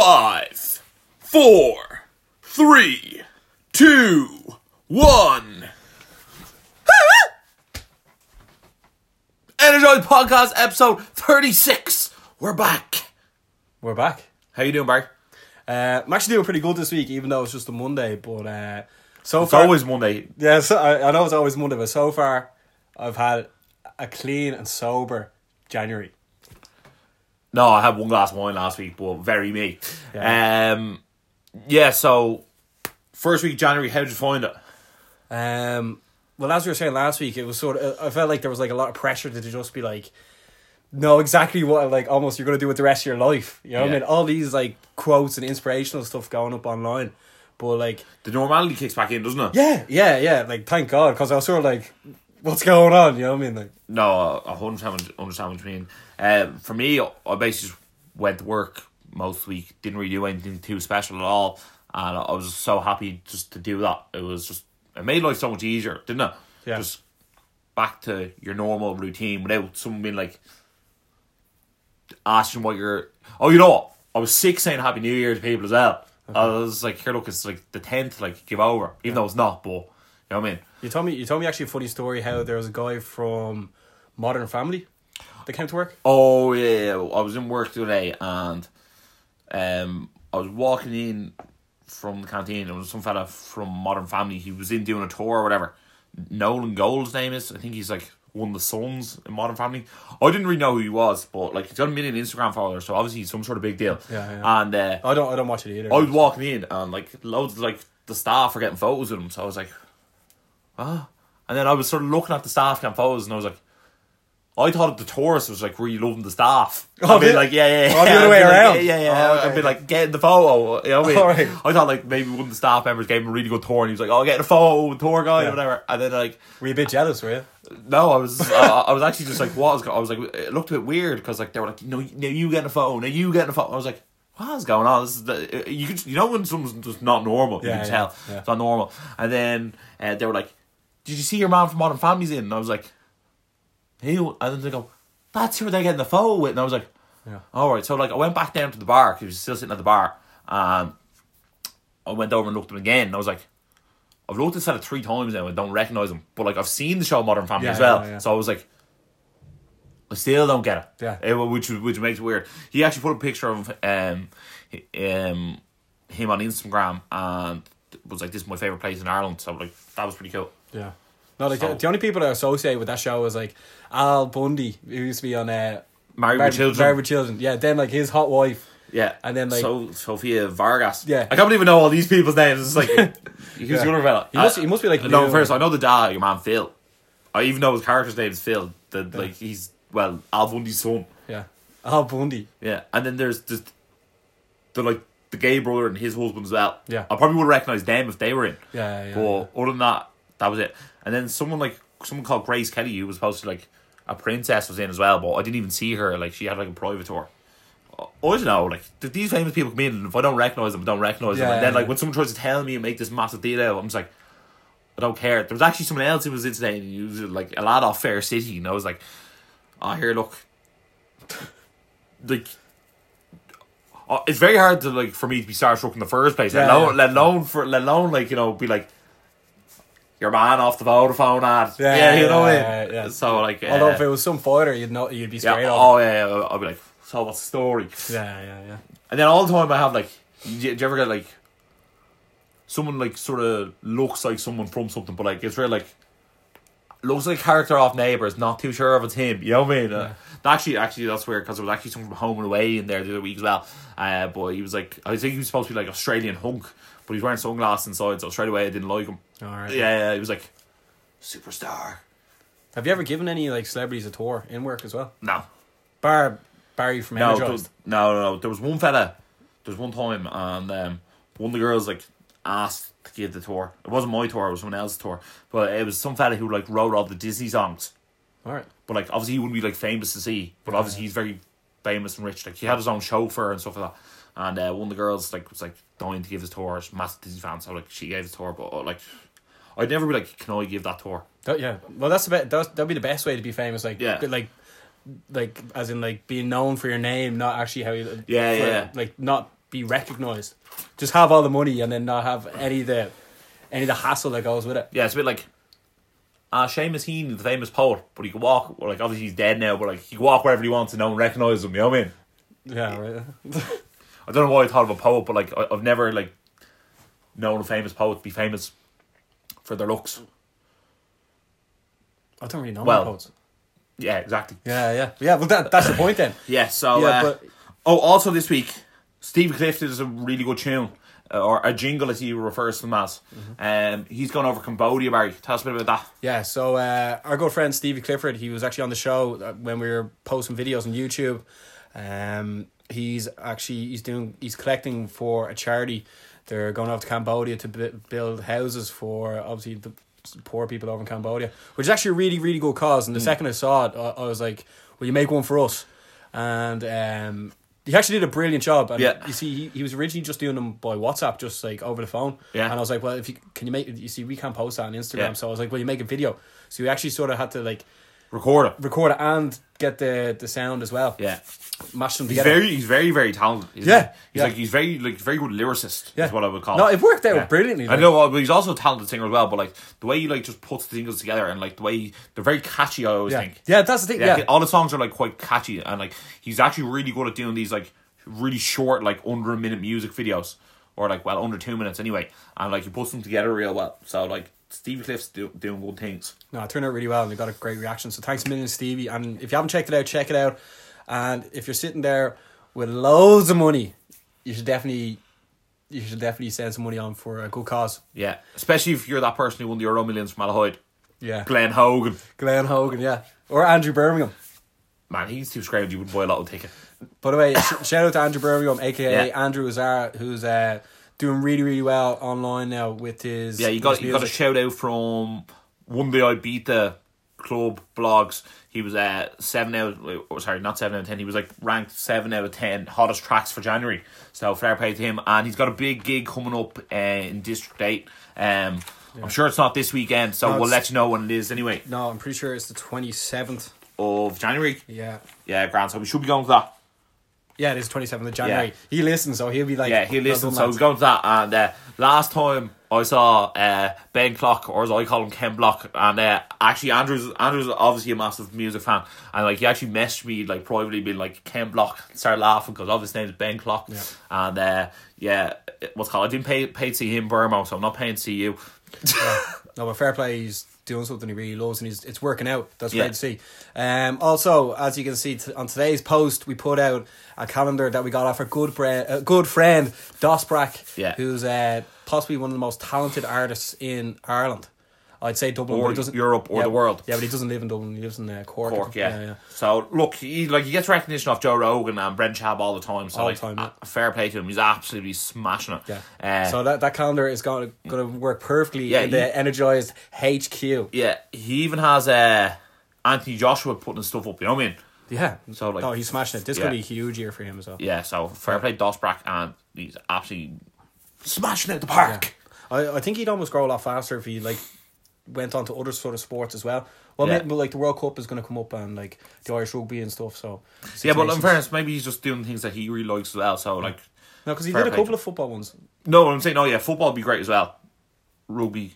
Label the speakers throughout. Speaker 1: Five, four, three, two, one. Energize Podcast episode 36. We're back.
Speaker 2: We're back.
Speaker 1: How you doing, Barry?
Speaker 2: Uh, I'm actually doing pretty good this week, even though it's just a Monday. But uh, so
Speaker 1: It's
Speaker 2: far,
Speaker 1: always Monday.
Speaker 2: yeah, so, I, I know it's always Monday, but so far, I've had a clean and sober January.
Speaker 1: No, I had one glass of wine last week, but very me. Um, yeah, so first week of January, how did you find it?
Speaker 2: Um, well, as we were saying last week, it was sort of I felt like there was like a lot of pressure to just be like, know exactly what like almost you're gonna do with the rest of your life. You know what
Speaker 1: Yeah.
Speaker 2: I mean? All these like quotes and inspirational stuff going up online, but like
Speaker 1: The normality kicks back in, doesn't it?
Speaker 2: yeah, yeah, yeah. Like thank God, because I was sort of like, what's going on? You know what I mean? Like
Speaker 1: No, I understand what, understand what you mean. Um, for me, I basically just went to work most week. Didn't really do anything too special at all, and I was so happy just to do that. It was just it made life so much easier, didn't it?
Speaker 2: Yeah.
Speaker 1: Just back to your normal routine without someone being like asking what you're. Oh, you know what? I was sick saying Happy New Year to people as well. I was like, here, look, it's like the tenth, like give over, even though it's not. But you know what I mean.
Speaker 2: You told me you told me actually a funny story how there was a guy from Modern Family that came to work.
Speaker 1: Oh yeah, yeah, I was in work today and um I was walking in from the canteen and there was some fella from Modern Family, he was in doing a tour or whatever. Nolan Gold's name is, I think he's like one of the sons in Modern Family. I didn't really know who he was, but like he's got a million Instagram followers, so obviously he's some sort of big deal.
Speaker 2: Yeah, yeah.
Speaker 1: And uh,
Speaker 2: I don't I don't watch it either.
Speaker 1: I was walking in and like loads of like the staff were getting photos with him, so I was like, ah. And then I was sort of looking at the staff getting photos, and I was like, I thought the tourist was like really loving the staff.
Speaker 2: Oh,
Speaker 1: I'd be
Speaker 2: did-
Speaker 1: like, yeah, yeah, yeah.
Speaker 2: Oh, the other
Speaker 1: I'd
Speaker 2: way
Speaker 1: be like,
Speaker 2: around.
Speaker 1: yeah, yeah, yeah.
Speaker 2: Oh, okay.
Speaker 1: I'd be like, get the photo. You know what I mean?
Speaker 2: All right.
Speaker 1: I thought like maybe one of the staff members gave him a really good tour, and he was like, oh, get the photo with the tour guide
Speaker 2: Yeah.
Speaker 1: or whatever. And then like,
Speaker 2: Were you a bit jealous, were you?
Speaker 1: no, I was, uh, I was actually just like, what is go-? I was like, it looked a bit weird because like they were like, no, no, you getting a phone, now you getting a phone. I was like, what is going on? This is the, uh, you could, you know when someone's just not normal,
Speaker 2: Yeah,
Speaker 1: you can
Speaker 2: yeah,
Speaker 1: tell
Speaker 2: yeah.
Speaker 1: it's not normal. And then uh, they were like, did you see your man from Modern Family's in? And I was like, who? And then they go, that's who they're getting the phone with. And I was like,
Speaker 2: Yeah.
Speaker 1: all right. So like, I went back down to the bar. 'cause He was still sitting at the bar. Um, I went over and looked at him again, and I was like. I've looked at this fella three times now and don't recognise him. But like I've seen the show Modern Family
Speaker 2: Yeah,
Speaker 1: as well.
Speaker 2: yeah, yeah.
Speaker 1: So I was like I still don't get it.
Speaker 2: Yeah.
Speaker 1: Eh, well, which which makes it weird. He actually put a picture of um hi- um him on Instagram and was like, This is my favourite place in Ireland. So like that was pretty cool.
Speaker 2: Yeah. No, like
Speaker 1: So-
Speaker 2: the only people I associate with that show was like Al Bundy, who used to be on uh,
Speaker 1: Married with Children.
Speaker 2: Married with Children. Yeah, then like his hot wife.
Speaker 1: Yeah.
Speaker 2: And then, like-
Speaker 1: So Sophia Vargas.
Speaker 2: Yeah.
Speaker 1: I can't believe I know all these people's names. It's like who's
Speaker 2: Yeah.
Speaker 1: the other fella?
Speaker 2: He must-
Speaker 1: I-
Speaker 2: he must be, like,
Speaker 1: No,
Speaker 2: new.
Speaker 1: first I know the dad, your man Phil. I even know his character's name is Phil. That like he's well, Al Bundy's son.
Speaker 2: Yeah. Al Bundy.
Speaker 1: Yeah, and then there's just the like the gay brother and his husband as well.
Speaker 2: Yeah.
Speaker 1: I probably would recognize them if they were in.
Speaker 2: Yeah, yeah,
Speaker 1: But other than that, that was it. And then someone like someone called Grace Kelly, who was supposed to like a princess was in as well, but I didn't even see her. Like she had like a private tour. I I don't know, like th- these famous people come in, and if I don't recognize them, I don't recognize them.
Speaker 2: Yeah,
Speaker 1: And then
Speaker 2: yeah,
Speaker 1: like
Speaker 2: yeah.
Speaker 1: when someone tries to tell me and make this massive deal out, I'm just like, I don't care. There was actually someone else who was in today, and he was like a lad off Fair City, and I was like, oh here, look, like uh, it's very hard to like for me to be starstruck in the first place. let
Speaker 2: Yeah,
Speaker 1: alone,
Speaker 2: yeah.
Speaker 1: let alone for let alone like you know be like your man off the Vodafone ad. Yeah,
Speaker 2: Yeah,
Speaker 1: you know what I
Speaker 2: yeah,
Speaker 1: mean.
Speaker 2: yeah, yeah.
Speaker 1: So like, uh,
Speaker 2: Although if it was some fighter, you'd know you'd be
Speaker 1: yeah,
Speaker 2: straight
Speaker 1: oh
Speaker 2: on.
Speaker 1: yeah, yeah, I'll be like, so what's the story?
Speaker 2: Yeah, yeah, yeah.
Speaker 1: And then all the time I have like, do you ever get like someone like sort of looks like someone from something, but like it's really like looks like a character off Neighbours, not too sure if it's him. You know what I mean? Uh, actually, actually that's weird because there was actually someone from Home and Away in there the other week as well. Uh, but he was like, I think he was supposed to be like Australian hunk, but he's wearing sunglasses inside, so straight away I didn't like him.
Speaker 2: All right.
Speaker 1: Yeah, yeah, he was like superstar.
Speaker 2: Have you ever given any like celebrities a tour in work as well?
Speaker 1: No,
Speaker 2: Bar Barry from
Speaker 1: No, there
Speaker 2: Energized.
Speaker 1: was, no, no, no. There was one fella. There was one time, and um, one of the girls like asked to give the tour. It wasn't my tour; it was someone else's tour. But it was some fella who like wrote all the Disney songs.
Speaker 2: All right.
Speaker 1: But like, obviously, he wouldn't be like famous to see. But obviously, he's very famous and rich. Like, he had his own chauffeur and stuff like that. And uh, one of the girls like was like dying to give his tour. She's a massive Disney fan, so like she gave his tour. But uh, like, I'd never be like, can I give that tour?
Speaker 2: That, yeah. Well, that's about that. That'd be the best way to be famous. Like,
Speaker 1: Yeah.
Speaker 2: yeah. like, like as in like being known for your name, not actually how you.
Speaker 1: Yeah,
Speaker 2: for-
Speaker 1: yeah.
Speaker 2: Like not be recognized. Just have all the money and then not have any of the any of the hassle that goes with it.
Speaker 1: Yeah, it's a bit like uh, Seamus Heaney, the famous poet, but he could walk, well, like, obviously he's dead now, but like, he could walk wherever he wants and no one recognises him, you know what I mean?
Speaker 2: Yeah, right.
Speaker 1: I don't know why I thought of a poet, but like, I, I've never, like, known a famous poet to be famous for their looks.
Speaker 2: I don't really know.
Speaker 1: Well-
Speaker 2: my poets.
Speaker 1: Yeah, exactly.
Speaker 2: yeah, yeah, yeah. Well, that, that's the point then.
Speaker 1: Yeah, so.
Speaker 2: Yeah,
Speaker 1: uh,
Speaker 2: but-
Speaker 1: oh, also this week, Steve Clifton is a really good tune, uh, or a jingle as he refers to them as.
Speaker 2: Mm-hmm.
Speaker 1: Um, he's gone over Cambodia, Barry. Tell us a bit about that.
Speaker 2: Yeah, so uh, our good friend Stevie Clifford, he was actually on the show uh, when we were posting videos on YouTube. Um, he's actually he's doing he's collecting for a charity. They're going off to Cambodia to b- build houses for obviously the poor people over in Cambodia, which is actually a really really good cause. And the second I saw it, I, I was like, "Will you make one for us?" And um, he actually did a brilliant job. And
Speaker 1: Yeah.
Speaker 2: you see, he, he was originally just doing them by WhatsApp, just like over the phone.
Speaker 1: Yeah.
Speaker 2: And I was like, well, if you can you make you see, we can't post that on Instagram.
Speaker 1: Yeah.
Speaker 2: So I was like, well, you make a video. So you actually sort of had to like
Speaker 1: Record it.
Speaker 2: record it and get the the sound as well.
Speaker 1: Yeah.
Speaker 2: mash them
Speaker 1: He's
Speaker 2: together.
Speaker 1: very, he's very, very talented. He's
Speaker 2: Yeah,
Speaker 1: like, he's
Speaker 2: yeah.
Speaker 1: like he's very, like very good lyricist.
Speaker 2: Yeah.
Speaker 1: is what I would call.
Speaker 2: no,
Speaker 1: it.
Speaker 2: it worked out
Speaker 1: Yeah. I
Speaker 2: brilliantly. like.
Speaker 1: know, but he's also a talented singer as well. But like the way he like just puts the singles together and like the way he, they're very catchy. I always
Speaker 2: Yeah.
Speaker 1: think.
Speaker 2: yeah, that's the thing. Yeah,
Speaker 1: he- all the songs are like quite catchy and like he's actually really good at doing these like really short, like under a minute music videos or like well under two minutes anyway. And like he puts them together real well. So like Stevie Cliff's do, doing good things.
Speaker 2: no, it turned out really well, and they got a great reaction. So thanks a million, Stevie. And if you haven't checked it out, check it out. And if you're sitting there with loads of money, you should definitely you should definitely send some money on for a good cause.
Speaker 1: Yeah, especially if you're that person who won the Euro Millions from Malahide,
Speaker 2: Yeah,
Speaker 1: Glenn Hogan.
Speaker 2: Glenn Hogan. Yeah, or Andrew Birmingham.
Speaker 1: Man, he's too screwed. You would buy a lotto ticket.
Speaker 2: By the way, sh- shout out to Andrew Birmingham, aka
Speaker 1: Yeah.
Speaker 2: Andrew Azara, who's uh, doing really, really well online now with his.
Speaker 1: Yeah, you got
Speaker 2: his
Speaker 1: you got a
Speaker 2: music.
Speaker 1: shout out from one day I beat the club blogs. He was uh seven out. oh, Sorry, not seven out of ten. He was like ranked seven out of ten hottest tracks for January. So fair play to him, and he's got a big gig coming up uh, in District Eight. Um, I'm sure it's not this weekend, so
Speaker 2: No,
Speaker 1: we'll
Speaker 2: it's-
Speaker 1: let you know when it is anyway
Speaker 2: No, I'm pretty sure it's the 27th.
Speaker 1: of January.
Speaker 2: Yeah.
Speaker 1: Yeah, grand. So we should be going to that.
Speaker 2: Yeah, it is 27th of January. He listens, so he'll be like.
Speaker 1: Yeah, he
Speaker 2: well
Speaker 1: listens. So
Speaker 2: done,
Speaker 1: he's
Speaker 2: lads.
Speaker 1: going to that. And uh, last time I saw uh, Ben Clock, or as I call him, Ken Block, and uh, actually Andrew's Andrew's obviously a massive music fan, and like he actually messaged me like privately, being like Ken Block, started laughing because obviously his name is Ben Clock, and uh, yeah, it- what's it called? I didn't pay pay to see him Burmo, so I'm not paying to see you.
Speaker 2: No, but fair play, he's doing something he really loves and he's, it's working out. That's
Speaker 1: Yeah.
Speaker 2: great to see. Um, also, as you can see t- on today's post, we put out a calendar that we got off our good, bre- uh, good friend, Dosbrack,
Speaker 1: Yeah.
Speaker 2: who's uh, possibly one of the most talented artists in Ireland. I'd say Dublin,
Speaker 1: Or
Speaker 2: but he doesn't,
Speaker 1: Europe or
Speaker 2: yeah,
Speaker 1: the world.
Speaker 2: Yeah, but he doesn't live in Dublin. He lives in uh, Cork.
Speaker 1: Cork, yeah. So look, he like he gets recognition off Joe Rogan and Brent Chab all the time. So
Speaker 2: All the
Speaker 1: like,
Speaker 2: time, yeah.
Speaker 1: a- fair play to him. He's absolutely smashing it.
Speaker 2: Yeah.
Speaker 1: Uh,
Speaker 2: so that, that calendar is going to going to work perfectly
Speaker 1: Yeah,
Speaker 2: in
Speaker 1: he-
Speaker 2: the energized HQ.
Speaker 1: Yeah, he even has uh, Anthony Joshua putting his stuff up. You know what I mean?
Speaker 2: Yeah.
Speaker 1: So, like-
Speaker 2: no, he's smashing it. This
Speaker 1: Yeah.
Speaker 2: could be a huge year for him as well.
Speaker 1: Yeah, so fair play, Dosbrack, and he's absolutely smashing out the park.
Speaker 2: I, I think he'd almost grow a lot faster if he like went on to other sort of sports as well. Well,
Speaker 1: Yeah.
Speaker 2: maybe, but, like the World Cup is going to come up and like the Irish rugby and stuff. So
Speaker 1: Yeah, but in
Speaker 2: situations-
Speaker 1: fairness, maybe he's just doing things that he really likes as well. So like,
Speaker 2: no, because he
Speaker 1: fair
Speaker 2: did a
Speaker 1: play.
Speaker 2: couple of football ones.
Speaker 1: no, I'm saying, no, yeah, football would be great as well. Rugby,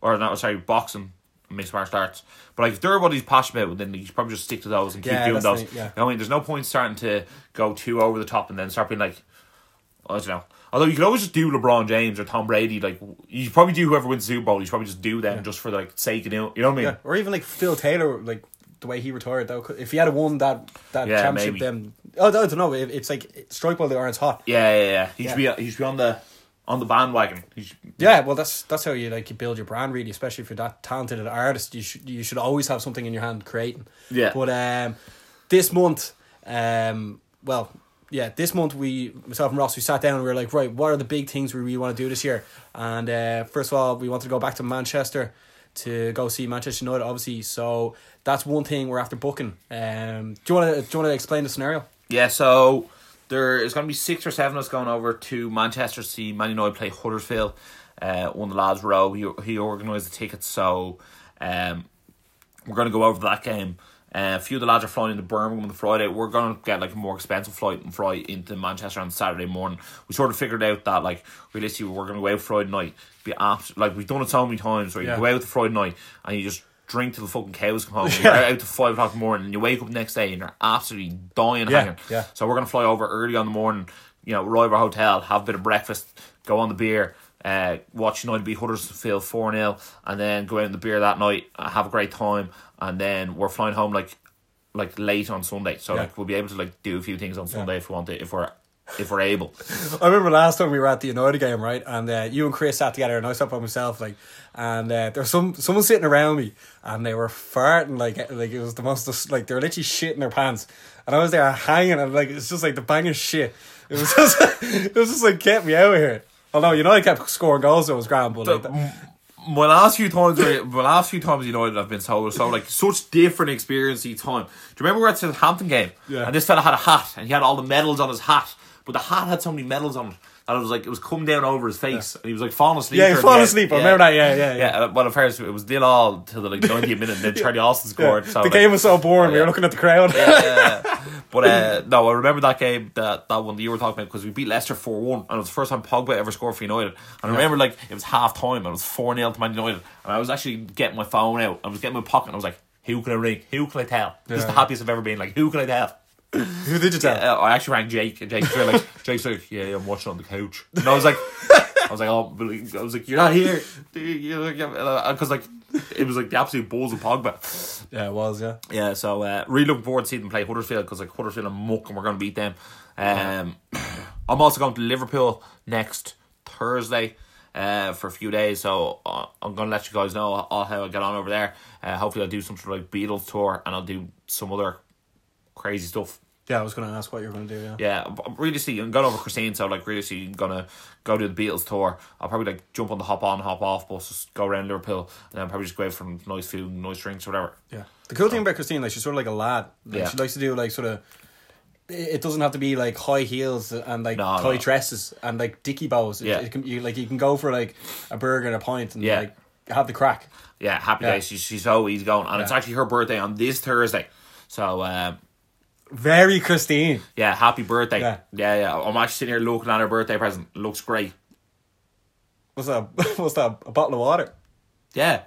Speaker 1: or no, sorry, boxing, mixed martial arts. But like, if they're what he's passionate about, then he should probably just stick to those and
Speaker 2: Yeah,
Speaker 1: keep doing
Speaker 2: that's
Speaker 1: those.
Speaker 2: the- yeah.
Speaker 1: You know what I mean, there's no point starting to go too over the top and then start being like, I don't know. Although you could always just do LeBron James or Tom Brady, like you should probably do whoever wins the Super Bowl. You should probably just do them just for like sake of doing. You know what I mean?
Speaker 2: Yeah, or even like Phil Taylor, like the way he retired. Though, if he had won that that
Speaker 1: Yeah,
Speaker 2: championship,
Speaker 1: maybe.
Speaker 2: then oh, I don't know. It, it's like strike while the iron's hot.
Speaker 1: Yeah, yeah, yeah. He
Speaker 2: Yeah.
Speaker 1: should be he should be on the on the bandwagon. He should,
Speaker 2: Yeah, well, that's that's how you like you build your brand really, especially if you're that talented an artist. You should you should always have something in your hand creating.
Speaker 1: Yeah.
Speaker 2: But um, this month, um, well, yeah, this month we myself and Ross we sat down and we were like, right, what are the big things we really want to do this year? And uh, first of all, we wanted to go back to Manchester to go see Manchester United, obviously. So that's one thing we're after booking. Um, do you want to do you want to explain the scenario?
Speaker 1: yeah. So there is going to be six or seven of us going over to Manchester to see Man United play Huddersfield. Uh, one of the lads, Row, he he organised the tickets, so um, we're going to go over that game. Uh, a few of the lads are flying into Birmingham on the Friday. We're gonna get like a more expensive flight and fly into Manchester on Saturday morning. We sort of figured out that like realistically we're gonna go out Friday night. Be abs- like we've done it so many times where you
Speaker 2: Yeah.
Speaker 1: go out the Friday night and you just drink till the fucking cows come home. You're out till five o'clock in the morning and you wake up the next day and you're absolutely dying
Speaker 2: Yeah,
Speaker 1: hanging.
Speaker 2: yeah.
Speaker 1: So we're gonna fly over early on the morning, you know, arrive at our hotel, have a bit of breakfast, go on the beer, uh, watch United beat Huddersfield four 0 and then go out in the beer that night, uh, have a great time, and then we're flying home like like late on Sunday. So
Speaker 2: Yeah.
Speaker 1: like we'll be able to like do a few things on Sunday if we want to if we're if we're able.
Speaker 2: I remember last time we were at the United game, right? And uh, you and Chris sat together, and I sat by myself, like, and uh, there was some someone sitting around me, and they were farting like like it was the most dis- like they were literally shitting their pants, and I was there hanging, and like it's just like the banging shit. It was just it was just like get me out of here. Although United kept scoring goals, so it was grand, but like,
Speaker 1: M- my last few times, my last few times United I've been told, so like such different experience each time. Do you remember we were at the Hampton game?
Speaker 2: Yeah.
Speaker 1: And this fella had a hat, and he had all the medals on his hat, but the hat had so many medals on it that it was like it was coming down over his face, and he was like falling asleep.
Speaker 2: yeah, he
Speaker 1: during
Speaker 2: falling
Speaker 1: the-
Speaker 2: asleep. I remember that. Yeah, yeah, yeah.
Speaker 1: Yeah, uh, well, at first it was nil all till the like 90th minute, and then Charlie Austin scored. So
Speaker 2: the
Speaker 1: like,
Speaker 2: game was so boring. We
Speaker 1: yeah.
Speaker 2: were looking at the crowd.
Speaker 1: yeah. But uh, no, I remember that game that that one that you were talking about because we beat Leicester four one, and it was the first time Pogba ever scored for United. And I remember like it was half time, and it was four 0 to Man United, and I was actually getting my phone out, I was getting my pocket, and I was like, "Who can I ring? Who can I tell?" This is the
Speaker 2: Yeah.
Speaker 1: happiest I've ever been. Like, who can I tell?
Speaker 2: Who did you tell?
Speaker 1: Uh, I actually rang Jake, and Jake's really like, Jake's like, yeah, yeah, I'm watching on the couch. And I was like, I was like, oh, but- I was like, you're not here, because uh, like, it was like the absolute balls of Pogba.
Speaker 2: Yeah, it was. Yeah.
Speaker 1: Yeah, so uh, really looking forward to seeing them play Huddersfield because like Huddersfield are muck and we're going to beat them. Um, I'm also going to Liverpool next Thursday uh, for a few days, so uh, I'm going to let you guys know all how I get on over there. Uh, hopefully, I'll do some sort of like Beatles tour and I'll do some other crazy stuff.
Speaker 2: Yeah, I was going to ask what you were going to do. Yeah.
Speaker 1: Yeah, I'm- I'm really see. I'm going over Christine, so like really see. I'm gonna go do the Beatles tour. I'll probably like jump on the hop on, hop off bus, just go around Liverpool, and then probably just go out for some nice food, and nice drinks, or whatever.
Speaker 2: Yeah. The cool thing about Christine, like she's sort of like a lad. Like,
Speaker 1: Yeah.
Speaker 2: She likes to do like sort of. It it doesn't have to be like high heels and like
Speaker 1: No,
Speaker 2: toy
Speaker 1: no.
Speaker 2: dresses and like dicky bows. It-
Speaker 1: Yeah.
Speaker 2: It can, you like you can go for like a burger and a pint and
Speaker 1: Yeah.
Speaker 2: like have the crack.
Speaker 1: Yeah, happy
Speaker 2: Yeah.
Speaker 1: days. She's, she's so easy going, and it's actually her birthday on this Thursday. So um,
Speaker 2: Very Christine.
Speaker 1: yeah, happy birthday.
Speaker 2: Yeah.
Speaker 1: Yeah. yeah, I'm actually sitting here looking at her birthday present. Looks great.
Speaker 2: What's that? What's that? A bottle of water.
Speaker 1: Yeah,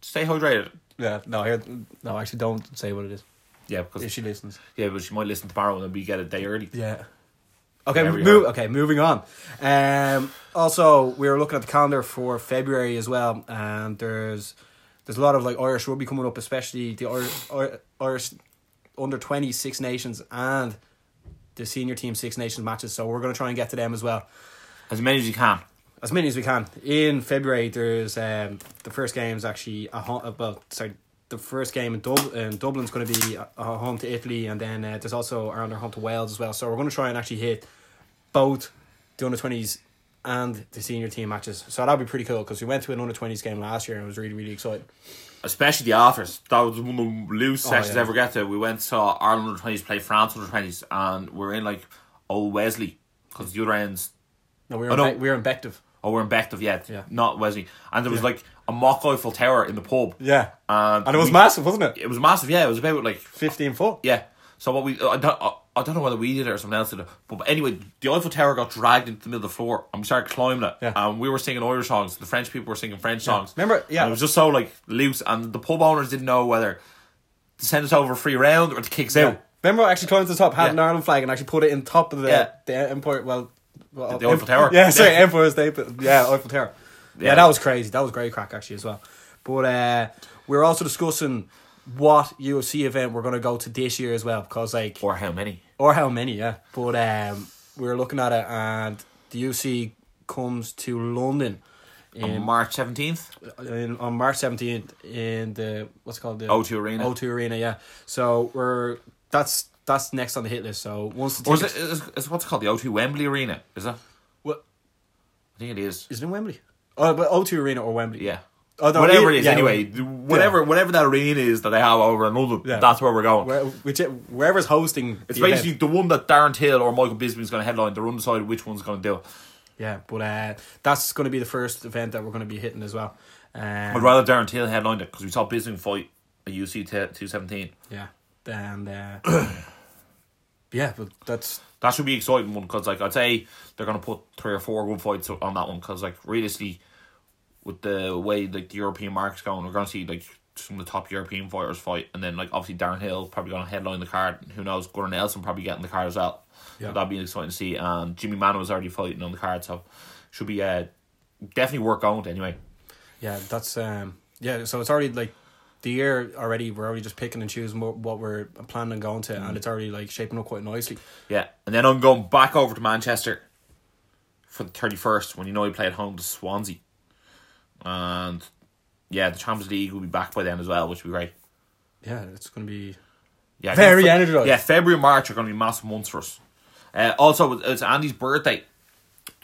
Speaker 1: stay hydrated.
Speaker 2: Yeah. No. Here. No. Actually, don't say what it is
Speaker 1: Yeah, because
Speaker 2: if she listens.
Speaker 1: yeah, but she might listen tomorrow, and then we get a day early.
Speaker 2: Yeah. Okay,
Speaker 1: Whatever you
Speaker 2: move,
Speaker 1: are.
Speaker 2: okay, moving on. Um, also, we were looking at the calendar for February as well, and there's there's a lot of like Irish rugby coming up, especially the Irish, Ir- Irish under twenty Six Nations and the senior team Six Nations matches. So we're gonna try and get to them as well,
Speaker 1: As many as you can.
Speaker 2: as many as we can. In February, there's um, the first game's actually a home, well, sorry, the first game in, Dub- in Dublin's gonna be a a home to Italy, and then uh, there's also Ireland are home to Wales as well. So we're gonna try and actually hit both the under twenties and the senior team matches. So that'd be pretty cool because we went to an under twenties game last year and it was really really exciting.
Speaker 1: Especially the offers. That was one of the loose sections
Speaker 2: Oh,
Speaker 1: I
Speaker 2: yeah.
Speaker 1: ever get to. We went and saw Ireland under twenties play France under twenties, and we're in like Old Wesley because the other end's
Speaker 2: No, we were
Speaker 1: Oh,
Speaker 2: in
Speaker 1: no.
Speaker 2: Be- we were in Bective.
Speaker 1: oh we're in Bective yet,
Speaker 2: Yeah.
Speaker 1: not Wesley, and there was like a mock Eiffel Tower in the pub.
Speaker 2: Yeah,
Speaker 1: And,
Speaker 2: and it was
Speaker 1: we-
Speaker 2: massive, wasn't it?
Speaker 1: It was massive, Um, yeah. It was about like
Speaker 2: Fifteen foot.
Speaker 1: yeah. So what we I don't I, I don't know whether we did it or someone else did it, but anyway, the Eiffel Tower got dragged into the middle of the floor, and we started climbing it,
Speaker 2: Yeah.
Speaker 1: and we were singing Irish songs. The French people were singing French songs.
Speaker 2: Remember- yeah.
Speaker 1: And it was just so like loose, and the pub owners didn't know whether to send us over a free round or to kick us out.
Speaker 2: Remember, I actually climbed to the top, had
Speaker 1: Yeah.
Speaker 2: an Ireland flag, and actually put it in top of the
Speaker 1: Yeah.
Speaker 2: the Empire. Well, well
Speaker 1: The Eiffel Tower.
Speaker 2: Yeah, sorry, Empire State, but yeah, Eiffel Tower. Yeah.
Speaker 1: Yeah.
Speaker 2: that was crazy. That was great crack actually as well. But uh, we were also discussing what UFC event we're going to go to this year as well because like
Speaker 1: Or how many?
Speaker 2: or how many, yeah. But um, we were looking at it, and the UFC comes to London
Speaker 1: On
Speaker 2: in,
Speaker 1: March seventeenth.
Speaker 2: in on March seventeenth in the what's it called the
Speaker 1: O2 Arena.
Speaker 2: O2 Arena, yeah. So we're that's that's next on the hit list. So once the
Speaker 1: Or is
Speaker 2: tickets-
Speaker 1: it is, is what's it called the O2 Wembley Arena? Is it? I
Speaker 2: Well,
Speaker 1: think it is.
Speaker 2: is it in Wembley? Oh, but O2 Arena or Wembley?
Speaker 1: Yeah.
Speaker 2: Oh, no,
Speaker 1: whatever
Speaker 2: it-
Speaker 1: it is,
Speaker 2: yeah,
Speaker 1: anyway, whatever whatever that arena is that they have over in London,
Speaker 2: Yeah.
Speaker 1: that's where we're going.
Speaker 2: Where, which wherever's hosting.
Speaker 1: It's
Speaker 2: the event.
Speaker 1: basically the one that Darren Till or Michael Bisping's going to headline. They're undecided which one's going to do. it.
Speaker 2: yeah, but uh, that's going to be the first event that we're going to be hitting as well. Um,
Speaker 1: I'd rather Darren Till headline it because we saw Bisping fight a UC two seventeen.
Speaker 2: Yeah. And uh, yeah, but that's
Speaker 1: That should be an exciting one because like I'd say they're gonna put three or four good fights on that one because like realistically, with the way like the European market's going, we're gonna see like some of the top European fighters fight, and then like obviously Darren Hill probably gonna headline the card. Who knows? Gordon Nelson probably getting the card as well.
Speaker 2: Yeah.
Speaker 1: So that'd be exciting to see. And Jimmy Mano is already fighting on the card, so should be uh definitely work out anyway.
Speaker 2: yeah, that's um yeah. So it's already like the year already. We're already just picking and choosing what, what we're planning on going to, and it's already like shaping up quite nicely.
Speaker 1: Yeah, and then I'm going back over to Manchester for the thirty first when you know we play at home to Swansea, and yeah, the Champions League will be back by then as well, which would be great.
Speaker 2: Yeah, it's gonna be
Speaker 1: Yeah, I
Speaker 2: Very
Speaker 1: think Fe-
Speaker 2: energised.
Speaker 1: Yeah, February and March are going to be massive months for us. Uh, also, it's Andy's birthday.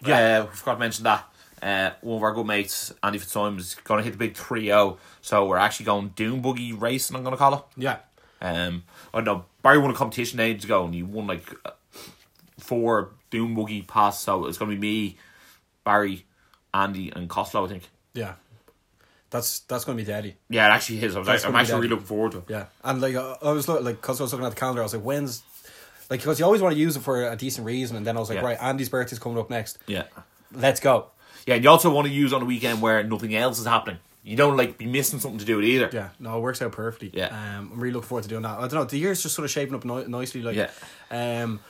Speaker 1: Yeah, uh, we forgot to mention that. Uh, one of our good mates, Andy Fitzsimons, is going to hit the big 3 0. So we're actually going Doom Buggy Racing, I'm going to call it.
Speaker 2: yeah.
Speaker 1: Um, I don't know. Barry won a competition ages ago, and he won like uh, four Doom Buggy pass. So it's gonna be me, Barry, Andy, and Costello. I think.
Speaker 2: Yeah, that's that's gonna be daddy.
Speaker 1: Yeah, it actually is. I was,
Speaker 2: That's
Speaker 1: I'm
Speaker 2: gonna be
Speaker 1: actually really
Speaker 2: deadly.
Speaker 1: looking forward to it.
Speaker 2: Yeah, and like I, I was look, like because I was looking at the calendar, I was like, when's like because you always want to use it for a decent reason, and then I was like,
Speaker 1: Yeah.
Speaker 2: right, Andy's birthday's coming up next.
Speaker 1: Yeah,
Speaker 2: Let's go.
Speaker 1: yeah. And you also want to use on a weekend where nothing else is happening. You don't like be missing something to do it either.
Speaker 2: Yeah, no, it works out perfectly.
Speaker 1: Yeah.
Speaker 2: um, I'm really looking forward to doing that. I don't know, the year's just sort of shaping up ni- nicely. Like,
Speaker 1: Yeah.
Speaker 2: um,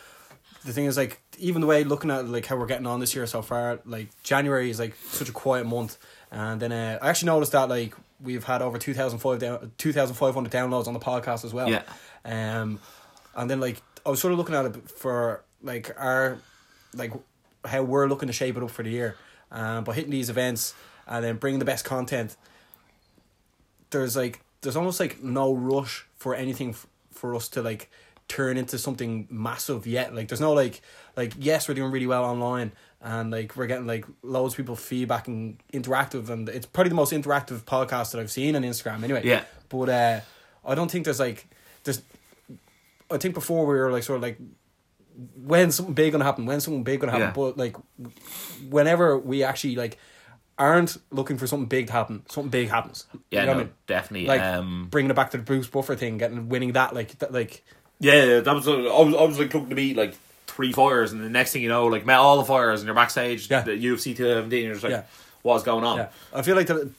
Speaker 2: the thing is, like, even the way looking at like how we're getting on this year so far, like January is like such a quiet month, and then uh, I actually noticed that like we've had over 2,005 down- 2,500 downloads on the podcast as well.
Speaker 1: Yeah.
Speaker 2: um, and then like I was sort of looking at it for like our like how we're looking to shape it up for the year, um, by hitting these events and then bringing the best content there's like there's almost like no rush for anything f- for us to like turn into something massive yet like there's no like like yes we're doing really well online and like we're getting like loads of people feedback and interactive and it's probably the most interactive podcast that i've seen on instagram anyway
Speaker 1: Yeah.
Speaker 2: but uh i don't think there's like there's i think before we were like sort of like when something big gonna happen when something big gonna happen
Speaker 1: Yeah.
Speaker 2: but like whenever we actually like aren't looking for something big to happen something big happens
Speaker 1: Yeah,
Speaker 2: You know
Speaker 1: no,
Speaker 2: what I mean?
Speaker 1: definitely.
Speaker 2: like
Speaker 1: um,
Speaker 2: bringing it back to the Bruce Buffer thing, getting winning that, like that, like
Speaker 1: yeah, yeah, that was. uh, I was, I was like looking to meet like three fires, and the next thing you know, like met all the fires, and you're backstage.
Speaker 2: Yeah.
Speaker 1: The UFC 217. You're just like,
Speaker 2: Yeah.
Speaker 1: what's going on?
Speaker 2: yeah. I feel like the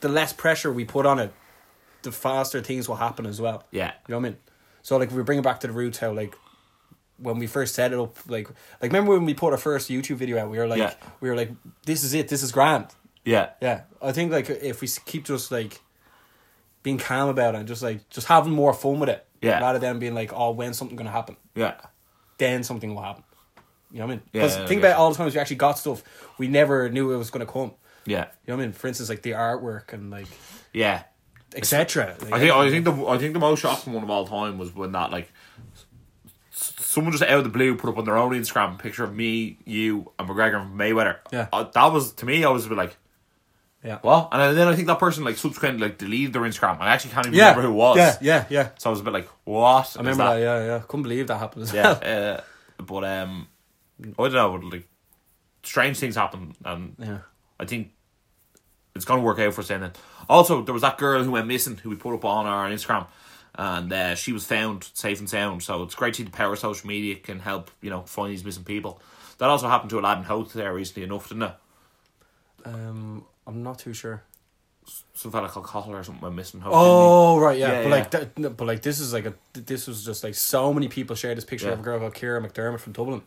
Speaker 2: the less pressure we put on it, the faster things will happen as well.
Speaker 1: Yeah.
Speaker 2: you know what I mean. So like we bring it back to the roots, how like when we first set it up, like like remember when we put our first YouTube video out, we were like
Speaker 1: Yeah.
Speaker 2: we were like this is it, this is grand.
Speaker 1: yeah.
Speaker 2: Yeah, I think like if we s- keep just like being calm about it, and just like just having more fun with it,
Speaker 1: Yeah.
Speaker 2: rather than being like oh when's something gonna happen.
Speaker 1: Yeah.
Speaker 2: then something will happen. You know what I mean? Because
Speaker 1: Yeah,
Speaker 2: think
Speaker 1: yeah.
Speaker 2: about all the times we actually got stuff we never knew it was going to come.
Speaker 1: Yeah.
Speaker 2: You know what I mean? For instance, like the artwork and like
Speaker 1: Yeah.
Speaker 2: etc.
Speaker 1: I think I think the I think the most shocking one of all time was when that like s- someone just out of the blue put up on their own Instagram a picture of me, you, and McGregor and Mayweather.
Speaker 2: Yeah.
Speaker 1: Uh, that was to me. I was a bit like,
Speaker 2: yeah,
Speaker 1: what? And then I think that person like subsequently like deleted their Instagram. I actually can't even
Speaker 2: yeah,
Speaker 1: remember who it was.
Speaker 2: Yeah, yeah, yeah.
Speaker 1: So I was a bit like, what?
Speaker 2: I remember that? Yeah, yeah. Couldn't believe that happened as well.
Speaker 1: Yeah. uh, but um, I don't know. Like, strange things happen, and
Speaker 2: Yeah.
Speaker 1: I think it's gonna work out for us then. Also, there was that girl who went missing who we put up on our Instagram, and uh, she was found safe and sound. So it's great to see the power of social media can help you know find these missing people. That also happened to a lad in Hoth there recently enough, didn't it?
Speaker 2: Um, I'm not too sure.
Speaker 1: Some fella called Cottle or something went missing. in Hoth, didn't
Speaker 2: Oh right, yeah.
Speaker 1: Yeah,
Speaker 2: but like, that, no, but like, this is like a. This was just like so many people shared this picture
Speaker 1: Yeah.
Speaker 2: of a girl called Kira McDermott from Dublin.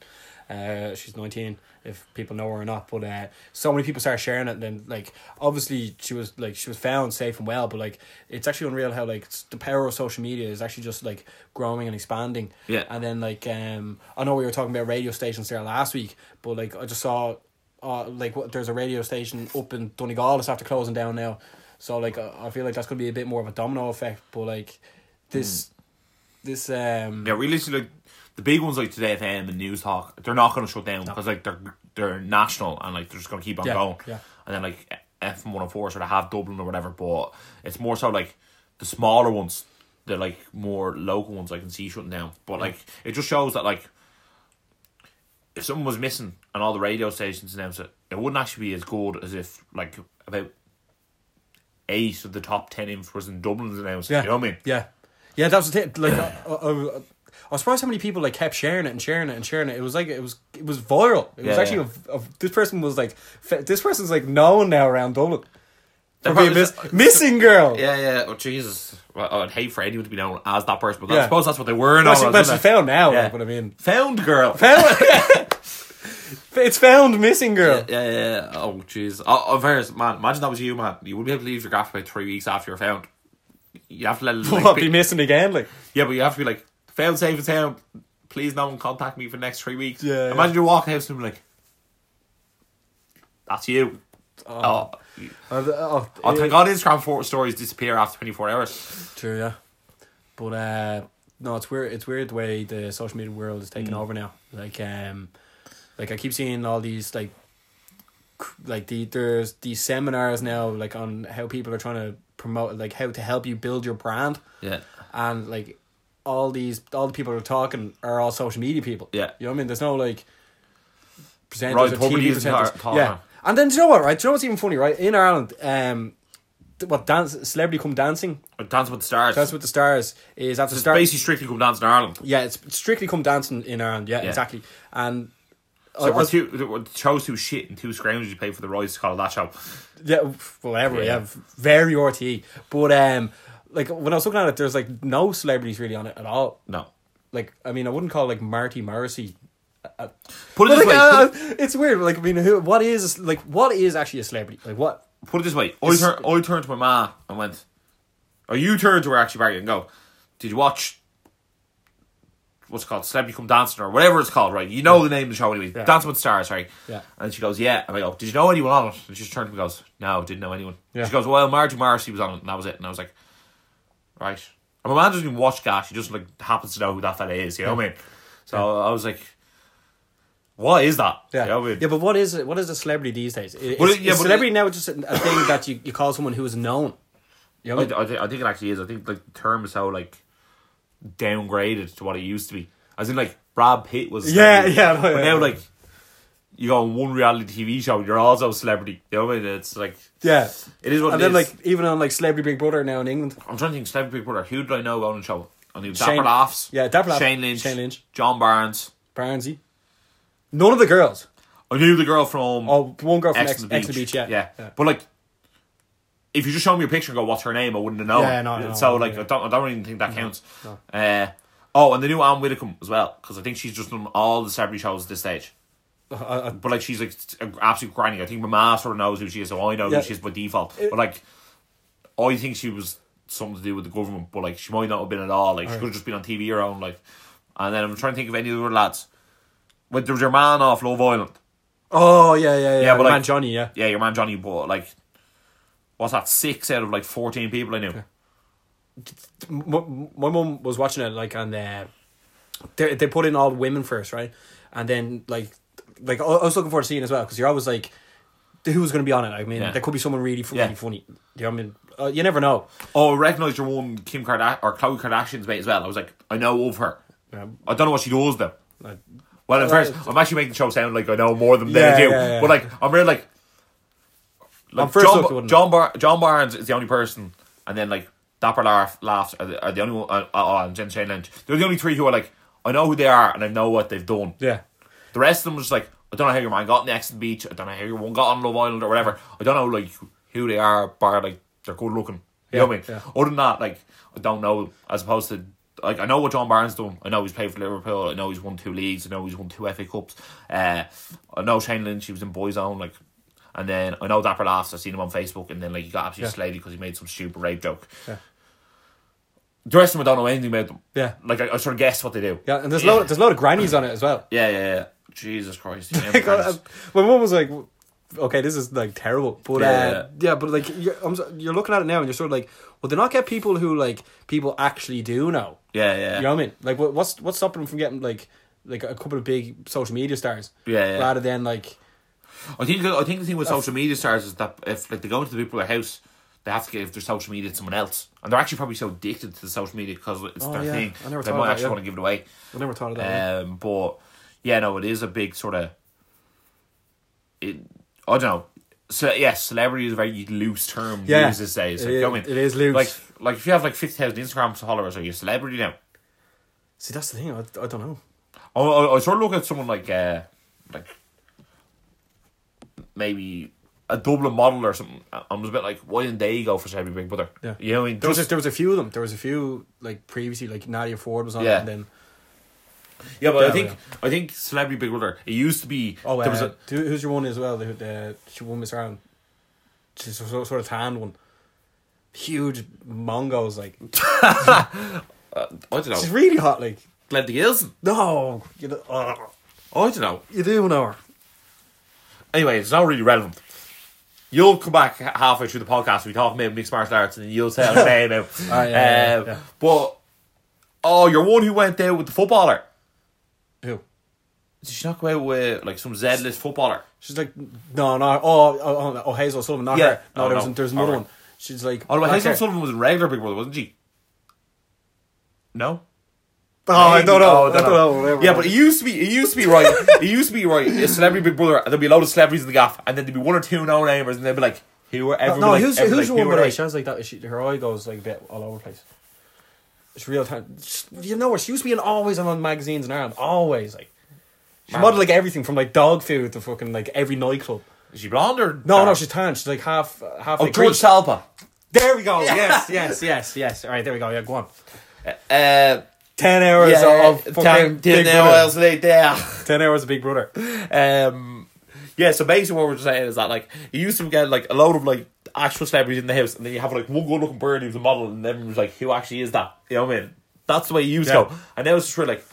Speaker 2: Uh, she's nineteen. If people know her or not, but uh, so many people started sharing it. And then like, obviously, she was like, she was found safe and well. But like, it's actually unreal how like s- the power of social media is actually just like growing and expanding.
Speaker 1: Yeah.
Speaker 2: And then like, um, I know we were talking about radio stations there last week, but like, I just saw uh, like what there's a radio station up in Donegal that's after closing down now. So like I I feel like that's gonna be a bit more of a domino effect, but like this this um
Speaker 1: he? Hmm. Yeah, realistically, like the big ones like Today FM and News Talk, they're not gonna shut down because like they're they're national and like they're just gonna keep on
Speaker 2: Yeah,
Speaker 1: going.
Speaker 2: yeah.
Speaker 1: and then like F one hundred four sort of half Dublin or whatever. But it's more so like the smaller ones, the like more local ones I can see shutting down. But like it just shows that like if someone was missing and all the radio stations announced it, it wouldn't actually be as good as if like about eight of the top ten influencers in Dublin's announced.
Speaker 2: Yeah.
Speaker 1: You know what I mean?
Speaker 2: Yeah, yeah, that was the thing. Like, I, I, I, I was surprised how many people like kept sharing it and sharing it and sharing it. It was like it was it was viral. It was
Speaker 1: Yeah,
Speaker 2: actually
Speaker 1: yeah.
Speaker 2: A, a- this person was like fe- this person's like known now around Dublin.
Speaker 1: They're
Speaker 2: For being
Speaker 1: probably
Speaker 2: miss-
Speaker 1: just- uh,
Speaker 2: missing girl.
Speaker 1: Yeah, yeah. Oh Jesus, well, I'd hate for anyone to be known as that person, but
Speaker 2: Yeah.
Speaker 1: I suppose that's what they were. and
Speaker 2: Well,
Speaker 1: all
Speaker 2: she-
Speaker 1: that,
Speaker 2: but
Speaker 1: isn't
Speaker 2: she's
Speaker 1: it?
Speaker 2: found now,
Speaker 1: Yeah.
Speaker 2: like, but I mean-
Speaker 1: found girl.
Speaker 2: Found- it's found missing girl.
Speaker 1: yeah, yeah, yeah. Oh, jeez. Oh, oh, Varys, man, imagine that was you, man. You wouldn't be able to leave your graph about three weeks after you're found. You have to let it like,
Speaker 2: What,
Speaker 1: be-
Speaker 2: be missing again? Like
Speaker 1: Yeah, but you have to be like, found safe in town. Please, no one contact me for the next three weeks.
Speaker 2: Yeah,
Speaker 1: Imagine
Speaker 2: yeah.
Speaker 1: you're walking out and be like, that's you. Oh, oh,
Speaker 2: oh, th- oh,
Speaker 1: thank God Instagram for- stories disappear after 24 hours.
Speaker 2: True, yeah. But uh no, it's weird it's weird the way the social media world is
Speaker 1: Mm.
Speaker 2: taking over now. Like um like I keep seeing all these like cr- like the there's these seminars now like on how people are trying to promote like how to help you build your brand
Speaker 1: Yeah.
Speaker 2: and like all these all the people who are talking are all social media people.
Speaker 1: Yeah.
Speaker 2: You know what I mean? There's no like presenters
Speaker 1: Right,
Speaker 2: or
Speaker 1: public
Speaker 2: TV
Speaker 1: isn't our-
Speaker 2: presenters.
Speaker 1: talk,
Speaker 2: Yeah.
Speaker 1: huh?
Speaker 2: And then do you know what, right? Do you know what's even funny, right? In Ireland, um th- what dance celebrity come dancing
Speaker 1: Dance with the Stars.
Speaker 2: Dance with the Stars is after
Speaker 1: it's
Speaker 2: Star.
Speaker 1: basically strictly come dance in Ireland.
Speaker 2: yeah, it's strictly come dancing in Ireland. Yeah,
Speaker 1: Yeah.
Speaker 2: exactly. And uh,
Speaker 1: So
Speaker 2: I-
Speaker 1: we're
Speaker 2: I-
Speaker 1: two, we're shows two shit and two scroungers you pay for the rights to call that show.
Speaker 2: yeah, whatever. Yeah.
Speaker 1: Yeah.
Speaker 2: very RTE. But um, like when I was looking at it, there's like no celebrities really on it at all.
Speaker 1: No.
Speaker 2: Like I mean, I wouldn't call like Marty Morrissey. A,
Speaker 1: Put it
Speaker 2: but
Speaker 1: this
Speaker 2: like,
Speaker 1: way.
Speaker 2: uh,
Speaker 1: put,
Speaker 2: it's weird. Like I mean, who? What is like? What is actually a celebrity? Like what?
Speaker 1: it, put it this way. I, turn, I turned to my ma and went, or you turned to her actually, Barry, and go, did you watch what's it called Celebrity Come Dancing or whatever it's called, right? You know the name of the show anyway.
Speaker 2: Yeah.
Speaker 1: Dance with Stars, right?
Speaker 2: Yeah.
Speaker 1: And she goes, yeah. And I go, did you know anyone on it? And she just turned to me and goes, no, didn't know anyone.
Speaker 2: Yeah.
Speaker 1: She goes, well, Margie Morrissey was on it, and that was it. And I was like, right. And my man doesn't even watch Gash. He just like happens to know who that fella is. You know what I mean? So I was like, what is that?
Speaker 2: Yeah,
Speaker 1: You know what I mean?
Speaker 2: yeah, but what is what is a celebrity these days? It- It's,
Speaker 1: Well, yeah,
Speaker 2: is
Speaker 1: but-
Speaker 2: celebrity now just a a thing that you, you call someone who is known. You know what I mean?
Speaker 1: I, I, think, I think it actually is. I think like the term is how like downgraded to what it used to be. As in like Brad Pitt was. a
Speaker 2: Yeah,
Speaker 1: celebrity.
Speaker 2: yeah, no,
Speaker 1: but
Speaker 2: yeah,
Speaker 1: now
Speaker 2: yeah.
Speaker 1: like you go on one reality TV show, you're also a celebrity. You know what I mean? It's like
Speaker 2: Yeah.
Speaker 1: it is what
Speaker 2: And
Speaker 1: it
Speaker 2: then,
Speaker 1: is.
Speaker 2: like, even on like Celebrity Big Brother now in England,
Speaker 1: I'm trying to think. Celebrity Big Brother. Who did I know on the show? On the
Speaker 2: Shane-
Speaker 1: Dapper Laughs.
Speaker 2: yeah, Dapper Laugh-
Speaker 1: Shane Lynch.
Speaker 2: Shane Lynch.
Speaker 1: John Barnes.
Speaker 2: Barnsley, none of the girls.
Speaker 1: I knew the girl from
Speaker 2: Oh, one girl from
Speaker 1: Ex
Speaker 2: Ex,
Speaker 1: on
Speaker 2: Ex on the Beach. Yeah,
Speaker 1: yeah. But like, if you just show me a picture and go, "What's her name?" I wouldn't have known.
Speaker 2: Yeah, no, no,
Speaker 1: so
Speaker 2: no,
Speaker 1: like,
Speaker 2: yeah.
Speaker 1: I don't, I don't even think that counts. Uh, oh, and the new Anne Widdecombe as well, because I think she's just done all the celebrity shows at this stage.
Speaker 2: I- I-
Speaker 1: But like, she's like an absolute granny. I think my ma sort of knows who she is, so I know
Speaker 2: Yeah.
Speaker 1: who she is by default. but like, I think she was something to do with the government, but like, she might not have been at all. Like, she could have just been on TV her own life. And then I'm trying to think of any other lads. But there was your man off Love Island.
Speaker 2: oh yeah, yeah, yeah.
Speaker 1: Yeah, but,
Speaker 2: the
Speaker 1: like-
Speaker 2: man Johnny, yeah,
Speaker 1: Yeah, your man Johnny, but like, what's that? Six out of like fourteen people I knew.
Speaker 2: M- m- my mum was watching it like, and uh, they they put in all women first, right? And then like, like I I was looking forward to seeing it as well because you're always like, who was going to be on it? I mean,
Speaker 1: Yeah.
Speaker 2: there could be someone really, f-
Speaker 1: Yeah.
Speaker 2: really funny. You know what I mean? Uh, you never know.
Speaker 1: Oh, I recognised your one Kim Kardashian or Khloe Kardashian's mate as well. I was like, I know of her.
Speaker 2: Yeah.
Speaker 1: I don't know what she does though.
Speaker 2: Like,
Speaker 1: Well, at
Speaker 2: Well,
Speaker 1: first, I'm actually making the show sound like I know more than
Speaker 2: Yeah,
Speaker 1: they do.
Speaker 2: yeah, yeah.
Speaker 1: But like, I'm really like, like
Speaker 2: first
Speaker 1: John,
Speaker 2: look, you
Speaker 1: Ba-
Speaker 2: wouldn't
Speaker 1: John, Bar- John Barnes is the only person, and then like Dapper Laugh, Laughs are the, are the only one. Uh, uh, and Jen Shane Lynch. They're the only three who are like, I know who they are and I know what they've done.
Speaker 2: yeah,
Speaker 1: The rest of them was just like, I don't know how your man got next to the beach. I don't know how your one got on Love Island or whatever. I don't know like who they are, bar like they're good looking. You know what I mean?
Speaker 2: Yeah,
Speaker 1: Other than that, like I don't know. As opposed to like I know what John Barnes done. I know he's played for Liverpool. I know he's won two leagues. I know he's won two FA Cups. Uh, I know Shane Lynch. He was in Boys Own. Like, and then I know Dapper Last. I seen him on Facebook, and then like he got absolutely
Speaker 2: Yeah.
Speaker 1: slated because he made some stupid rape joke.
Speaker 2: Yeah.
Speaker 1: The rest of them, I don't know anything about them.
Speaker 2: Yeah.
Speaker 1: Like I, I sort of guess what they do.
Speaker 2: yeah. And there's a lot, there's a lot of grannies on it as well.
Speaker 1: Yeah, yeah, yeah. Jesus Christ.
Speaker 2: Like, uh, my mum was like, "Okay, this is like terrible," but yeah,
Speaker 1: Yeah,
Speaker 2: uh, yeah but like you're, I'm, so- you're looking at it now and you're sort of like, "Well, they not get people who like people actually do know."
Speaker 1: Yeah, yeah.
Speaker 2: You know what I mean? Like, what, what's what's stopping them from getting like like a couple of big social media stars?
Speaker 1: Yeah, yeah.
Speaker 2: rather than like
Speaker 1: I think I think the thing with social media stars is that if like they go into the people at their house, they have to give their social media to someone else, and they're actually probably so addicted to the social media because it's
Speaker 2: Oh,
Speaker 1: their
Speaker 2: yeah.
Speaker 1: thing.
Speaker 2: I never
Speaker 1: they
Speaker 2: thought
Speaker 1: might
Speaker 2: of that,
Speaker 1: actually
Speaker 2: yeah.
Speaker 1: want to give it away.
Speaker 2: I never thought of that. eh? yeah.
Speaker 1: Um, but yeah, no, it is a big sort of. It, I don't know. so yeah, celebrity is a very loose term
Speaker 2: Yeah.
Speaker 1: used these days. Like,
Speaker 2: It-
Speaker 1: you know what I mean?
Speaker 2: it is loose.
Speaker 1: Like, like if you have like fifty thousand Instagram followers, are you a celebrity now?
Speaker 2: See, that's the thing. I, I don't know.
Speaker 1: I, I, I sort of oh, look at someone like, uh, like maybe a Dublin model or something. I I was a bit like, why didn't they go for Celebrity Big Brother?
Speaker 2: Yeah.
Speaker 1: you know what I mean.
Speaker 2: There was,
Speaker 1: Just-
Speaker 2: just, there was a few of them. There was a few like previously, like Nadia Ford was on,
Speaker 1: Yeah.
Speaker 2: it and then
Speaker 1: yeah, but
Speaker 2: Yeah,
Speaker 1: I think I think Celebrity Big Brother. It used to be
Speaker 2: oh,
Speaker 1: there
Speaker 2: uh,
Speaker 1: was a
Speaker 2: who- who's your one as well? The, the she won Miss Ireland. She's a so- sort of tan one, huge mongos like
Speaker 1: I don't
Speaker 2: she's
Speaker 1: know
Speaker 2: really hot. Like
Speaker 1: Glenn Gilson.
Speaker 2: no, you do, oh,
Speaker 1: I don't know.
Speaker 2: you do know her.
Speaker 1: Anyway, it's not really relevant. You'll come back halfway through the podcast. We talk about mixed martial arts, and then you'll tell me about.
Speaker 2: Ah, yeah,
Speaker 1: Um,
Speaker 2: yeah, yeah.
Speaker 1: But oh, you're one who went out with the footballer.
Speaker 2: Who?
Speaker 1: Did she not go out with like some Z-list footballer?
Speaker 2: She's like no, no. Oh, oh, oh, oh Hazel Sullivan, not
Speaker 1: Yeah.
Speaker 2: her. No,
Speaker 1: Oh,
Speaker 2: there was
Speaker 1: no.
Speaker 2: there's another
Speaker 1: Alright.
Speaker 2: one. She's like
Speaker 1: Oh, no,
Speaker 2: not
Speaker 1: Hazel
Speaker 2: her.
Speaker 1: Sullivan was in regular Big Brother, wasn't she? No.
Speaker 2: Oh, I don't know.
Speaker 1: Oh,
Speaker 2: I don't know. Whatever.
Speaker 1: Yeah, but it used to be. It used to be right. it used to be right. A celebrity Big Brother, and there'd be a load of celebrities in the gaff, and then there'd be one or two no namers, and they'd be like, "Who are everyone?"
Speaker 2: no,
Speaker 1: like,
Speaker 2: who's
Speaker 1: everyone,
Speaker 2: who's
Speaker 1: like,
Speaker 2: your
Speaker 1: who
Speaker 2: one?
Speaker 1: are
Speaker 2: By the way,
Speaker 1: they?
Speaker 2: she has like that. She, her eye goes like a bit all over the place. It's real time. She- you know her. She used to be in always on magazines in Ireland. Always like. She
Speaker 1: Man.
Speaker 2: modeled like everything from like dog food to fucking like every nightclub.
Speaker 1: Is she blonde or
Speaker 2: No, no,
Speaker 1: dark?
Speaker 2: she's tan. She's like half, uh, half.
Speaker 1: Oh,
Speaker 2: like,
Speaker 1: George
Speaker 2: Greek.
Speaker 1: Talpa.
Speaker 2: There we go. Yes, yes, yes, yes. All right, there we go. Yeah, go on.
Speaker 1: Uh,
Speaker 2: Ten hours
Speaker 1: yeah,
Speaker 2: of fucking
Speaker 1: ten,
Speaker 2: Big
Speaker 1: ten hours
Speaker 2: Brother.
Speaker 1: late there.
Speaker 2: Ten hours of Big Brother.
Speaker 1: Um, yeah, so basically what we're saying is that like you used to get like a load of like actual celebrities in the house, and then you have like one good looking bird who's a model, and everyone's like, who actually is that? You know what I mean? That's the way you used
Speaker 2: Yeah.
Speaker 1: to go, and now it's just really like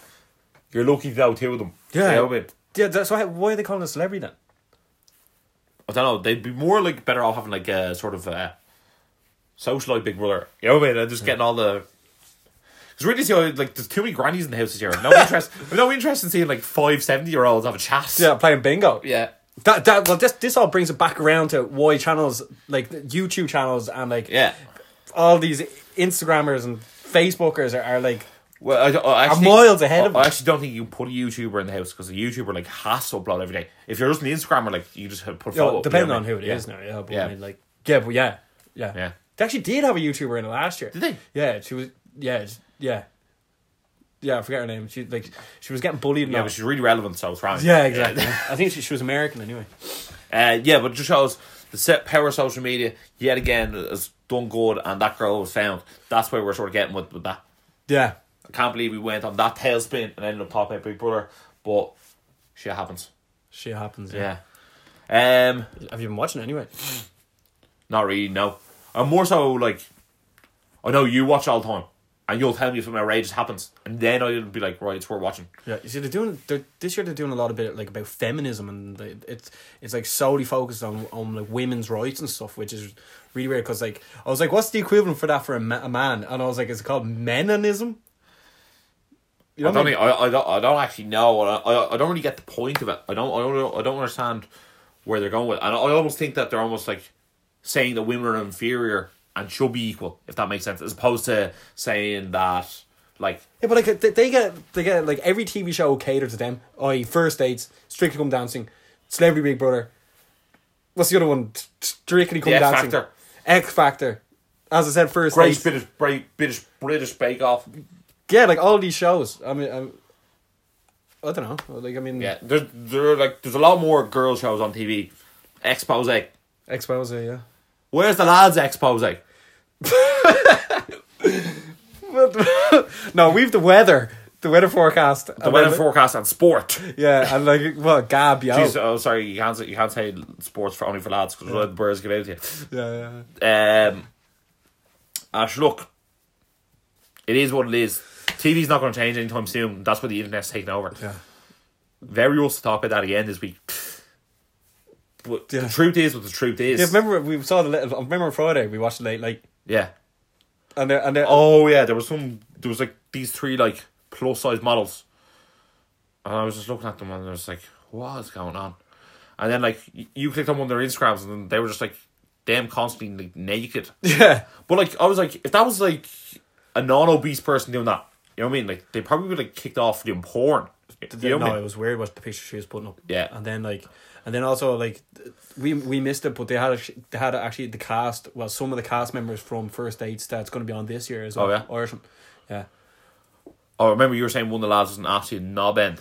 Speaker 1: you're lucky to know two of them.
Speaker 2: Yeah.
Speaker 1: you know what I mean?
Speaker 2: Yeah, that's why. Why are they calling it a celebrity then?
Speaker 1: I don't know. They'd be more like better off having like a sort of uh, socialite Big Brother. You know what I mean? And just getting all the. Because really, see, how, like there's too many grannies in the house this year. No interest. I've no interest in seeing like five seventy year olds have a chat.
Speaker 2: Yeah, playing bingo.
Speaker 1: Yeah.
Speaker 2: That that well, this this all brings it back around to why channels like YouTube channels and like
Speaker 1: Yeah.
Speaker 2: all these Instagrammers and Facebookers are, are like
Speaker 1: Well, I, don't- I actually,
Speaker 2: miles ahead of
Speaker 1: I, I
Speaker 2: them.
Speaker 1: actually don't think you can put a YouTuber in the house because a YouTuber like has to upload every day. If you're just an Instagrammer, like you just have to put a
Speaker 2: you know,
Speaker 1: photo. up,
Speaker 2: depending
Speaker 1: you know
Speaker 2: on
Speaker 1: what I
Speaker 2: who
Speaker 1: mean?
Speaker 2: it is
Speaker 1: Yeah.
Speaker 2: now. Yeah, but
Speaker 1: Yeah.
Speaker 2: I mean, like yeah, but yeah, yeah,
Speaker 1: Yeah.
Speaker 2: They actually did have a YouTuber in it last year.
Speaker 1: Did they?
Speaker 2: Yeah, she was. Yeah, she- yeah, yeah. I forget her name. She like she was getting bullied.
Speaker 1: Yeah,
Speaker 2: Yeah,
Speaker 1: but she's really relevant, so it's right.
Speaker 2: yeah exactly. I think she, she was American anyway.
Speaker 1: Uh, yeah, but it just shows the set power of social media yet again has done good, and that girl was found. That's where we're sort of getting with, with that.
Speaker 2: Yeah,
Speaker 1: I can't believe we went on that tailspin and ended up popping out Big Brother, but shit happens.
Speaker 2: she happens.
Speaker 1: Yeah.
Speaker 2: Yeah.
Speaker 1: Um,
Speaker 2: Have you been watching it anyway?
Speaker 1: not really. No, I'm more so like, I know you watch all the time, and you'll tell me if something outrageous happens, and then I'll be like, right, it's worth watching.
Speaker 2: Yeah, you see, they're doing they're, this year. They're doing a lot of bit like about feminism, and they, it's it's like solely focused on on like women's rights and stuff, which is really weird. Because like I was like, what's the equivalent for that for a, ma- a man? And I was like, it's called menonism. You know
Speaker 1: I
Speaker 2: what I
Speaker 1: don't,
Speaker 2: mean?
Speaker 1: think, I, I don't. I don't actually know. I, I, I don't really get the point of it. I don't. I don't. I don't understand where they're going with. It. And I almost think that they're almost like saying that women are inferior and should be equal, if that makes sense, as opposed to saying that like
Speaker 2: Yeah, but like they, they get they get like every TV show catered to them. I first dates, Strictly Come Dancing, Celebrity Big Brother. What's the other one? Strictly Come
Speaker 1: The X
Speaker 2: Dancing.
Speaker 1: Factor.
Speaker 2: X Factor. As I said, first
Speaker 1: Great
Speaker 2: dates.
Speaker 1: British, Great British, British Bake Off.
Speaker 2: Yeah, like all these shows. I mean, I'm, I don't know. Like I mean,
Speaker 1: Yeah, there's there like there's a lot more girl shows on TV. Expose.
Speaker 2: Expose, yeah.
Speaker 1: Where's the lads' expose?
Speaker 2: no, we've the weather, the weather forecast,
Speaker 1: The weather forecast and sport.
Speaker 2: Yeah, and like well, Gab, yeah,
Speaker 1: Jeez, oh, sorry, you can't say, you can't say sports for only for lads because the birds get out here.
Speaker 2: yeah, yeah.
Speaker 1: Um, Ash, look, it is what it is. TV's not going to change anytime soon. That's what the internet's taking over.
Speaker 2: yeah.
Speaker 1: Very rules to talk about that again this week. But
Speaker 2: Yeah.
Speaker 1: the truth is what the truth is.
Speaker 2: Yeah, remember we saw the little. Remember on Friday we watched late, like,
Speaker 1: Yeah.
Speaker 2: and there and there.
Speaker 1: Oh yeah, there was some. There was like these three like plus size models, and I was just looking at them and I was like, what is going on? And then like y- you clicked on one of their Instagrams and then they were just like them constantly like, naked.
Speaker 2: yeah,
Speaker 1: But like I was like, if that was like a non obese person doing that, you know what I mean? Like they probably would like kicked off for doing porn.
Speaker 2: th-
Speaker 1: You know what I
Speaker 2: no,
Speaker 1: mean?
Speaker 2: it was weird what the picture she was putting up.
Speaker 1: Yeah.
Speaker 2: and then like, and then also like, th- we we missed it, but they had actu- they had actually the cast. Well, some of the cast members from First Dates that's going to be on this year as
Speaker 1: Oh,
Speaker 2: well.
Speaker 1: yeah?
Speaker 2: Irishman. Yeah,
Speaker 1: Oh, remember you were saying one of the lads was an absolute knob end.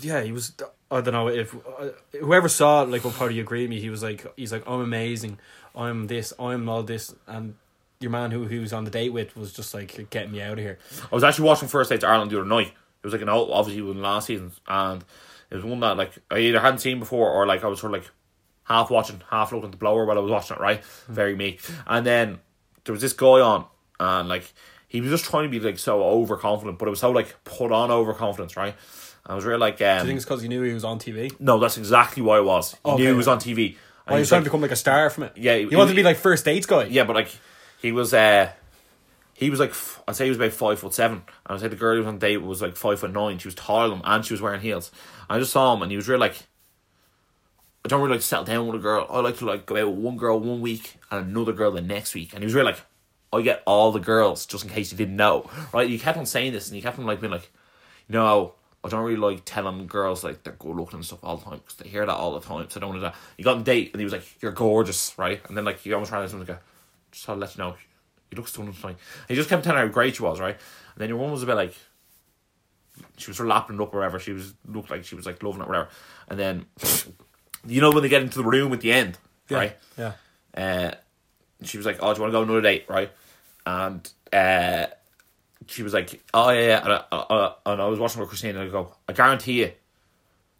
Speaker 2: yeah. He was. I don't know if uh, whoever saw it like will probably agree with me. He was like, he's like, I'm amazing. I'm this. I'm all this. And your man who he was on the date with was just like, get me out of here.
Speaker 1: I was actually watching First Dates Ireland the other night. It was like an old, obviously it was last season, and it was one that like I either hadn't seen before or like I was sort of like half watching, half looking at the blower while I was watching it. Right,
Speaker 2: Mm.
Speaker 1: very me. And then there was this guy on, and like he was just trying to be like so overconfident, but it was so like put on overconfidence, right? I was really like,
Speaker 2: I think
Speaker 1: um,
Speaker 2: it's because he knew he was on TV.
Speaker 1: no, that's exactly why it was. He
Speaker 2: Okay.
Speaker 1: knew he was on TV. And
Speaker 2: Well,
Speaker 1: he
Speaker 2: he
Speaker 1: was
Speaker 2: was trying
Speaker 1: like-
Speaker 2: to become like a star from it.
Speaker 1: Yeah,
Speaker 2: he,
Speaker 1: he-
Speaker 2: wanted to be like first dates guy.
Speaker 1: yeah, but like he was uh he was like f- I'd say he was about five foot seven. And I'd say the girl he was on date was like five foot nine. She was taller than him and she was wearing heels. And I just saw him and he was really like I don't really like to settle down with a girl. I like to like go out with one girl one week and another girl the next week. And he was really like, I get all the girls just in case you didn't know. Right? He kept on saying this and he kept on like being like, you know, I don't really like telling girls like they're good looking and stuff all the time because they hear that all the time. So I don't want to. He got on a date and he was like, "You're gorgeous," right? And then like he almost ran into someone like, "Just to let you know, you look stunning tonight." And he just kept telling her how great she was, right? And then your woman was a bit like, she was sort of lapping it up or whatever. She was looked like she was like loving it, whatever. And then, you know, when they get into the room at the end, right?
Speaker 2: Yeah.
Speaker 1: uh, she was like, "Oh, do you want to go on another date?" Right, and uh, she was like, "Oh yeah,", yeah. And, I, I, I, and I was watching with Christine, and I go, "I guarantee you,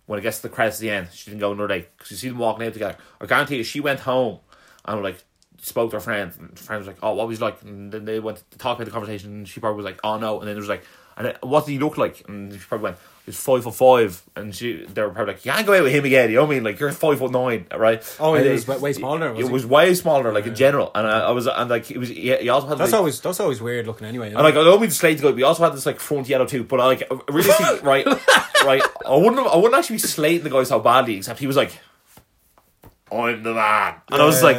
Speaker 1: when it gets to the credits at the end, she didn't go on another date because you see them walking out together. I guarantee you, she went home and like." Spoke to her friends, and her friends was like, "Oh, what was he like?" And then they went to talk about the conversation. And she probably was like, "Oh no," and then there was like, "And it- what did he look like?" And she probably went, "He's five foot five And she, they were probably like, "You can't go out with him again." You know what I mean? Like you're five foot nine, right?
Speaker 2: Oh,
Speaker 1: And
Speaker 2: he
Speaker 1: they-
Speaker 2: was way- way smaller,
Speaker 1: It
Speaker 2: was he?
Speaker 1: was way smaller, like in general. And I, I was, and like it was, he, he also had
Speaker 2: That's
Speaker 1: like,
Speaker 2: always that's always weird looking anyway.
Speaker 1: and like I don't mean to slate to go. We also had this like front yellow too, but I like I really think right, right. I wouldn't, have, I wouldn't actually be slating the guy so badly, except he was like, "I'm the man," and I was like,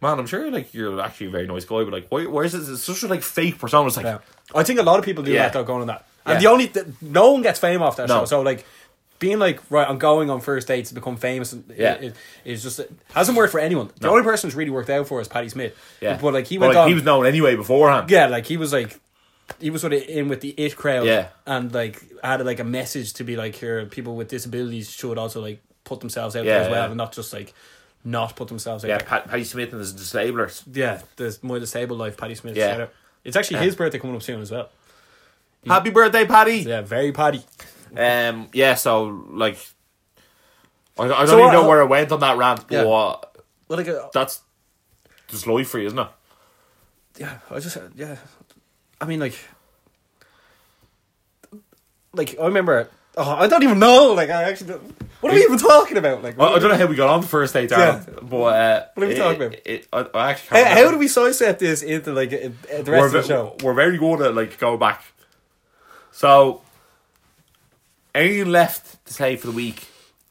Speaker 1: "Man, I'm sure like you're actually a very nice guy, but like, why, why is this it's such a like fake persona?" It's like,
Speaker 2: Yeah. I think a lot of people do
Speaker 1: Yeah.
Speaker 2: that though, going on that. And
Speaker 1: Yeah.
Speaker 2: the only th- no one gets fame off that
Speaker 1: No.
Speaker 2: show. So like being like right, I'm going on first dates to become famous. and
Speaker 1: Yeah.
Speaker 2: it, it- it's just it hasn't worked for anyone. The only person who's really worked out for is Paddy Smith.
Speaker 1: yeah,
Speaker 2: but like he went
Speaker 1: like,
Speaker 2: on.
Speaker 1: he was known anyway beforehand.
Speaker 2: yeah, like he was like. He was sort of in with the it crowd,
Speaker 1: Yeah.
Speaker 2: and like had like a message to be like, here people with disabilities should also like put themselves out
Speaker 1: Yeah,
Speaker 2: there as well,
Speaker 1: yeah.
Speaker 2: and not just like not put themselves out.
Speaker 1: yeah.
Speaker 2: there.
Speaker 1: Pat, Patty Smith and his disablers.
Speaker 2: Yeah, the my disabled life, Paddy Smith.
Speaker 1: Yeah.
Speaker 2: shout out. It's actually his birthday coming up soon as well.
Speaker 1: Happy birthday, Patty!
Speaker 2: Yeah, very Paddy.
Speaker 1: Um. Yeah. So like, I, I don't
Speaker 2: So
Speaker 1: even
Speaker 2: what-
Speaker 1: know where I went on that rant, but
Speaker 2: Yeah.
Speaker 1: uh,
Speaker 2: Well, like, uh,
Speaker 1: that's just life for you, isn't it?
Speaker 2: yeah, I just uh, yeah, I mean like, like I remember. Oh, I don't even know. Like, I actually don't. What are we even talking about? Like,
Speaker 1: I, I don't know how we got on the first date, Darren.
Speaker 2: Yeah.
Speaker 1: But uh,
Speaker 2: What are we
Speaker 1: it-
Speaker 2: talking about?
Speaker 1: It, I, I actually
Speaker 2: how,
Speaker 1: can't
Speaker 2: how
Speaker 1: remember.
Speaker 2: do we sidestep this into like uh, uh, the rest
Speaker 1: we're,
Speaker 2: of the
Speaker 1: ve-
Speaker 2: show?
Speaker 1: we're very good at like go back. So, anything left to say for the week?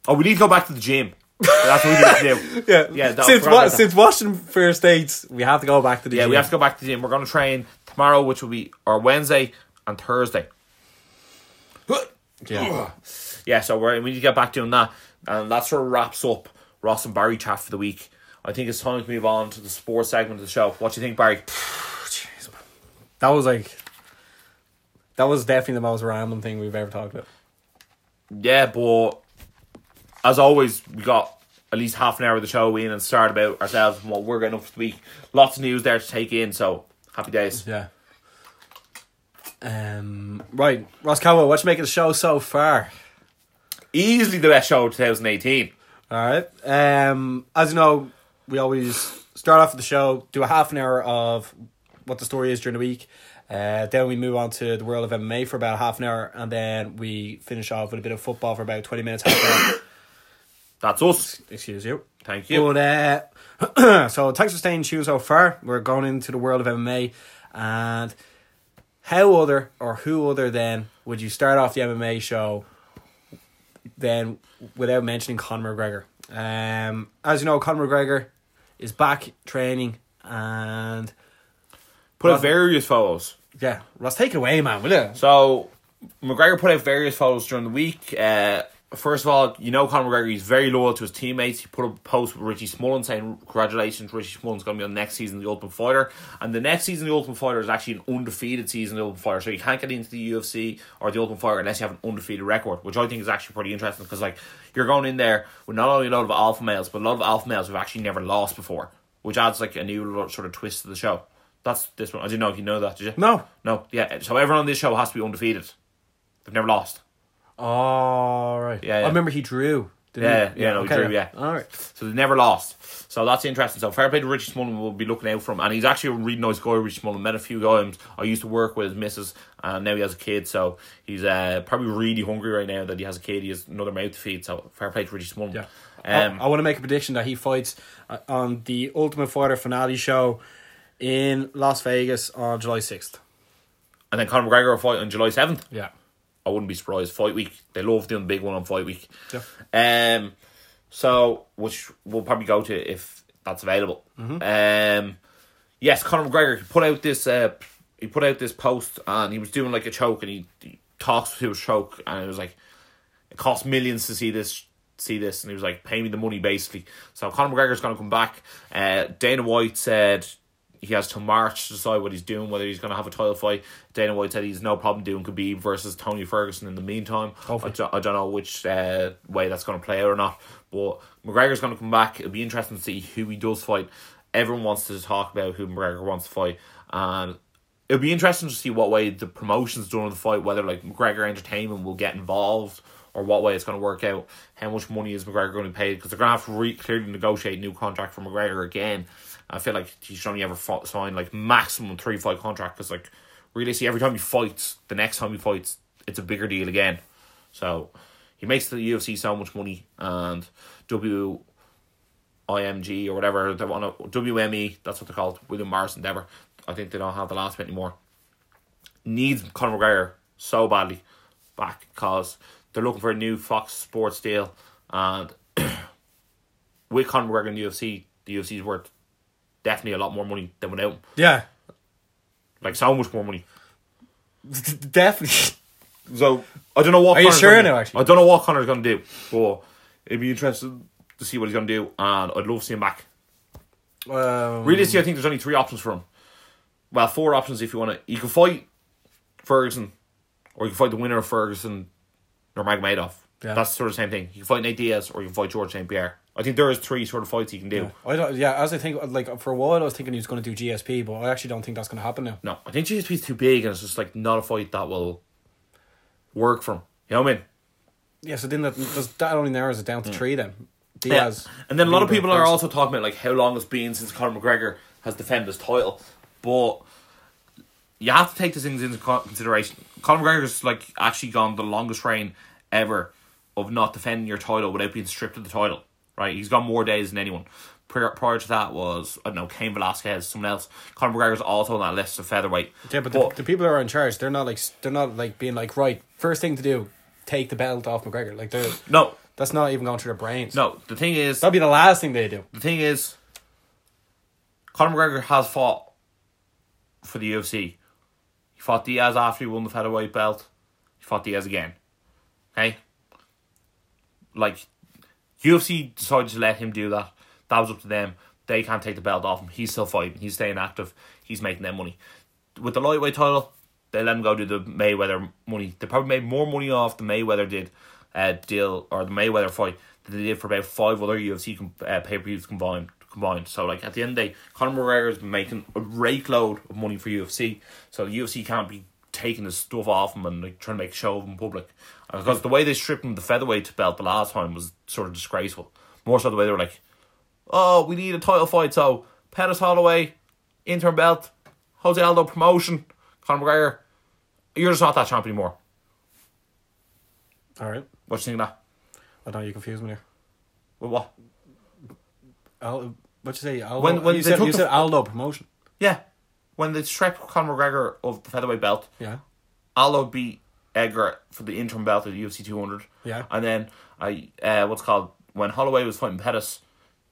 Speaker 1: Oh, we need to go back to the gym. That's what we need to do.
Speaker 2: Yeah,
Speaker 1: yeah. that- I
Speaker 2: Since
Speaker 1: forgot about
Speaker 2: what?
Speaker 1: that.
Speaker 2: Since watching first dates, we have to go back to the
Speaker 1: Yeah,
Speaker 2: gym.
Speaker 1: we have to go back to the gym. We're going to train tomorrow, which will be our Wednesday and Thursday.
Speaker 2: Yeah.
Speaker 1: Yeah, so we're, we need to get back doing that. And that sort of wraps up Ross and Barry chat for the week. I think it's time to move on to the sports segment of the show. What do you think, Barry?
Speaker 2: Jeez, man. That was like. That was definitely the most random thing we've ever talked about.
Speaker 1: Yeah, but as always, we got at least half an hour of the show in and started about ourselves and what we're getting up for the week. Lots of news there to take in, so happy days.
Speaker 2: Yeah. Um. Right, Ross Cowell, what you make of the show so far?
Speaker 1: Easily the best show of 2018.
Speaker 2: All right. Um. As you know, we always start off the show, do a half an hour of what the story is during the week. Uh, then we move on to the world of MMA for about half an hour, and then we finish off with a bit of football for about twenty minutes. Half an hour.
Speaker 1: That's us.
Speaker 2: Excuse you.
Speaker 1: Thank you.
Speaker 2: But uh, so thanks for staying tuned so far. We're going into the world of MMA, and how other or who other than would you start off the MMA show then without mentioning Conor McGregor? Um, as you know, Conor McGregor is back training, and
Speaker 1: Put out various photos.
Speaker 2: yeah, Ross, take it away, man, will you?
Speaker 1: So McGregor put out various photos during the week. Uh, first of all, you know Conor McGregor is very loyal to his teammates. He put up a post with Richie Smullin saying, "Congratulations, Richie Smullin's going to be on next season the Ultimate Fighter." And the next season the Ultimate Fighter is actually an undefeated season the Ultimate Fighter, so you can't get into the UFC or the Ultimate Fighter unless you have an undefeated record, which I think is actually pretty interesting because like you're going in there with not only a lot of alpha males but a lot of alpha males who've actually never lost before, which adds like a new sort of twist to the show. That's this one. I didn't know if you know that, did you?
Speaker 2: No.
Speaker 1: No, yeah. So everyone on this show has to be undefeated. They've never lost.
Speaker 2: All Oh, right.
Speaker 1: Yeah, yeah.
Speaker 2: I remember he drew. didn't
Speaker 1: Yeah, yeah,
Speaker 2: he?
Speaker 1: no, he
Speaker 2: okay,
Speaker 1: drew, yeah.
Speaker 2: All right.
Speaker 1: So they've never lost. So that's interesting. So fair play to Richie Smullen we'll be looking out for him. And he's actually a really nice guy, Richie Smullen. Met a few times. I used to work with his missus and now he has a kid, so he's uh, probably really hungry right now that he has a kid, he has another mouth to feed, so fair play to Richie Smullen.
Speaker 2: Yeah. Uh,
Speaker 1: Um,
Speaker 2: I, want to make a prediction that he fights uh, on the Ultimate Fighter finale show in Las Vegas on July 6th.
Speaker 1: and then Conor McGregor will fight on July seventh.
Speaker 2: Yeah.
Speaker 1: I wouldn't be surprised. Fight week. They love doing the big one on fight week.
Speaker 2: Yeah.
Speaker 1: Um, so which we'll probably go to if that's available. Um, yes, Conor McGregor he put out this uh, he put out this post and he was doing like a choke and he, he talks to his choke and it was like it cost millions to see this see this and he was like pay me the money basically. So Conor McGregor's going to come back. Uh, Dana White said he has till March to decide what he's doing, whether he's going to have a title fight. Dana White said he's no problem doing Khabib versus Tony Ferguson in the meantime. I,
Speaker 2: Hopefully.
Speaker 1: don't, I don't know which uh, way that's going to play out or not, but McGregor's going to come back. It'll be interesting to see who he does fight. Everyone wants to talk about who McGregor wants to fight, and it'll be interesting to see what way the promotions during the fight, whether like McGregor Entertainment will get involved or what way it's going to work out. How much money is McGregor going to be paid? Because they're going to have to re- clearly negotiate a new contract for McGregor again. I feel like he should only ever fought, sign like maximum three fight contract because like realistically, every time he fights, the next time he fights, it's a bigger deal again. So he makes the UFC so much money and W. IMG or whatever they want to WME E, that's what they're called William Morris Endeavor I think they don't have the last bit anymore needs Conor McGregor so badly back because they're looking for a new Fox Sports deal and with Conor McGregor in the UFC the UFC is worth definitely a lot more money than without him.
Speaker 2: Yeah.
Speaker 1: like so much more money
Speaker 2: Definitely.
Speaker 1: so I don't know what
Speaker 2: Are you
Speaker 1: Conor's
Speaker 2: sure
Speaker 1: gonna
Speaker 2: now,
Speaker 1: do.
Speaker 2: actually?
Speaker 1: I don't know what Conor's going to do but it'd be interesting to see what he's going to do and I'd love to see him back
Speaker 2: Um,
Speaker 1: Realistically, I think there's only three options for him. Well, four options if you want to. You can fight Ferguson, or you can fight the winner of Ferguson or Magmadoff.
Speaker 2: Yeah.
Speaker 1: That's sort of the same thing. You can fight Nate Diaz, or you can fight George St. Pierre. I think there is three sort of fights you can do.
Speaker 2: I don't, yeah, as I think, like, for a while I was thinking he was going to do GSP, but I actually don't think that's going to happen now.
Speaker 1: No, I think GSP is too big, and it's just like not a fight that will work for him. You know what I mean?
Speaker 2: Yeah, so then that, does- that only narrows it down to three then. Diaz.
Speaker 1: Hmm. And then a lot of
Speaker 2: Lieber,
Speaker 1: people are
Speaker 2: Ferguson.
Speaker 1: also talking about like how long it's been since Conor McGregor has defended his title, but you have to take these things into con- consideration. Conor McGregor's like actually gone the longest reign ever of not defending your title without being stripped of the title. Right, he's gone more days than anyone. Prior, prior to that was I don't know Cain Velasquez, someone else. Conor McGregor's also on that list of featherweight.
Speaker 2: Yeah, but, the, the people who are in charge, they're not like s- they're not like being like right. First thing to do, take the belt off McGregor. Like they're
Speaker 1: no,
Speaker 2: that's not even going through their brains.
Speaker 1: no. The thing is,
Speaker 2: that'd be the last thing they do.
Speaker 1: the thing is, Conor McGregor has fought for the UFC. He fought Diaz after he won the featherweight belt. He fought Diaz again. Okay? Like, UFC decided to let him do that. That was up to them. They can't take the belt off him. He's still fighting. He's staying active. He's making their money. With the lightweight title, they let him go do the Mayweather money. They probably made more money off the Mayweather did uh, deal or the Mayweather fight than they did for about five other UFC com- uh, pay per views combined. Combined, so like at the end of the day, Conor McGregor is making a rake load of money for UFC. So the UFC can't be taking his stuff off him and like trying to make a show of him in public. And Because the way they stripped him the featherweight belt the last time was sort of disgraceful. More so the way they were like, "Oh, we need a title fight, so Pettis Holloway, interim belt, Jose Aldo promotion, Conor McGregor, you're just not that champ anymore."
Speaker 2: All right,
Speaker 1: What you think of that?
Speaker 2: I know you confuse me there.
Speaker 1: With what?
Speaker 2: Al, what you say? Aldo,
Speaker 1: When- when
Speaker 2: you
Speaker 1: they
Speaker 2: said,
Speaker 1: took
Speaker 2: you
Speaker 1: the-
Speaker 2: said Aldo promotion.
Speaker 1: Yeah, when they stripped Conor McGregor of the featherweight belt,
Speaker 2: Yeah,
Speaker 1: Aldo beat Edgar for the interim belt at UFC 200.
Speaker 2: Yeah.
Speaker 1: And then I uh, what's called when Holloway was fighting Pettis,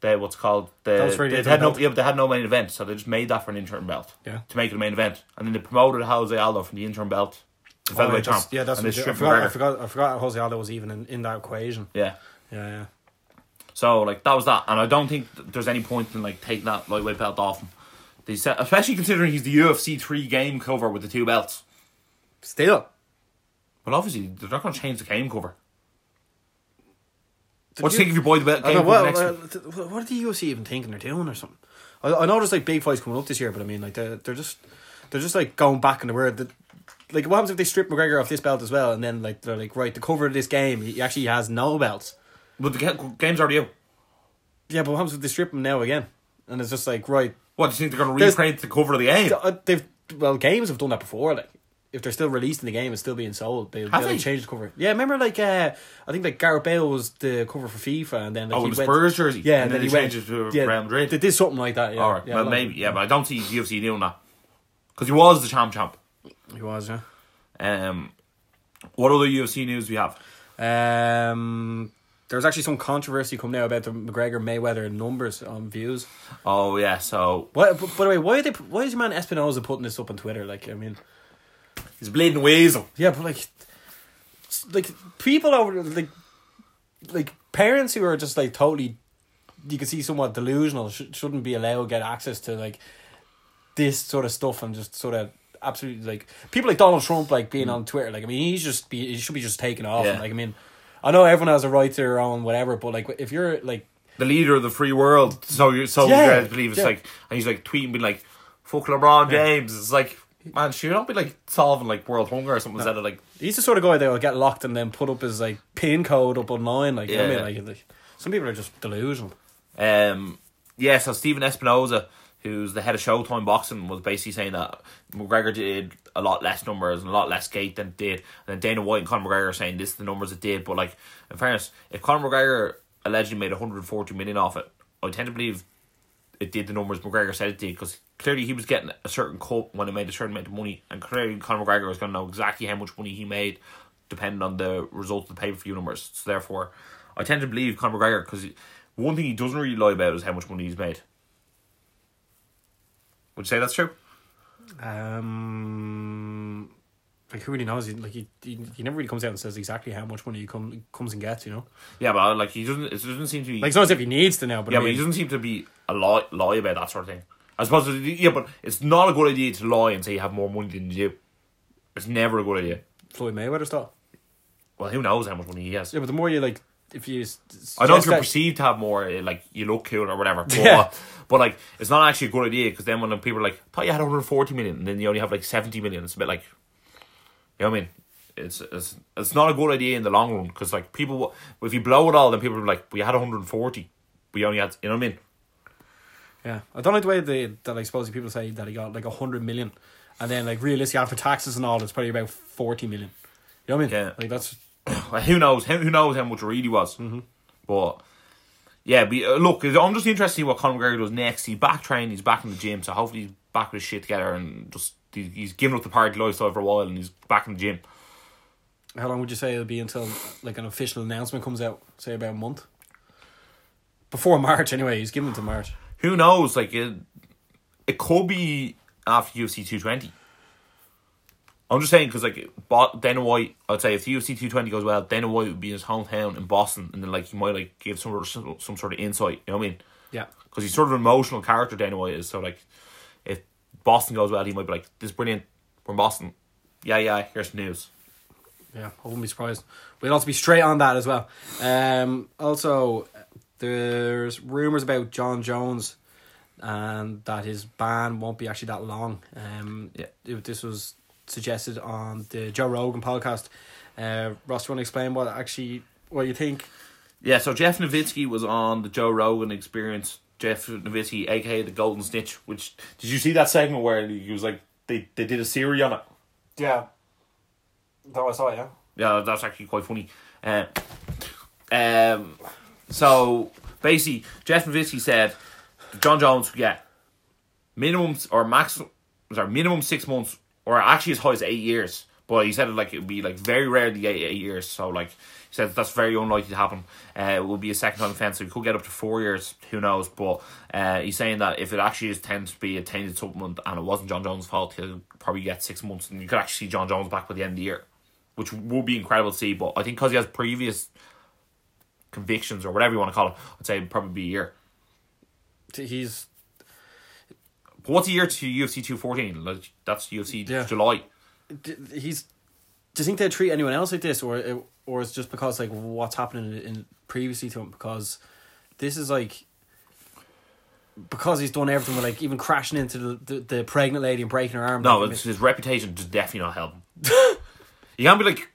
Speaker 1: they what's called they,
Speaker 2: was for the
Speaker 1: they
Speaker 2: interim
Speaker 1: had no
Speaker 2: belt.
Speaker 1: yeah, but they had no main event, so they just made that for an interim belt.
Speaker 2: Yeah.
Speaker 1: To make it a main event, and then they promoted Jose Aldo from the interim belt the featherweight
Speaker 2: that's-
Speaker 1: champ.
Speaker 2: Oh, Yeah, that's
Speaker 1: and
Speaker 2: what
Speaker 1: they
Speaker 2: it- I
Speaker 1: stripped
Speaker 2: forgot, I
Speaker 1: McGregor.
Speaker 2: forgot. I forgot. Jose Aldo was even in, in that equation.
Speaker 1: Yeah.
Speaker 2: Yeah, yeah.
Speaker 1: So like that was that, and I don't think th- there's any point in like taking that lightweight belt off him. They said, especially considering he's the UFC three game cover with the two belts.
Speaker 2: Still,
Speaker 1: Well, obviously they're not going to change the game cover.
Speaker 2: Did
Speaker 1: What do you
Speaker 2: you-
Speaker 1: think if you buy the belt
Speaker 2: I
Speaker 1: game
Speaker 2: uh, know,
Speaker 1: cover
Speaker 2: what,
Speaker 1: next?
Speaker 2: what,
Speaker 1: week?
Speaker 2: what are the UFC even thinking they're doing or something? I, I know there's like big fights coming up this year, but I mean, like they're, they're just they're just like going back in the word. That, like what happens if they strip McGregor off this belt as well, and then like they're like right, the cover of this game, he actually has no belts.
Speaker 1: But the ga- game's already out.
Speaker 2: Yeah, but what happens if they strip him now again? And it's just like right,
Speaker 1: What do you think they're going to
Speaker 2: There's-
Speaker 1: reprint the cover of the game?
Speaker 2: uh, they've well games have done that before. Like if they're still released in the game, it's still being sold. They
Speaker 1: Have
Speaker 2: they
Speaker 1: they?
Speaker 2: like, change the cover. Yeah, remember like uh, I think like Gareth Bale was the cover for FIFA, and then like,
Speaker 1: Oh,
Speaker 2: he
Speaker 1: in the
Speaker 2: went-
Speaker 1: Spurs jersey.
Speaker 2: Yeah,
Speaker 1: and then, he
Speaker 2: went-
Speaker 1: changed it to
Speaker 2: yeah,
Speaker 1: Real Madrid.
Speaker 2: They did something like that. Yeah,
Speaker 1: All right,
Speaker 2: yeah,
Speaker 1: well,
Speaker 2: like-
Speaker 1: maybe, yeah, but I don't see UFC doing that because he was the champ champ.
Speaker 2: He was, yeah.
Speaker 1: Um, what other UFC news we have?
Speaker 2: Um, there's actually some controversy coming out about the McGregor Mayweather numbers on views.
Speaker 1: Oh yeah, so
Speaker 2: What? By the way, why are they? Why is your man Espinosa putting this up on Twitter? Like, I mean,
Speaker 1: he's bleeding weasel.
Speaker 2: yeah, but like, s- like people over like, like parents who are just like totally, you can see somewhat delusional sh- shouldn't be allowed to get access to like this sort of stuff and just sort of absolutely like people like Donald Trump like being on Twitter like I mean he's just be he should be just taken off
Speaker 1: Mm. Yeah.
Speaker 2: and, like I mean I know everyone has a right to their own whatever but like if you're like
Speaker 1: the leader of the free world. So you so
Speaker 2: Yeah,
Speaker 1: yeah, believe it's
Speaker 2: yeah.
Speaker 1: like, and he's like tweeting, being like, "Fuck LeBron James." It's like, man, should not be like solving like world hunger or something instead of like,
Speaker 2: he's the sort of guy that will get locked and then put up his like pin code up online like you know what I
Speaker 1: Yeah.
Speaker 2: mean like, like some people are just delusional
Speaker 1: um, yeah. So Stephen Espinoza, who's the head of Showtime Boxing, was basically saying that McGregor did a lot less numbers and a lot less gate than it did, and then Dana White and Conor McGregor are saying this is the numbers it did. But like, in fairness, if Conor McGregor allegedly made 140 million off it, I tend to believe it did the numbers McGregor said it did because clearly he was getting a certain cut when he made a certain amount of money, and clearly Conor McGregor was going to know exactly how much money he made depending on the results of the pay per view numbers. So therefore, I tend to believe Conor McGregor because one thing he doesn't really lie about is how much money he's made. Would you say that's true?
Speaker 2: um like who really knows he, like he, he he never really comes out and says exactly how much money he come, comes and gets you know
Speaker 1: Yeah, but uh, like he doesn't. It doesn't seem to be.
Speaker 2: like it's not as if he needs to know but
Speaker 1: yeah,
Speaker 2: I
Speaker 1: but he
Speaker 2: mean,
Speaker 1: doesn't seem to be a lie, lie about that sort of thing. I suppose. it- Yeah, but it's not a good idea to lie and say you have more money than you do. It's never a good idea.
Speaker 2: Floyd Mayweather stuff
Speaker 1: Well, who knows how much money he has?
Speaker 2: yeah but the more you like if you s-
Speaker 1: I know if
Speaker 2: suggest
Speaker 1: you're
Speaker 2: that-
Speaker 1: perceived to have more, eh, like you look cool or whatever, but,
Speaker 2: Yeah.
Speaker 1: but like it's not actually a good idea because then when people are like, "Thought you had 140 million," and then you only have like 70 million, it's a bit like, you know what I mean? It's it's it's not a good idea in the long run because like people, wa- if you blow it all, then people will be like, "We had 140, we only had," you know what I mean?
Speaker 2: Yeah, I don't like the way they that like supposedly people say that he got like a hundred million, and then like realistically after taxes and all, it's probably about forty million. You know what I mean?
Speaker 1: Yeah.
Speaker 2: Like that's
Speaker 1: Like, who knows? Who, who knows how much it really was? But yeah, we, uh, look, I'm just interested to see what Conor McGregor does next. He's back training, he's back in the gym, so hopefully he's back with his shit together and just he, he's given up the party lifestyle for a while and he's back in the gym.
Speaker 2: how long would you say it'll be until like an official announcement comes out? Say about a month. Before March, anyway, he's given to March.
Speaker 1: Who knows? Like it, it could be after UFC 220. I'm just saying because like Bo- Dana White, I'd say if the UFC 220 goes well, Dana White would be in his hometown in Boston, and then like he might like give some some, some sort of insight. You know what I mean?
Speaker 2: Yeah,
Speaker 1: because he's sort of an emotional character Dana White is. So like, if Boston goes well, he might be like, "This is brilliant. We're in Boston. Yeah, yeah. Here's the news."
Speaker 2: yeah, I wouldn't be surprised. We'll also be straight on that as well. Um, also, there's rumors about John Jones, and that his ban won't be actually that long. Um,
Speaker 1: Yeah.
Speaker 2: it- this was suggested on the Joe Rogan podcast. Uh, Ross, you want to explain what actually what you think?
Speaker 1: Yeah. So Jeff Nowitzki was on the Joe Rogan Experience. Jeff Nowitzki, aka the Golden Snitch. Which did you see that segment where he was like, they they did a series on it.
Speaker 2: Yeah, that was all. Yeah,
Speaker 1: Yeah, that's actually quite funny. Um, um, so basically, Jeff Nowitzki said that John Jones could get minimum s- or max, sorry, minimum six months, or actually as high as eight years, But he said it like it would be like very rarely eight, eight years. So like he said that's very unlikely to happen. Uh, it would be a second time offence. So he could get up to four years. Who knows? But uh, he's saying that if it actually is tends to be a tainted supplement and it wasn't John Jones' fault, he'll probably get six months and you could actually see John Jones back by the end of the year, which would be incredible to see. But I think because he has previous convictions or whatever you want to call it, I'd say it'd probably be a year.
Speaker 2: He's
Speaker 1: But what's a year to UFC two fourteen? Like that's UFC
Speaker 2: Yeah.
Speaker 1: July.
Speaker 2: d- he's. Do you think they'd treat anyone else like this, or or it's just because like what's happening in, in previously to him? Because this is like because he's done everything, with like even crashing into the, the, the pregnant lady and breaking her arm.
Speaker 1: No,
Speaker 2: Like,
Speaker 1: it's, his reputation does definitely not help him. you can't be like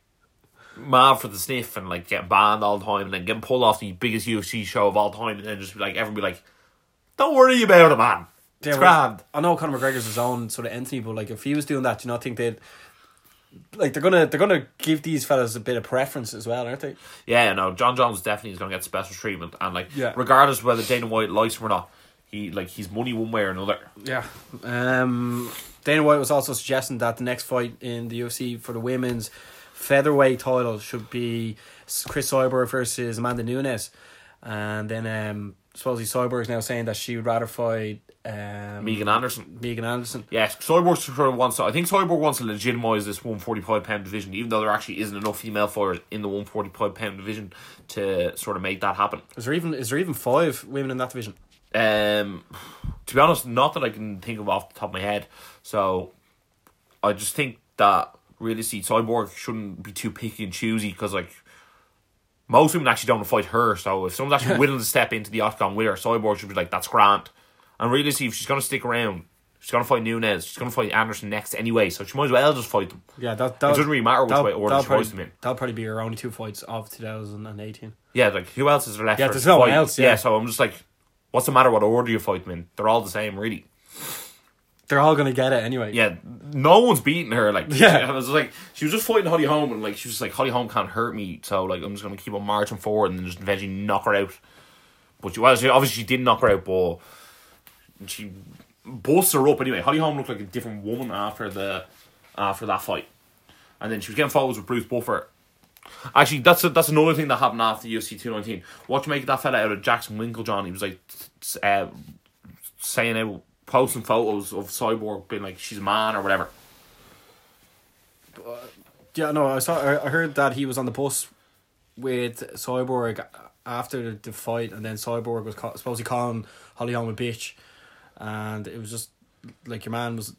Speaker 1: mad for the sniff and like getting banned all the time and then getting pulled off the biggest UFC show of all time and then just be like everyone be like, Don't worry about it, man.
Speaker 2: they
Speaker 1: It's
Speaker 2: were-
Speaker 1: grand.
Speaker 2: I know Conor McGregor's his own sort of entity, but like if he was doing that, do you not think they'd like they're gonna they're gonna give these fellas a bit of preference as well, aren't they?
Speaker 1: Yeah, no, John Jones definitely is gonna get special treatment and like
Speaker 2: Yeah.
Speaker 1: regardless of whether Dana White likes him or not, he like he's money one way or another.
Speaker 2: Yeah. Um, Dana White was also suggesting that the next fight in the UFC for the women's featherweight title should be Chris Cyborg versus Amanda Nunes, and then um, supposedly Cyborg's now saying that she would rather fight um,
Speaker 1: Megan Anderson.
Speaker 2: Megan Anderson.
Speaker 1: Yes, Cyborg sort of wants. To, I think Cyborg wants to legitimize this one forty five pound division, even though there actually isn't enough female fighters in the one forty five pound division to sort of make that happen.
Speaker 2: Is there even is there even five women in that division?
Speaker 1: Um, to be honest, not that I can think of off the top of my head. So, I just think that really, see, Cyborg shouldn't be too picky and choosy because like most women actually don't want to fight her. So if someone's actually willing to step into the octagon with her, Cyborg should be like, that's grand. And really, see, if she's gonna stick around, she's gonna fight Nunes, she's gonna fight Anderson next anyway. So she might as well just fight them.
Speaker 2: Yeah, that, that
Speaker 1: It doesn't really matter which
Speaker 2: that-
Speaker 1: way order
Speaker 2: that'll
Speaker 1: she
Speaker 2: probably-
Speaker 1: fights them in.
Speaker 2: That'll probably be her only two fights of two thousand and eighteen.
Speaker 1: Yeah, like who else is there left?
Speaker 2: Yeah,
Speaker 1: for
Speaker 2: there's
Speaker 1: to
Speaker 2: no one
Speaker 1: fight?
Speaker 2: else, yeah.
Speaker 1: so I'm just like, what's the matter? What order you fight them in? They're all the same, really.
Speaker 2: They're all gonna get it anyway.
Speaker 1: yeah, no one's beating her. Like,
Speaker 2: Yeah.
Speaker 1: I was like, she was just fighting Holly Holm, and like, she was like, Holly Holm can't hurt me, so like, I'm just gonna keep on marching forward and just eventually knock her out. But she, well, she obviously she did knock her out, but she busts her up anyway. Holly Holm looked like a different woman after the after that fight, and then she was getting photos with Bruce Buffer. Actually, that's a, that's another thing that happened after UFC two nineteen. What you make of that fella out of Jackson Winklejohn? He was like, s- uh, saying out posting photos of Cyborg being like she's a man or whatever.
Speaker 2: Yeah, no, I saw. I I heard that he was on the bus with Cyborg after the fight, and then Cyborg was call, supposedly calling Holly Holm a bitch, and it was just like your man was.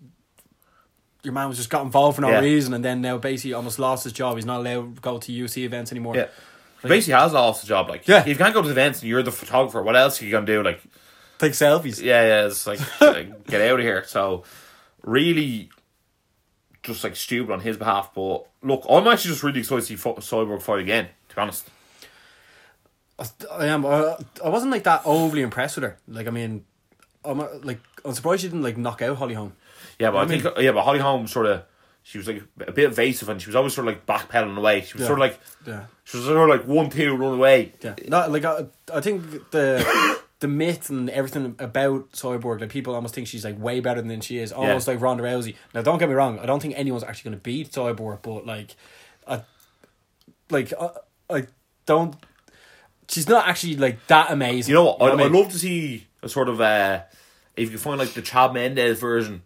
Speaker 2: Your man was just got involved for no
Speaker 1: Yeah.
Speaker 2: reason, and then now basically almost lost his job. He's not allowed to go to UC events anymore.
Speaker 1: He basically has lost the job. Like,
Speaker 2: Yeah.
Speaker 1: if you can't go to events and you're the photographer, what else are you gonna do? Like,
Speaker 2: Take selfies.
Speaker 1: yeah, yeah, it's like, like, get out of here. So, really, just like stupid on his behalf. But look, I'm actually just really excited to see Fo- Cyborg fight again. To be honest,
Speaker 2: I am. I, I wasn't like that overly impressed with her. Like I mean, I'm uh, like I'm surprised she didn't like knock out Holly Holm.
Speaker 1: yeah, but I, think yeah, but Holly Holm sort of she was like a bit evasive and she was always sort of like backpedaling away. She was
Speaker 2: Yeah.
Speaker 1: sort of like
Speaker 2: Yeah.
Speaker 1: she was sort of like one two run away.
Speaker 2: Yeah, no, like I, I think the the myth and everything about Cyborg, like people almost think she's like way better than she is, almost like Ronda Rousey. Now, don't get me wrong, I don't think anyone's actually going to beat Cyborg, but like, I, like I, I don't. She's not actually like that amazing.
Speaker 1: You know what? I'd,
Speaker 2: I mean?
Speaker 1: I'd love to see a sort of uh, if you find like the Chad Mendez version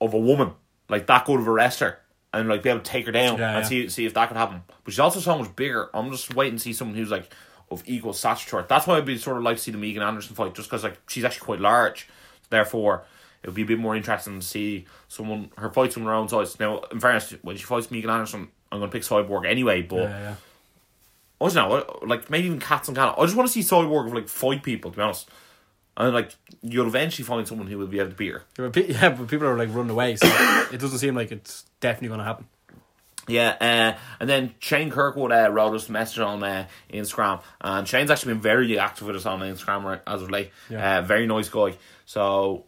Speaker 1: of a woman like that good of a wrestler and like be able to take her down
Speaker 2: Yeah,
Speaker 1: and
Speaker 2: yeah.
Speaker 1: see see if that could happen. But she's also so much bigger. I'm just waiting to see someone who's like of equal stature. That's why I'd be sort of like to see the Megan Anderson fight, just because like she's actually quite large. Therefore, it would be a bit more interesting to see someone her fight someone her own size. Now, in fairness, when she fights Megan Anderson, I'm gonna pick Cyborg anyway. But
Speaker 2: Yeah, yeah.
Speaker 1: I don't know, like maybe even cats and cats. I just want to see Cyborg of like fight people, to be honest. And like you'll eventually find someone who will be able to beat her.
Speaker 2: Yeah, but pe- yeah, but people are like running away, so it doesn't seem like it's definitely going to happen.
Speaker 1: Yeah, uh, and then Shane Kirkwood uh, wrote us a message on uh, Instagram, and Shane's actually been very active with us on Instagram right- as of late.
Speaker 2: Yeah.
Speaker 1: Uh, very nice guy. So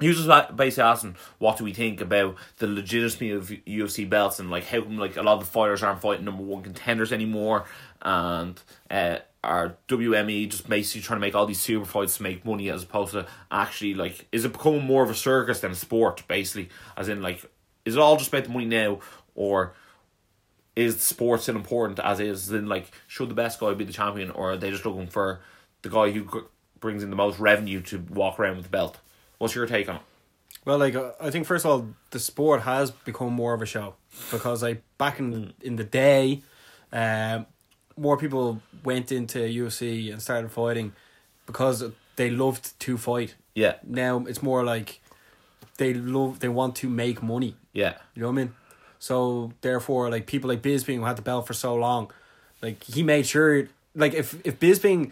Speaker 1: he was just like, basically asking, what do we think about the legitimacy of UFC belts and like how come like a lot of the fighters aren't fighting number one contenders anymore, and uh, are WME E just basically trying to make all these super fights to make money as opposed to actually like is it becoming more of a circus than a sport basically? As in like is it all just about the money now, or is sports still important as is? Then like, should the best guy be the champion, or are they just looking for the guy who gr- brings in the most revenue to walk around with the belt? What's your take on it?
Speaker 2: Well, like uh, I think first of all, the sport has become more of a show because like back in in the day, um, more people went into UFC and started fighting because they loved to fight.
Speaker 1: Yeah,
Speaker 2: Now it's more like they love they want to make money.
Speaker 1: yeah,
Speaker 2: You know what I mean? So therefore, like people like Bisping who had the belt for so long, like he made sure, like if if Bisping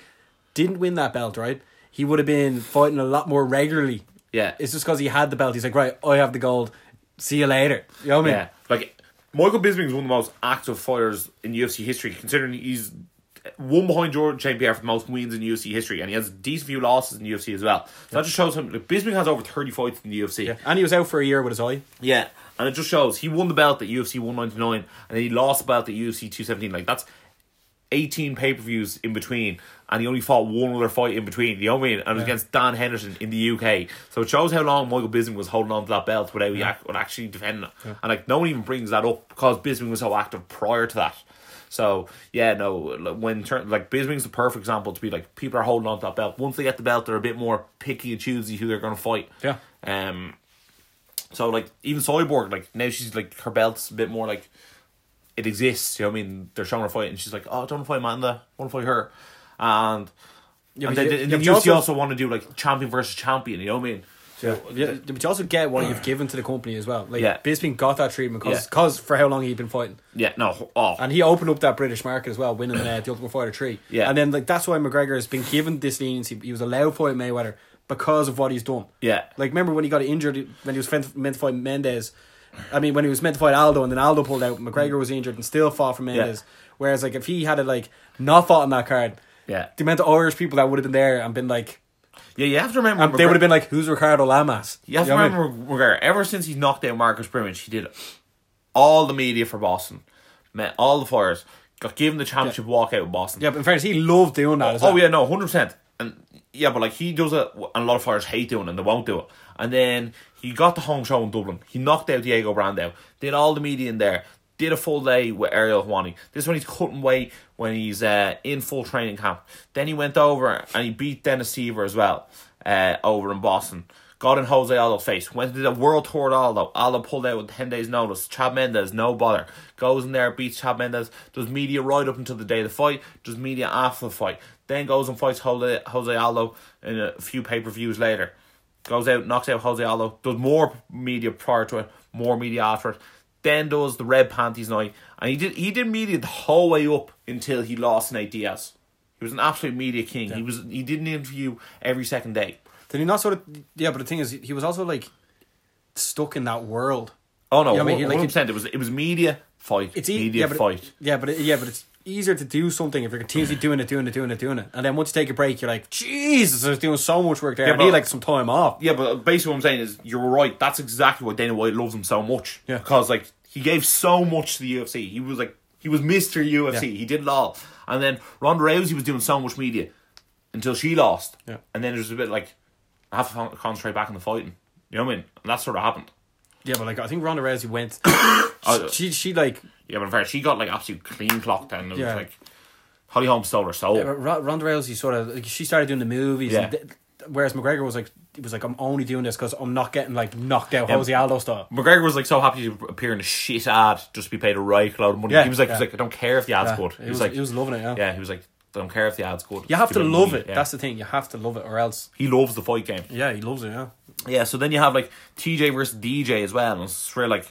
Speaker 2: didn't win that belt, right, he would have been fighting a lot more regularly.
Speaker 1: yeah.
Speaker 2: It's just because he had the belt. He's like, right, I have the gold. See you later. You know what I mean?
Speaker 1: Yeah, like Michael Bisping is one of the most active fighters in UFC history, considering he's one behind Jordan St. Pierre for the most wins in UFC history, and he has a decent few losses in UFC as well. So That just shows him. Like, Bisping has over thirty fights in the UFC.
Speaker 2: Yeah. And he was out for a year with his eye.
Speaker 1: Yeah, and it just shows he won the belt at UFC one ninety nine, and then he lost the belt at UFC two seventeen. Like that's eighteen pay per views in between, and he only fought one other fight in between. You know what I mean? And it was against Dan Henderson in the UK. So it shows how long Michael Bisping was holding on to that belt without he ac- without actually defending it. And like no one even brings that up because Bisping was so active prior to that. So yeah, no, like, when turn like Bisping's the perfect example to be like people are holding on to that belt. Once they get the belt, they're a bit more picky and choosy who they're going to fight.
Speaker 2: Yeah.
Speaker 1: Um. So like even Cyborg, like now she's like her belt's a bit more like it exists. You know what I mean? They're showing her fight, and she's like, "Oh, I don't want to fight Amanda. I want to fight her." And
Speaker 2: Yeah,
Speaker 1: and
Speaker 2: but
Speaker 1: then,
Speaker 2: you-
Speaker 1: then the
Speaker 2: yeah, but you
Speaker 1: UFC also,
Speaker 2: also-
Speaker 1: want to do like champion versus champion. You know what I mean? So
Speaker 2: Yeah, but you also get what you've given to the company as well. Like
Speaker 1: Yeah.
Speaker 2: Bisping got that treatment because
Speaker 1: Yeah.
Speaker 2: for how long he'd been fighting,
Speaker 1: yeah, no, oh,
Speaker 2: and he opened up that British market as well, winning uh, the Ultimate Fighter three.
Speaker 1: Yeah.
Speaker 2: and then like that's why McGregor has been given this leniency. He was allowed to fight Mayweather because of what he's done.
Speaker 1: yeah,
Speaker 2: Like remember when he got injured when he was fen- meant to fight Mendez, I mean when he was meant to fight Aldo and then Aldo pulled out.
Speaker 1: Mm.
Speaker 2: McGregor was injured and still fought for Mendez. Whereas like if he had it like not fought on that card,
Speaker 1: yeah,
Speaker 2: the amount of Irish people that would have been there and been like,
Speaker 1: yeah. You have to remember
Speaker 2: Um, they would have been like, who's Ricardo Lamas?
Speaker 1: You have to
Speaker 2: know what I mean?
Speaker 1: remember McGregor. Ever since he knocked out Marcus Brimage, he did all the media for Boston, met all the fires, got given the championship walkout in Boston.
Speaker 2: Yeah, but in fairness, he loved doing that as well.
Speaker 1: Oh yeah, no, hundred percent. And yeah, but like he does it, and a lot of fighters hate doing, it and they won't do it. And then he got the home show in Dublin. He knocked out Diego Brando. Did all the media in there. Did a full day with Ariel Hawani. This is when he's cutting weight when he's uh, in full training camp. Then he went over and he beat Dennis Seaver as well uh, over in Boston. Got in Jose Aldo's face. Went to the World Tour with Aldo. Aldo pulled out with 10 days' notice. Chad Mendes, no bother. Goes in there, beats Chad Mendes. Does media right up until the day of the fight. Does media after the fight. Then goes and fights Jose, Jose Aldo in a few pay per views later. Goes out, knocks out Jose Aldo. Does more media prior to it, more media after it. Then does the Red Panties night. And he did, he did media the whole way up until he lost Nate Diaz. He was an absolute media king. He was he did an interview every second day.
Speaker 2: Did he not sort of? Yeah, but the thing is, he was also like stuck in that world.
Speaker 1: Oh no,
Speaker 2: You know what I
Speaker 1: one
Speaker 2: mean? Like,
Speaker 1: hundred percent. It was it was media fight.
Speaker 2: It's
Speaker 1: It's
Speaker 2: e-
Speaker 1: media
Speaker 2: yeah, but
Speaker 1: fight.
Speaker 2: It, yeah, but it, yeah, but it's easier to do something if you're continuously doing it, doing it, doing it, doing it, and then once you take a break, you're like, Jesus, I was doing so much work there. I
Speaker 1: but-
Speaker 2: need like some time off.
Speaker 1: yeah, but basically what I'm saying is you're right. That's exactly why Dana White loves him so much.
Speaker 2: Yeah.
Speaker 1: because like he gave so much to the UFC. He was like he was Mister UFC.
Speaker 2: Yeah.
Speaker 1: He did it all. And then Ronda Rousey was doing so much media until she lost.
Speaker 2: Yeah.
Speaker 1: and then it was a bit like I have to con- concentrate back on the fighting. You know what I mean? And that sort of happened.
Speaker 2: Yeah, but like I think Ronda Rousey went.
Speaker 1: Oh.
Speaker 2: she she like
Speaker 1: Yeah, but in fact, she got like absolute clean clocked, and it
Speaker 2: Yeah.
Speaker 1: was like Holly Holm stole her soul.
Speaker 2: Ro- Ronda Rousey sort of like, she started doing the movies.
Speaker 1: Yeah.
Speaker 2: And th- whereas McGregor was like, he was like, I'm only doing this because I'm not getting like knocked out Jose Aldo style.
Speaker 1: McGregor was like so happy to appear in a shit ad just to be paid a right load of money.
Speaker 2: Yeah,
Speaker 1: he was like,
Speaker 2: yeah.
Speaker 1: he was like, I don't care if the ad's
Speaker 2: Yeah,
Speaker 1: good.
Speaker 2: he
Speaker 1: He was,
Speaker 2: was-
Speaker 1: like,
Speaker 2: he was loving it, yeah.
Speaker 1: yeah, he was like, I don't care if the ad's good.
Speaker 2: You have
Speaker 1: Give
Speaker 2: to
Speaker 1: me
Speaker 2: love
Speaker 1: money."
Speaker 2: it.
Speaker 1: Yeah.
Speaker 2: That's the thing. You have to love it, or else.
Speaker 1: he loves the fight game.
Speaker 2: Yeah, he loves it. Yeah.
Speaker 1: Yeah, so then you have like TJ versus DJ as well, and it's where like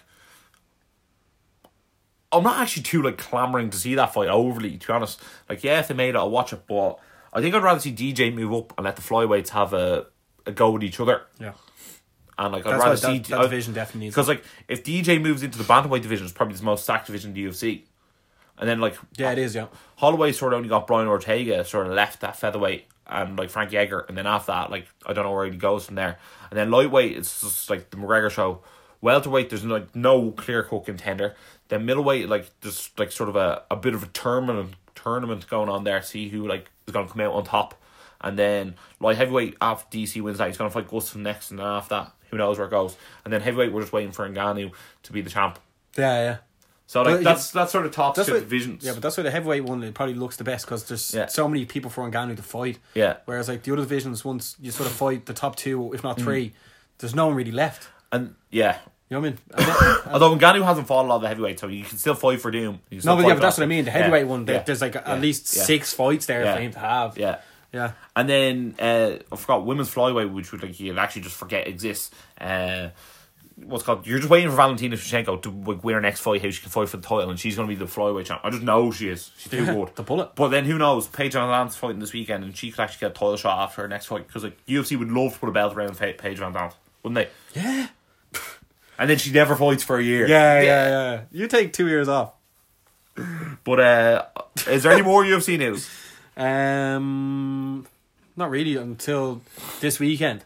Speaker 1: I'm not actually too like clamoring to see that fight overly, to be honest. Like, yeah, if they made it, I'll watch it, but I think I'd rather see DJ move up and let the flyweights have a, a go at each other.
Speaker 2: Yeah.
Speaker 1: And like
Speaker 2: That's
Speaker 1: I'd rather
Speaker 2: why
Speaker 1: see
Speaker 2: that, that
Speaker 1: I-
Speaker 2: division definitely needs.
Speaker 1: Because like if DJ moves into the bantamweight division, it's probably the most stacked division in the UFC. And then like
Speaker 2: Yeah, it is. Yeah,
Speaker 1: Holloway sort of only got Brian Ortega sort of left that featherweight and like Frankie Edgar, and then after that like I don't know where he goes from there. And then lightweight it's just like the McGregor show. Welterweight there's like no clear cut contender. Then middleweight like there's like sort of a, a bit of a tournament tournament going on there. See who like is gonna come out on top. And then light heavyweight after DC wins that he's gonna fight Gustin next, and then after that who knows where it goes. And then heavyweight we're just waiting for Ngannou to be the champ.
Speaker 2: yeah, yeah.
Speaker 1: So like
Speaker 2: But
Speaker 1: that's that's sort of top
Speaker 2: That's
Speaker 1: two
Speaker 2: why-
Speaker 1: divisions.
Speaker 2: Yeah, but that's why the heavyweight one it probably looks the best because there's
Speaker 1: Yeah.
Speaker 2: so many people for Ngannou to fight.
Speaker 1: Yeah.
Speaker 2: Whereas like the other divisions, once you sort of fight the top two, if
Speaker 1: Mm.
Speaker 2: not three, there's no one really left.
Speaker 1: and yeah.
Speaker 2: You know what I mean? And then-
Speaker 1: Although Ngannou hasn't fought a lot of the heavyweight, so you can still fight for Doom. You can still
Speaker 2: no, but
Speaker 1: fight
Speaker 2: yeah,
Speaker 1: for
Speaker 2: but that's
Speaker 1: that.
Speaker 2: what I mean. The
Speaker 1: Yeah,
Speaker 2: heavyweight one, there-
Speaker 1: yeah,
Speaker 2: there's like
Speaker 1: yeah,
Speaker 2: at least
Speaker 1: yeah,
Speaker 2: six fights there
Speaker 1: Yeah.
Speaker 2: for him to have.
Speaker 1: Yeah.
Speaker 2: Yeah.
Speaker 1: And then uh, I forgot women's flyweight, which would like you actually just forget exists. Uh, what's it called? You're just waiting for Valentina Shevchenko to like, win her next fight, how she can fight for the title, and she's going to be the flyweight champ. I just know she is. She's too good.
Speaker 2: the bullet.
Speaker 1: But then who knows? Paige Van Dant's fighting this weekend, and she could actually get a title shot after her next fight because like UFC would love to put a belt around Pa- Paige Van Dant, wouldn't they?
Speaker 2: Yeah.
Speaker 1: And then she never fights for a year.
Speaker 2: Yeah, yeah, yeah, You take two years off.
Speaker 1: But uh, is there any more UFC news?
Speaker 2: Um, not really until this weekend.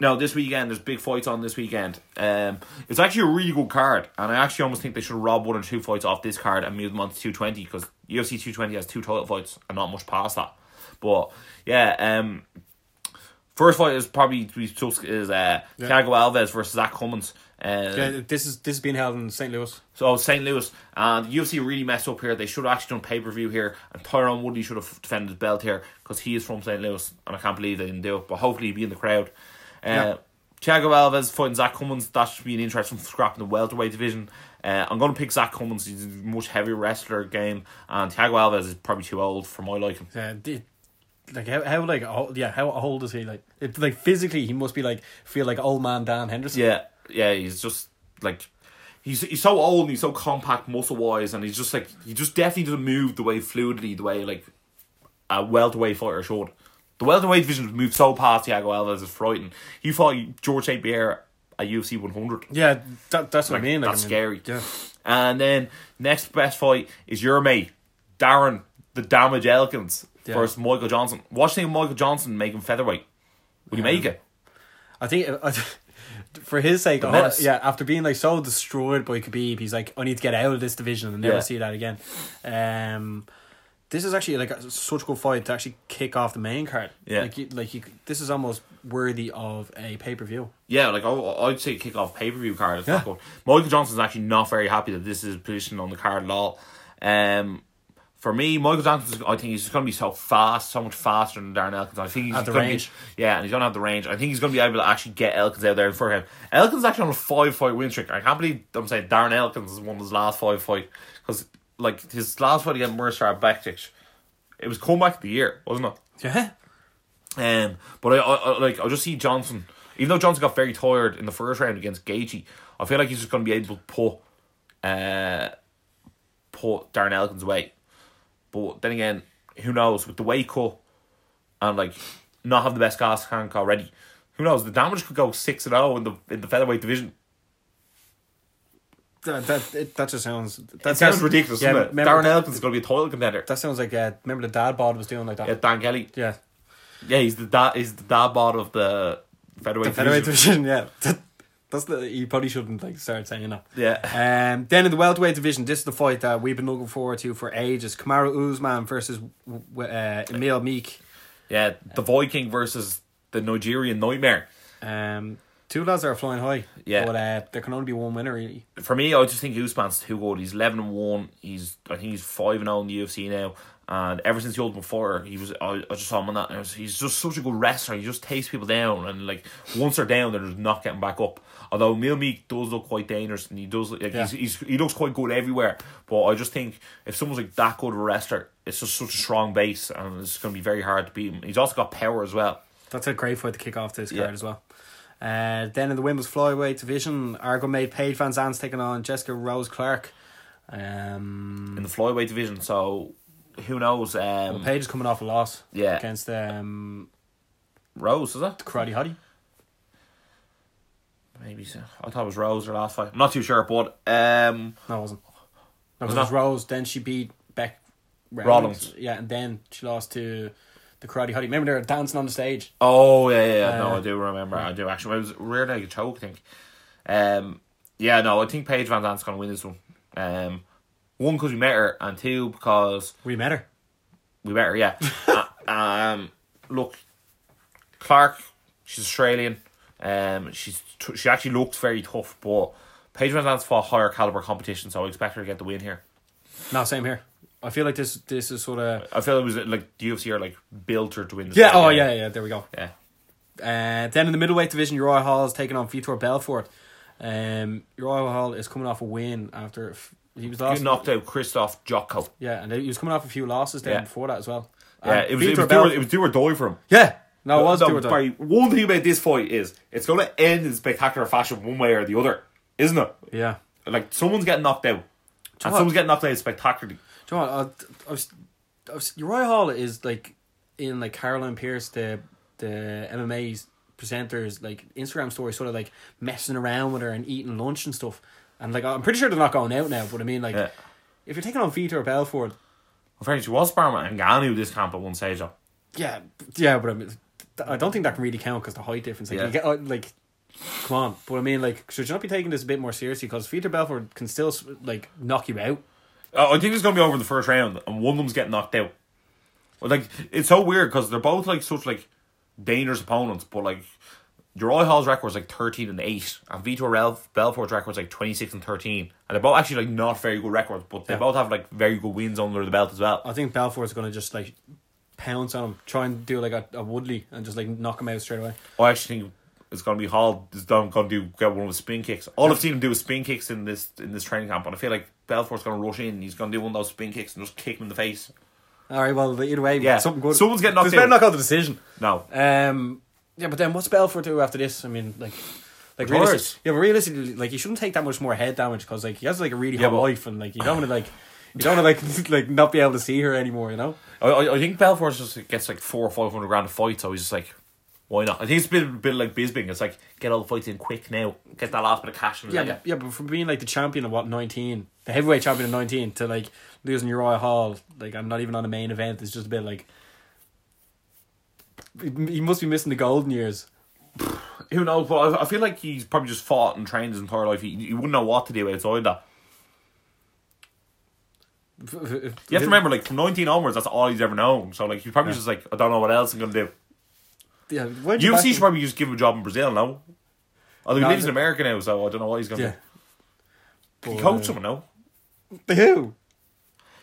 Speaker 1: No, this weekend there's big fights on this weekend. Um, it's actually a really good card, and I actually almost think they should rob one or two fights off this card and move them on to two twenty because UFC two twenty has two title fights and not much past that. But yeah, um, first fight is probably to be discussed is uh,
Speaker 2: Yeah.
Speaker 1: Thiago Alves versus Zach Cummins. Uh,
Speaker 2: Yeah, this is this is being held in St. Louis.
Speaker 1: so St. Louis and the UFC really messed up here. They should have actually done pay per view here, and Tyrone Woodley should have defended his belt here because he is from St. Louis, and I can't believe they didn't do it. But hopefully he'll be in the crowd. Uh,
Speaker 2: Yeah.
Speaker 1: Thiago Alves fighting Zach Cummins. That should be an interesting scrap in the welterweight division. Uh, I'm going to pick Zach Cummins. He's a much heavier wrestler game, and Thiago Alves is probably too old for my liking.
Speaker 2: Yeah, Uh, d- like how, how like oh, yeah how old is he like it, like physically he must be like feel like old man Dan Henderson.
Speaker 1: Yeah, yeah, he's just like he's he's so old and he's so compact muscle wise, and he's just like he just definitely doesn't move the way fluidly the way like a welterweight fighter should. The welterweight division moved so past Thiago Alves is frightening. He fought George St Pierre at UFC one hundred.
Speaker 2: yeah, that, that's what I mean. Like,
Speaker 1: That's
Speaker 2: I mean,
Speaker 1: scary.
Speaker 2: Yeah,
Speaker 1: And then next best fight is your mate Darren the Damage Elkins
Speaker 2: Yeah.
Speaker 1: versus Michael Johnson. Watch him Michael Johnson make him featherweight. Would
Speaker 2: Um,
Speaker 1: you make it?
Speaker 2: I think uh, I, for his sake, oh,
Speaker 1: menace.
Speaker 2: yeah, after being like so destroyed by Khabib, he's like, I need to get out of this division and never
Speaker 1: Yeah.
Speaker 2: see that again. Um, this is actually like a, such a good fight to actually kick off the main card.
Speaker 1: Yeah.
Speaker 2: like you, like you, this is almost worthy of a pay per view.
Speaker 1: Yeah, like I, I'd say kick off pay per view card. It's
Speaker 2: Yeah.
Speaker 1: not good. Michael Johnson's actually not very happy that this is positioned on the card at all. Um, for me, Michael Johnson, I think he's just going to be so fast, so much faster than Darren Elkins. I think he's
Speaker 2: Have the
Speaker 1: gonna be-
Speaker 2: range.
Speaker 1: yeah, and he's going to have the range. I think he's going to be able to actually get Elkins out there in front of him. Elkins is actually on a five fight win streak. I can't believe I'm saying Darren Elkins has won his last five fight because like his last fight against Mirsar Bektic, it was comeback of the year, wasn't it?
Speaker 2: Yeah,
Speaker 1: Um, but I, I, I like I just see Johnson. Even though Johnson got very tired in the first round against Gaethje, I feel like he's just going to be able to put, uh, put Darren Elkins away. But then again, who knows with the weight cut and like not have the best gas tank already. Who knows? The damage could go six and zero in the in the featherweight division.
Speaker 2: that that, it, that just sounds that
Speaker 1: That sounds ridiculous,
Speaker 2: Yeah,
Speaker 1: doesn't it?
Speaker 2: remember-
Speaker 1: Darren Elkins is going to be a title contender.
Speaker 2: That sounds like uh, remember the dad bod was doing like that.
Speaker 1: Yeah, Dan Kelly.
Speaker 2: Yeah,
Speaker 1: Yeah, he's the dad. He's the dad bod of the featherweight.
Speaker 2: the featherweight
Speaker 1: division.
Speaker 2: division. Yeah, That- that's the you probably shouldn't like start saying that.
Speaker 1: Yeah.
Speaker 2: Um, then in the welterweight division, this is the fight that we've been looking forward to for ages: Kamaru Usman versus uh, Emil Meek.
Speaker 1: Yeah, the Viking versus the Nigerian Nightmare.
Speaker 2: Um, two lads that are flying high.
Speaker 1: Yeah.
Speaker 2: but uh, there can only be one winner really.
Speaker 1: For me, I just think Usman's too good. He's eleven and one. He's I think he's five and zero in the UFC now. And ever since the Ultimate Fighter, he was I, I just saw him on that. And I was- he's just such a good wrestler. He just takes people down, and like once they're down, they're just not getting back up. Although Mil Meek does look quite dangerous, and he does look- like
Speaker 2: Yeah.
Speaker 1: he's, he's he looks quite good everywhere. But I just think if someone's like that good of a wrestler, it's just such a strong base, and it's going to be very hard to beat him. He's also got power as well.
Speaker 2: That's a great fight to kick off this
Speaker 1: Yeah.
Speaker 2: card as well. Uh, then in the women's flyweight division, Argo made Paige Van Zandt's taking on Jessica Rose Clark. Um,
Speaker 1: in the flyweight division. So who knows? Um,
Speaker 2: Paige is coming off a loss.
Speaker 1: Yeah.
Speaker 2: against um,
Speaker 1: Rose is it?
Speaker 2: Karate Hottie.
Speaker 1: Maybe so. I thought it was Rose or last fight. I'm not too sure, but um,
Speaker 2: No, it wasn't. No,
Speaker 1: Was
Speaker 2: because
Speaker 1: it
Speaker 2: it was Rose. Then she beat Beck
Speaker 1: Rollins.
Speaker 2: Yeah, and then she lost to the Karate Hottie. Remember, they were dancing on the stage.
Speaker 1: oh yeah, yeah, yeah. no,
Speaker 2: Uh,
Speaker 1: I do remember. I do actually. It was a rear naked choke, I think. Um, yeah, no, I think Paige Van Zandt's gonna win this one. Um, one because we met her, and two because
Speaker 2: We met her.
Speaker 1: we met her. Yeah. Uh, um, look, Clark, she's Australian. Um, she's t- she actually looks very tough, but Paige Van Zandt's fought higher caliber competition, so I expect her to get the win here.
Speaker 2: No, same here. I feel like this this is sort of
Speaker 1: I feel it was uh, like the UFC are like built her to win this.
Speaker 2: yeah.
Speaker 1: fight,
Speaker 2: Oh yeah, yeah. There we go.
Speaker 1: yeah.
Speaker 2: Uh, then in the middleweight division, Uriah Hall is taking on Vitor Belfort. Um, Uriah Hall is coming off a win after f- he was
Speaker 1: You
Speaker 2: lost.
Speaker 1: knocked out Christoph Jocko.
Speaker 2: Yeah, and he was coming off a few losses then
Speaker 1: Yeah.
Speaker 2: before that as well.
Speaker 1: Yeah,
Speaker 2: And
Speaker 1: it was, it
Speaker 2: Vitor
Speaker 1: was, do or,
Speaker 2: Belfort-
Speaker 1: it was do or die for him.
Speaker 2: yeah, no, it was do or die.
Speaker 1: Barry, one thing about this fight is it's going to end in spectacular fashion, one way or the other, isn't it?
Speaker 2: Yeah.
Speaker 1: Like someone's getting knocked out, and
Speaker 2: what?
Speaker 1: someone's getting knocked out spectacularly.
Speaker 2: Do you know what? I, I was, I was, Uriah Hall is like in like Caroline Pierce, the the MMA presenters like Instagram story, sort of like messing around with her and eating lunch and stuff. And like I'm pretty sure they're not going out now, but I mean like
Speaker 1: Yeah.
Speaker 2: if you're taking on Vitor Belfort,
Speaker 1: In fact, she was sparring with Ngannou this camp at one stage. though.
Speaker 2: yeah, yeah, but I mean th- I don't think that can really count because the height difference. Like
Speaker 1: Yeah.
Speaker 2: you get uh, like. Come on, but I mean, like, should you not be taking this a bit more seriously? Because Vitor Belfort can still like knock you out.
Speaker 1: Uh, I think it's going to be over in the first round, and one of them's getting knocked out. Well, Like it's so weird because they're both like such like dangerous opponents, but like Uriah Hall's record was like thirteen and eight, and Vitor Ralph Belfort's record was like twenty six and thirteen, and they're both actually like not very good records, but they
Speaker 2: Yeah.
Speaker 1: both have like very good wins under the belt as well.
Speaker 2: I think Balfour's going to just like pounce on him, try and do like a, a Woodley and just like knock him out straight away.
Speaker 1: I actually think it's going to be Hall is going to do get one of the spin kicks. All I've seen him do is spin kicks in this in this training camp, and I feel like Belfort's going to rush in. and He's going to do one of those spin kicks and just kick him in the face.
Speaker 2: All right, well, either way,
Speaker 1: Yeah.
Speaker 2: something good.
Speaker 1: Someone's getting knocked
Speaker 2: It's better
Speaker 1: out.
Speaker 2: not call the decision.
Speaker 1: No,
Speaker 2: Um, yeah, but then what's Belfort do after this? I mean, like, like
Speaker 1: Retires.
Speaker 2: realistic, yeah, but realistically, like he shouldn't take that much more head damage because like he has like a really hot
Speaker 1: but-
Speaker 2: life and like you don't want to like you don't want to like like not be able to see her anymore, you know?
Speaker 1: I, I, I think Belfort just gets like four or five hundred grand a fight, so he's just like, why not? I think it's a bit, a bit like Bisbing. It's like get all the fights in quick now, get that last bit of cash. And
Speaker 2: Yeah,
Speaker 1: yeah, yeah.
Speaker 2: But, yeah, but from being like the champion of what nineteen, the heavyweight champion of nineteen, to like losing Uriah Hall, like I'm not even on the main event. It's just a bit like he must be missing the golden years.
Speaker 1: Who knows? But I, I feel like he's probably just fought and trained his entire life. He, he wouldn't know what to do outside that.
Speaker 2: F- f- You
Speaker 1: You have to remember, like from nineteen onwards, that's all he's ever known. So like, he's probably just like, I don't know what else I'm gonna do.
Speaker 2: Yeah, why did
Speaker 1: UFC
Speaker 2: back-
Speaker 1: should probably just give him a job in Brazil now. Although he
Speaker 2: No,
Speaker 1: lives
Speaker 2: I-
Speaker 1: in America now, so I don't know what he's gonna
Speaker 2: yeah.
Speaker 1: do. He
Speaker 2: But,
Speaker 1: coached
Speaker 2: uh,
Speaker 1: someone now.
Speaker 2: The who?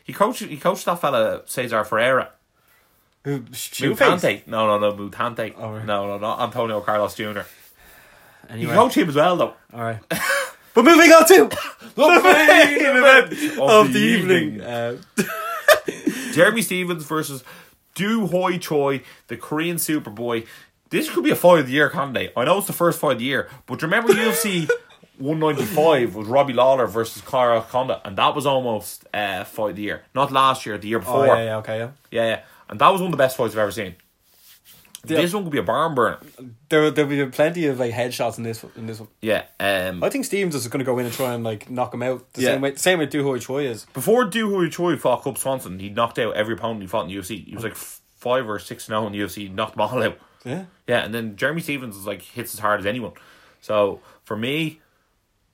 Speaker 1: He coached he coached that fella Cesar Ferreira.
Speaker 2: Who? Shoe face.
Speaker 1: Mutante. No, no, no, Mutante.
Speaker 2: Oh, right.
Speaker 1: No, no, not Antonio Carlos Jr. He
Speaker 2: Anyway,
Speaker 1: coached him as well though.
Speaker 2: all right. but moving on to the main
Speaker 1: event
Speaker 2: event of the evening. Uh,
Speaker 1: Jeremy Stevens versus Du Hoi Choi, the Korean Superboy. This could be a fight of the year candidate. I know it's the first fight of the year, but remember UFC 195 was Robbie Lawler versus Kara Conda, and that was almost uh, fight of the year. Not last year, the year
Speaker 2: Oh
Speaker 1: before.
Speaker 2: yeah, yeah, okay, yeah.
Speaker 1: Yeah, yeah. And that was one of the best fights I've ever seen. This one could be a barn burner.
Speaker 2: There, there'll be plenty of like headshots in this in this one.
Speaker 1: Yeah. Um,
Speaker 2: I think Stevens is going to go in and try and like knock him out the
Speaker 1: Yeah.
Speaker 2: same way. Same way Duhoy Choi is.
Speaker 1: before Du Hui Choi fought Cub Swanson, he knocked out every opponent he fought in the UFC. He was like f- five or six now in the UFC, he knocked them all out.
Speaker 2: Yeah.
Speaker 1: Yeah, and then Jeremy Stevens is like hits as hard as anyone. So for me,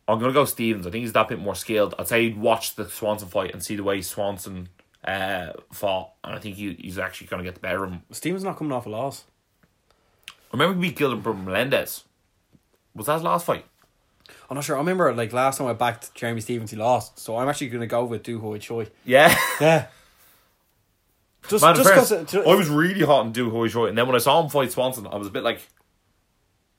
Speaker 1: I'm gonna go Stevens. I think he's that bit more skilled. I'd say watch the Swanson fight and see the way Swanson uh, fought, and I think he, he's actually gonna get the better of him.
Speaker 2: Stevens not coming off a loss.
Speaker 1: Remember we killed him from Melendez. Was that his last fight?
Speaker 2: I'm not sure. I remember like last time I backed Jeremy Stevens, he lost. So I'm actually going to go with Duhoy Choi.
Speaker 1: Yeah.
Speaker 2: Yeah. Just,
Speaker 1: Man, in
Speaker 2: just
Speaker 1: fairness,
Speaker 2: because it,
Speaker 1: I was really hot on Do Hoy Choi, and then when I saw him fight Swanson, I was a bit like,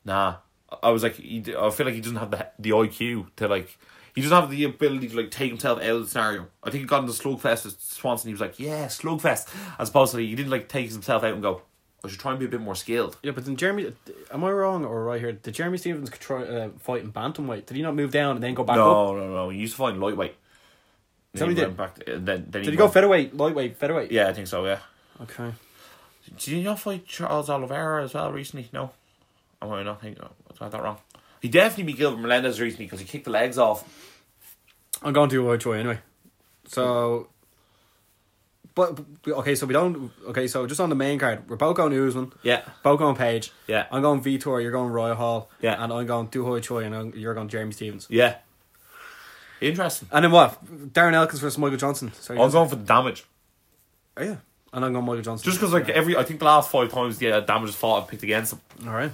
Speaker 1: nah. I- I was like, he, d- I feel like he doesn't have the the IQ to like, he doesn't have the ability to like take himself out of the scenario. I think he got into slugfest with Swanson. He was like, yeah, slugfest, as opposed to like, he didn't like take himself out and go, I should try and be a bit more skilled.
Speaker 2: yeah, but then Jeremy, am I wrong or right here? Did Jeremy Stevens try uh, fight in bantamweight? Did he not move down and then go back up?
Speaker 1: No, no, no. He used to fight in lightweight. And
Speaker 2: So he
Speaker 1: went
Speaker 2: did.
Speaker 1: Back to, and then, then
Speaker 2: Did he go
Speaker 1: went-
Speaker 2: featherweight, lightweight, featherweight?
Speaker 1: Yeah, I think so. Yeah.
Speaker 2: Okay.
Speaker 1: Did he not fight Charles Oliveira as well recently? No. Am I not thinking? I got that wrong. He definitely beat Gilbert Melendez recently because he kicked the legs off.
Speaker 2: I'm going to Duhoy Choi anyway. So. But, but- okay, so we don't. Okay, so just on the main card, we're both going Usman.
Speaker 1: Yeah.
Speaker 2: Both going Page.
Speaker 1: Yeah.
Speaker 2: I'm going Vitor, you're going Roy Hall.
Speaker 1: Yeah.
Speaker 2: And I'm going Duhoy Choi and I'm, you're going Jeremy Stevens.
Speaker 1: Yeah. Interesting.
Speaker 2: And then what? Darren Elkins versus Michael Johnson. Sorry.
Speaker 1: I'm going for the damage.
Speaker 2: oh, yeah. And I'm going Michael Johnson.
Speaker 1: Just because, like, every, I think the last five times the uh, damage has fought and picked against him.
Speaker 2: All right.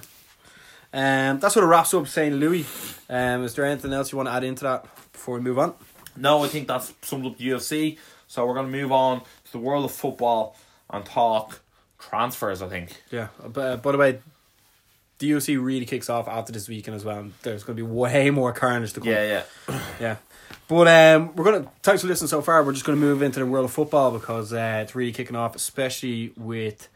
Speaker 2: Um, that sort of wraps up St. Louis. Um, is there anything else you want to add into that before we move on?
Speaker 1: No, I think that's summed up the UFC. So we're going to move on to the world of football and talk transfers, I think.
Speaker 2: Yeah, but uh, by the way, the UFC really kicks off after this weekend as well. and There's going to be way more carnage to come.
Speaker 1: Yeah, yeah.
Speaker 2: Yeah. But um, we're gonna thanks for listening so far. We're just gonna move into the world of football because uh, it's really kicking off, especially with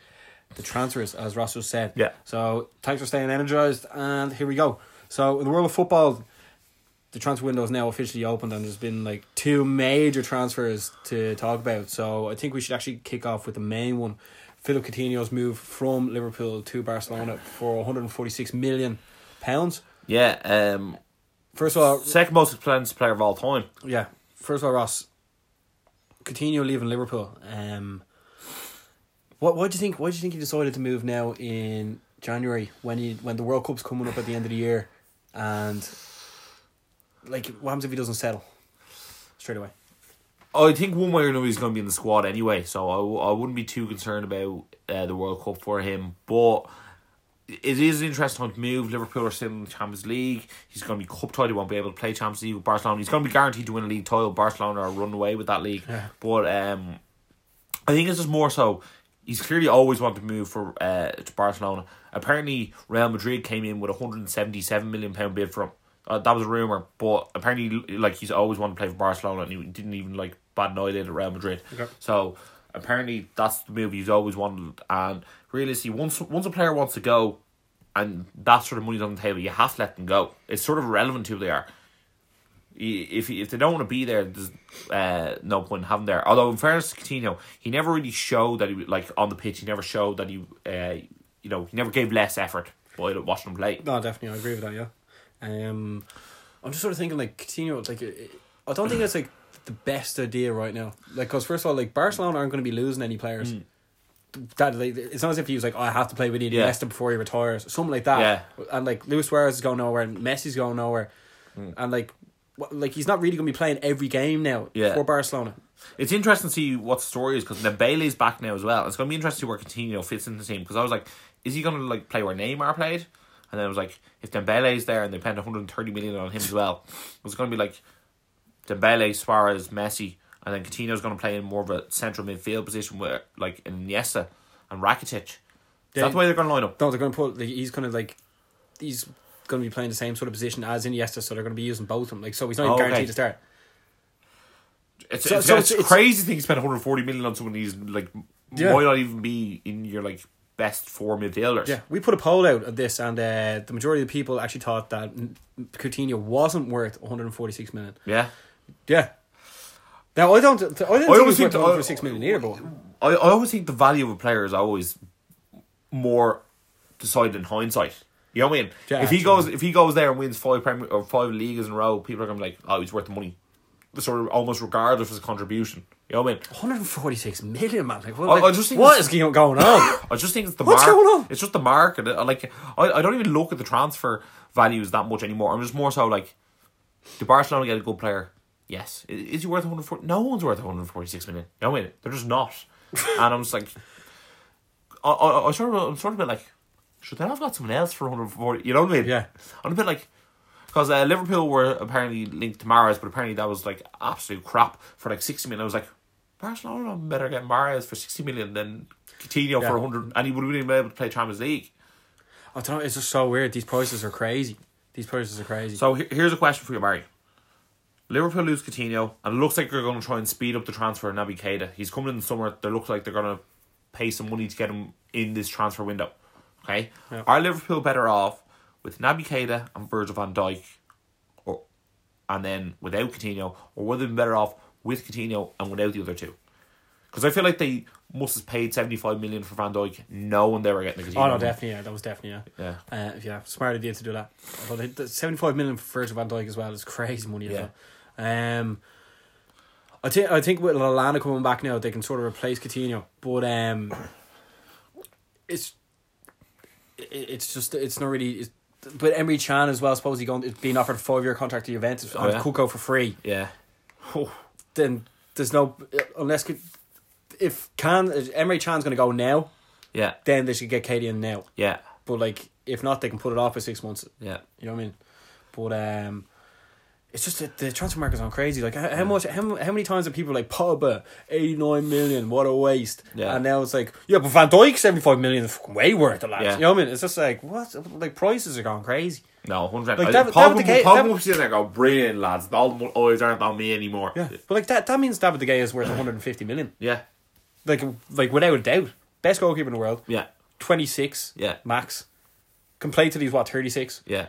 Speaker 2: the transfers, as Ross just said.
Speaker 1: Yeah.
Speaker 2: So thanks for staying energized, and here we go. So in the world of football, the transfer window is now officially opened, and there's been like two major transfers to talk about. So I think we should actually kick off with the main one: Philip Coutinho's move from Liverpool to Barcelona for 146 million pounds.
Speaker 1: Yeah, um,
Speaker 2: First of all,
Speaker 1: second most expensive player of all time.
Speaker 2: Yeah. First of all, Ross, Coutinho leaving Liverpool. Um, what what do you think? Why do you think he decided to move now in January when he when the World Cup's coming up at the end of the year, and like what happens if he doesn't settle straight away?
Speaker 1: I think one way or another he's going to be in the squad anyway, so I, w- I wouldn't be too concerned about uh, the World Cup for him. But it is an interesting time to move. Liverpool are still in the Champions League. He's going to be cup tied. He won't be able to play Champions League with Barcelona. He's going to be guaranteed to win a league title. Barcelona are run away with that league. But um, I think it's just more so. He's clearly always wanted to move for uh, to Barcelona. Apparently, Real Madrid came in with a hundred and seventy seven million pound bid for him. Uh, that was a rumor, but apparently, like he's always wanted to play for Barcelona, and he didn't even like bad night at Real Madrid.
Speaker 2: Okay.
Speaker 1: So apparently, that's the move he's always wanted. And realistically, once once a player wants to go, and that sort of money's on the table, you have to let them go. It's sort of irrelevant to who they are if if they don't want to be there, there's uh, no point in having them there. Although in fairness to Coutinho, he never really showed that he was- like on the pitch. He never showed that he uh, you know he never gave less effort by watching him play.
Speaker 2: No, definitely, I agree with that. Yeah, um, I'm just sort of thinking like Coutinho. it's Like, it- I don't think it's like the best idea right now. Like, cause first of all, like Barcelona aren't going to be losing any players.
Speaker 1: Mm.
Speaker 2: That like, it's not as if he was like, oh, I have to play with Iniesta
Speaker 1: Yeah.
Speaker 2: before he retires, something like that.
Speaker 1: Yeah.
Speaker 2: And like Luis Suarez is going nowhere, and Messi's going nowhere,
Speaker 1: Mm.
Speaker 2: and like, what, like he's not really going to be playing every game now
Speaker 1: Yeah.
Speaker 2: for Barcelona.
Speaker 1: It's interesting to see what the story is because Nembele's back now as well. It's going to be interesting to see where Coutinho fits in the team because I was like, is he going to like play where Neymar played? And then I was like, if Dembele's there and they spend 130 million on him as well, it's going to be like Dembele, Suarez, Messi, and then Coutinho's going to play in more of a central midfield position where like Iniesta and Rakitic. Is
Speaker 2: Yeah.
Speaker 1: that the way they're going to line up?
Speaker 2: No, they're going to put. Like, he's going to like, he's going to be playing the same sort of position as Iniesta, so they're going to be using both of them. Like, so he's not even
Speaker 1: Oh, okay.
Speaker 2: guaranteed to start.
Speaker 1: It's,
Speaker 2: So-
Speaker 1: it's,
Speaker 2: so
Speaker 1: it's
Speaker 2: it's- it's-
Speaker 1: crazy thing to spend 140 million on someone who's like
Speaker 2: Yeah.
Speaker 1: might not even be in your like best four midfielders.
Speaker 2: Yeah, we put a poll out of this, and uh, the majority of the people actually thought that N- Coutinho wasn't worth 146 million.
Speaker 1: Yeah.
Speaker 2: Yeah. Now I don't. I don't think
Speaker 1: always
Speaker 2: he was
Speaker 1: think
Speaker 2: worth
Speaker 1: that-
Speaker 2: 146 million either, but
Speaker 1: I, I always think the value of a player is always more decided in hindsight. You know what I mean?
Speaker 2: Yeah,
Speaker 1: if he
Speaker 2: true.
Speaker 1: goes if he goes there and wins five Premier or five leagues in a row, people are gonna be like, Oh, he's worth the money. Sort of almost regardless of his contribution. You know what I mean?
Speaker 2: 146 million, man. Like, what,
Speaker 1: I- I
Speaker 2: like,
Speaker 1: just think
Speaker 2: what
Speaker 1: it's-
Speaker 2: is going on?
Speaker 1: I just think it's the
Speaker 2: What's
Speaker 1: market.
Speaker 2: going on?
Speaker 1: It's just the market. I- Like I, I don't even look at the transfer values that much anymore. I'm just more so like, do Barcelona get a good player? Yes. I- Is he worth 140? No one's worth 146 million. You know what I mean? They're just not. and I'm just like, I, I, I sort of, I'm sort of a bit like, should they have got someone else for 140? You know what I mean?
Speaker 2: Yeah.
Speaker 1: I'm a bit like, because uh, Liverpool were apparently linked to Mares, but apparently that was like absolute crap for like 60 million. I was like, Barcelona better get Mares for 60 million than Coutinho
Speaker 2: Yeah.
Speaker 1: for 100, and he would have been able to play Champions League.
Speaker 2: I don't know. It's just so weird. These prices are crazy. These prices are crazy.
Speaker 1: So he- here's a question for you, Mary. Liverpool lose Coutinho, and it looks like they're going to try and speed up the transfer of Naby Keita. He's coming in the summer. They look like they're going to pay some money to get him in this transfer window. Okay,
Speaker 2: Yeah.
Speaker 1: are Liverpool better off with Naby Keita and Virgil van Dijk, or and then without Coutinho, or would they be better off with Coutinho and without the other two? Because I feel like they must have paid seventy five million for Van Dijk, knowing they were getting the Coutinho.
Speaker 2: oh no, definitely. Yeah, that was definitely yeah.
Speaker 1: Yeah.
Speaker 2: Uh, yeah, smart idea to do that. But it- the 75 million for Virgil van Dijk as well is crazy money. Yeah.
Speaker 1: Yeah.
Speaker 2: Um, I think I think with Lallana coming back now, they can sort of replace Coutinho. But um, it's it- it's just it's not really. It's, but Emery Chan as well, suppose he going is being offered a five year contract to Juventus on
Speaker 1: Oh, yeah?
Speaker 2: Cuco for free.
Speaker 1: Yeah.
Speaker 2: Then there's no unless Cou- if can Emery Chan's going to go now,
Speaker 1: Yeah.
Speaker 2: then they should get Katie in now.
Speaker 1: Yeah.
Speaker 2: But like, if not, they can put it off for six months.
Speaker 3: Yeah.
Speaker 2: You know what I mean? But um, it's just that the transfer market's gone crazy. Like how, how much, how, how many times have people like Pogba, eighty nine million, what a waste.
Speaker 3: Yeah.
Speaker 2: And now it's like yeah, but Van Dijk seventy five million is fucking way worth the lads.
Speaker 3: Yeah.
Speaker 2: You know what I mean? It's just like what? Like prices are going crazy.
Speaker 1: No, hundred. Like
Speaker 2: Like, David-
Speaker 1: David, Pogba,
Speaker 2: David De Gea-
Speaker 1: Pogba
Speaker 2: David-
Speaker 1: was sitting there going, "Oh, "Brilliant lads, all the eyes aren't on me anymore."
Speaker 2: Yeah. But like that, that means David De Gea is worth one hundred and fifty million.
Speaker 3: Yeah.
Speaker 2: Like like without a doubt, best goalkeeper in the world.
Speaker 3: Yeah.
Speaker 2: Twenty six.
Speaker 3: Yeah.
Speaker 2: Max. Can play till he's what thirty six.
Speaker 3: Yeah.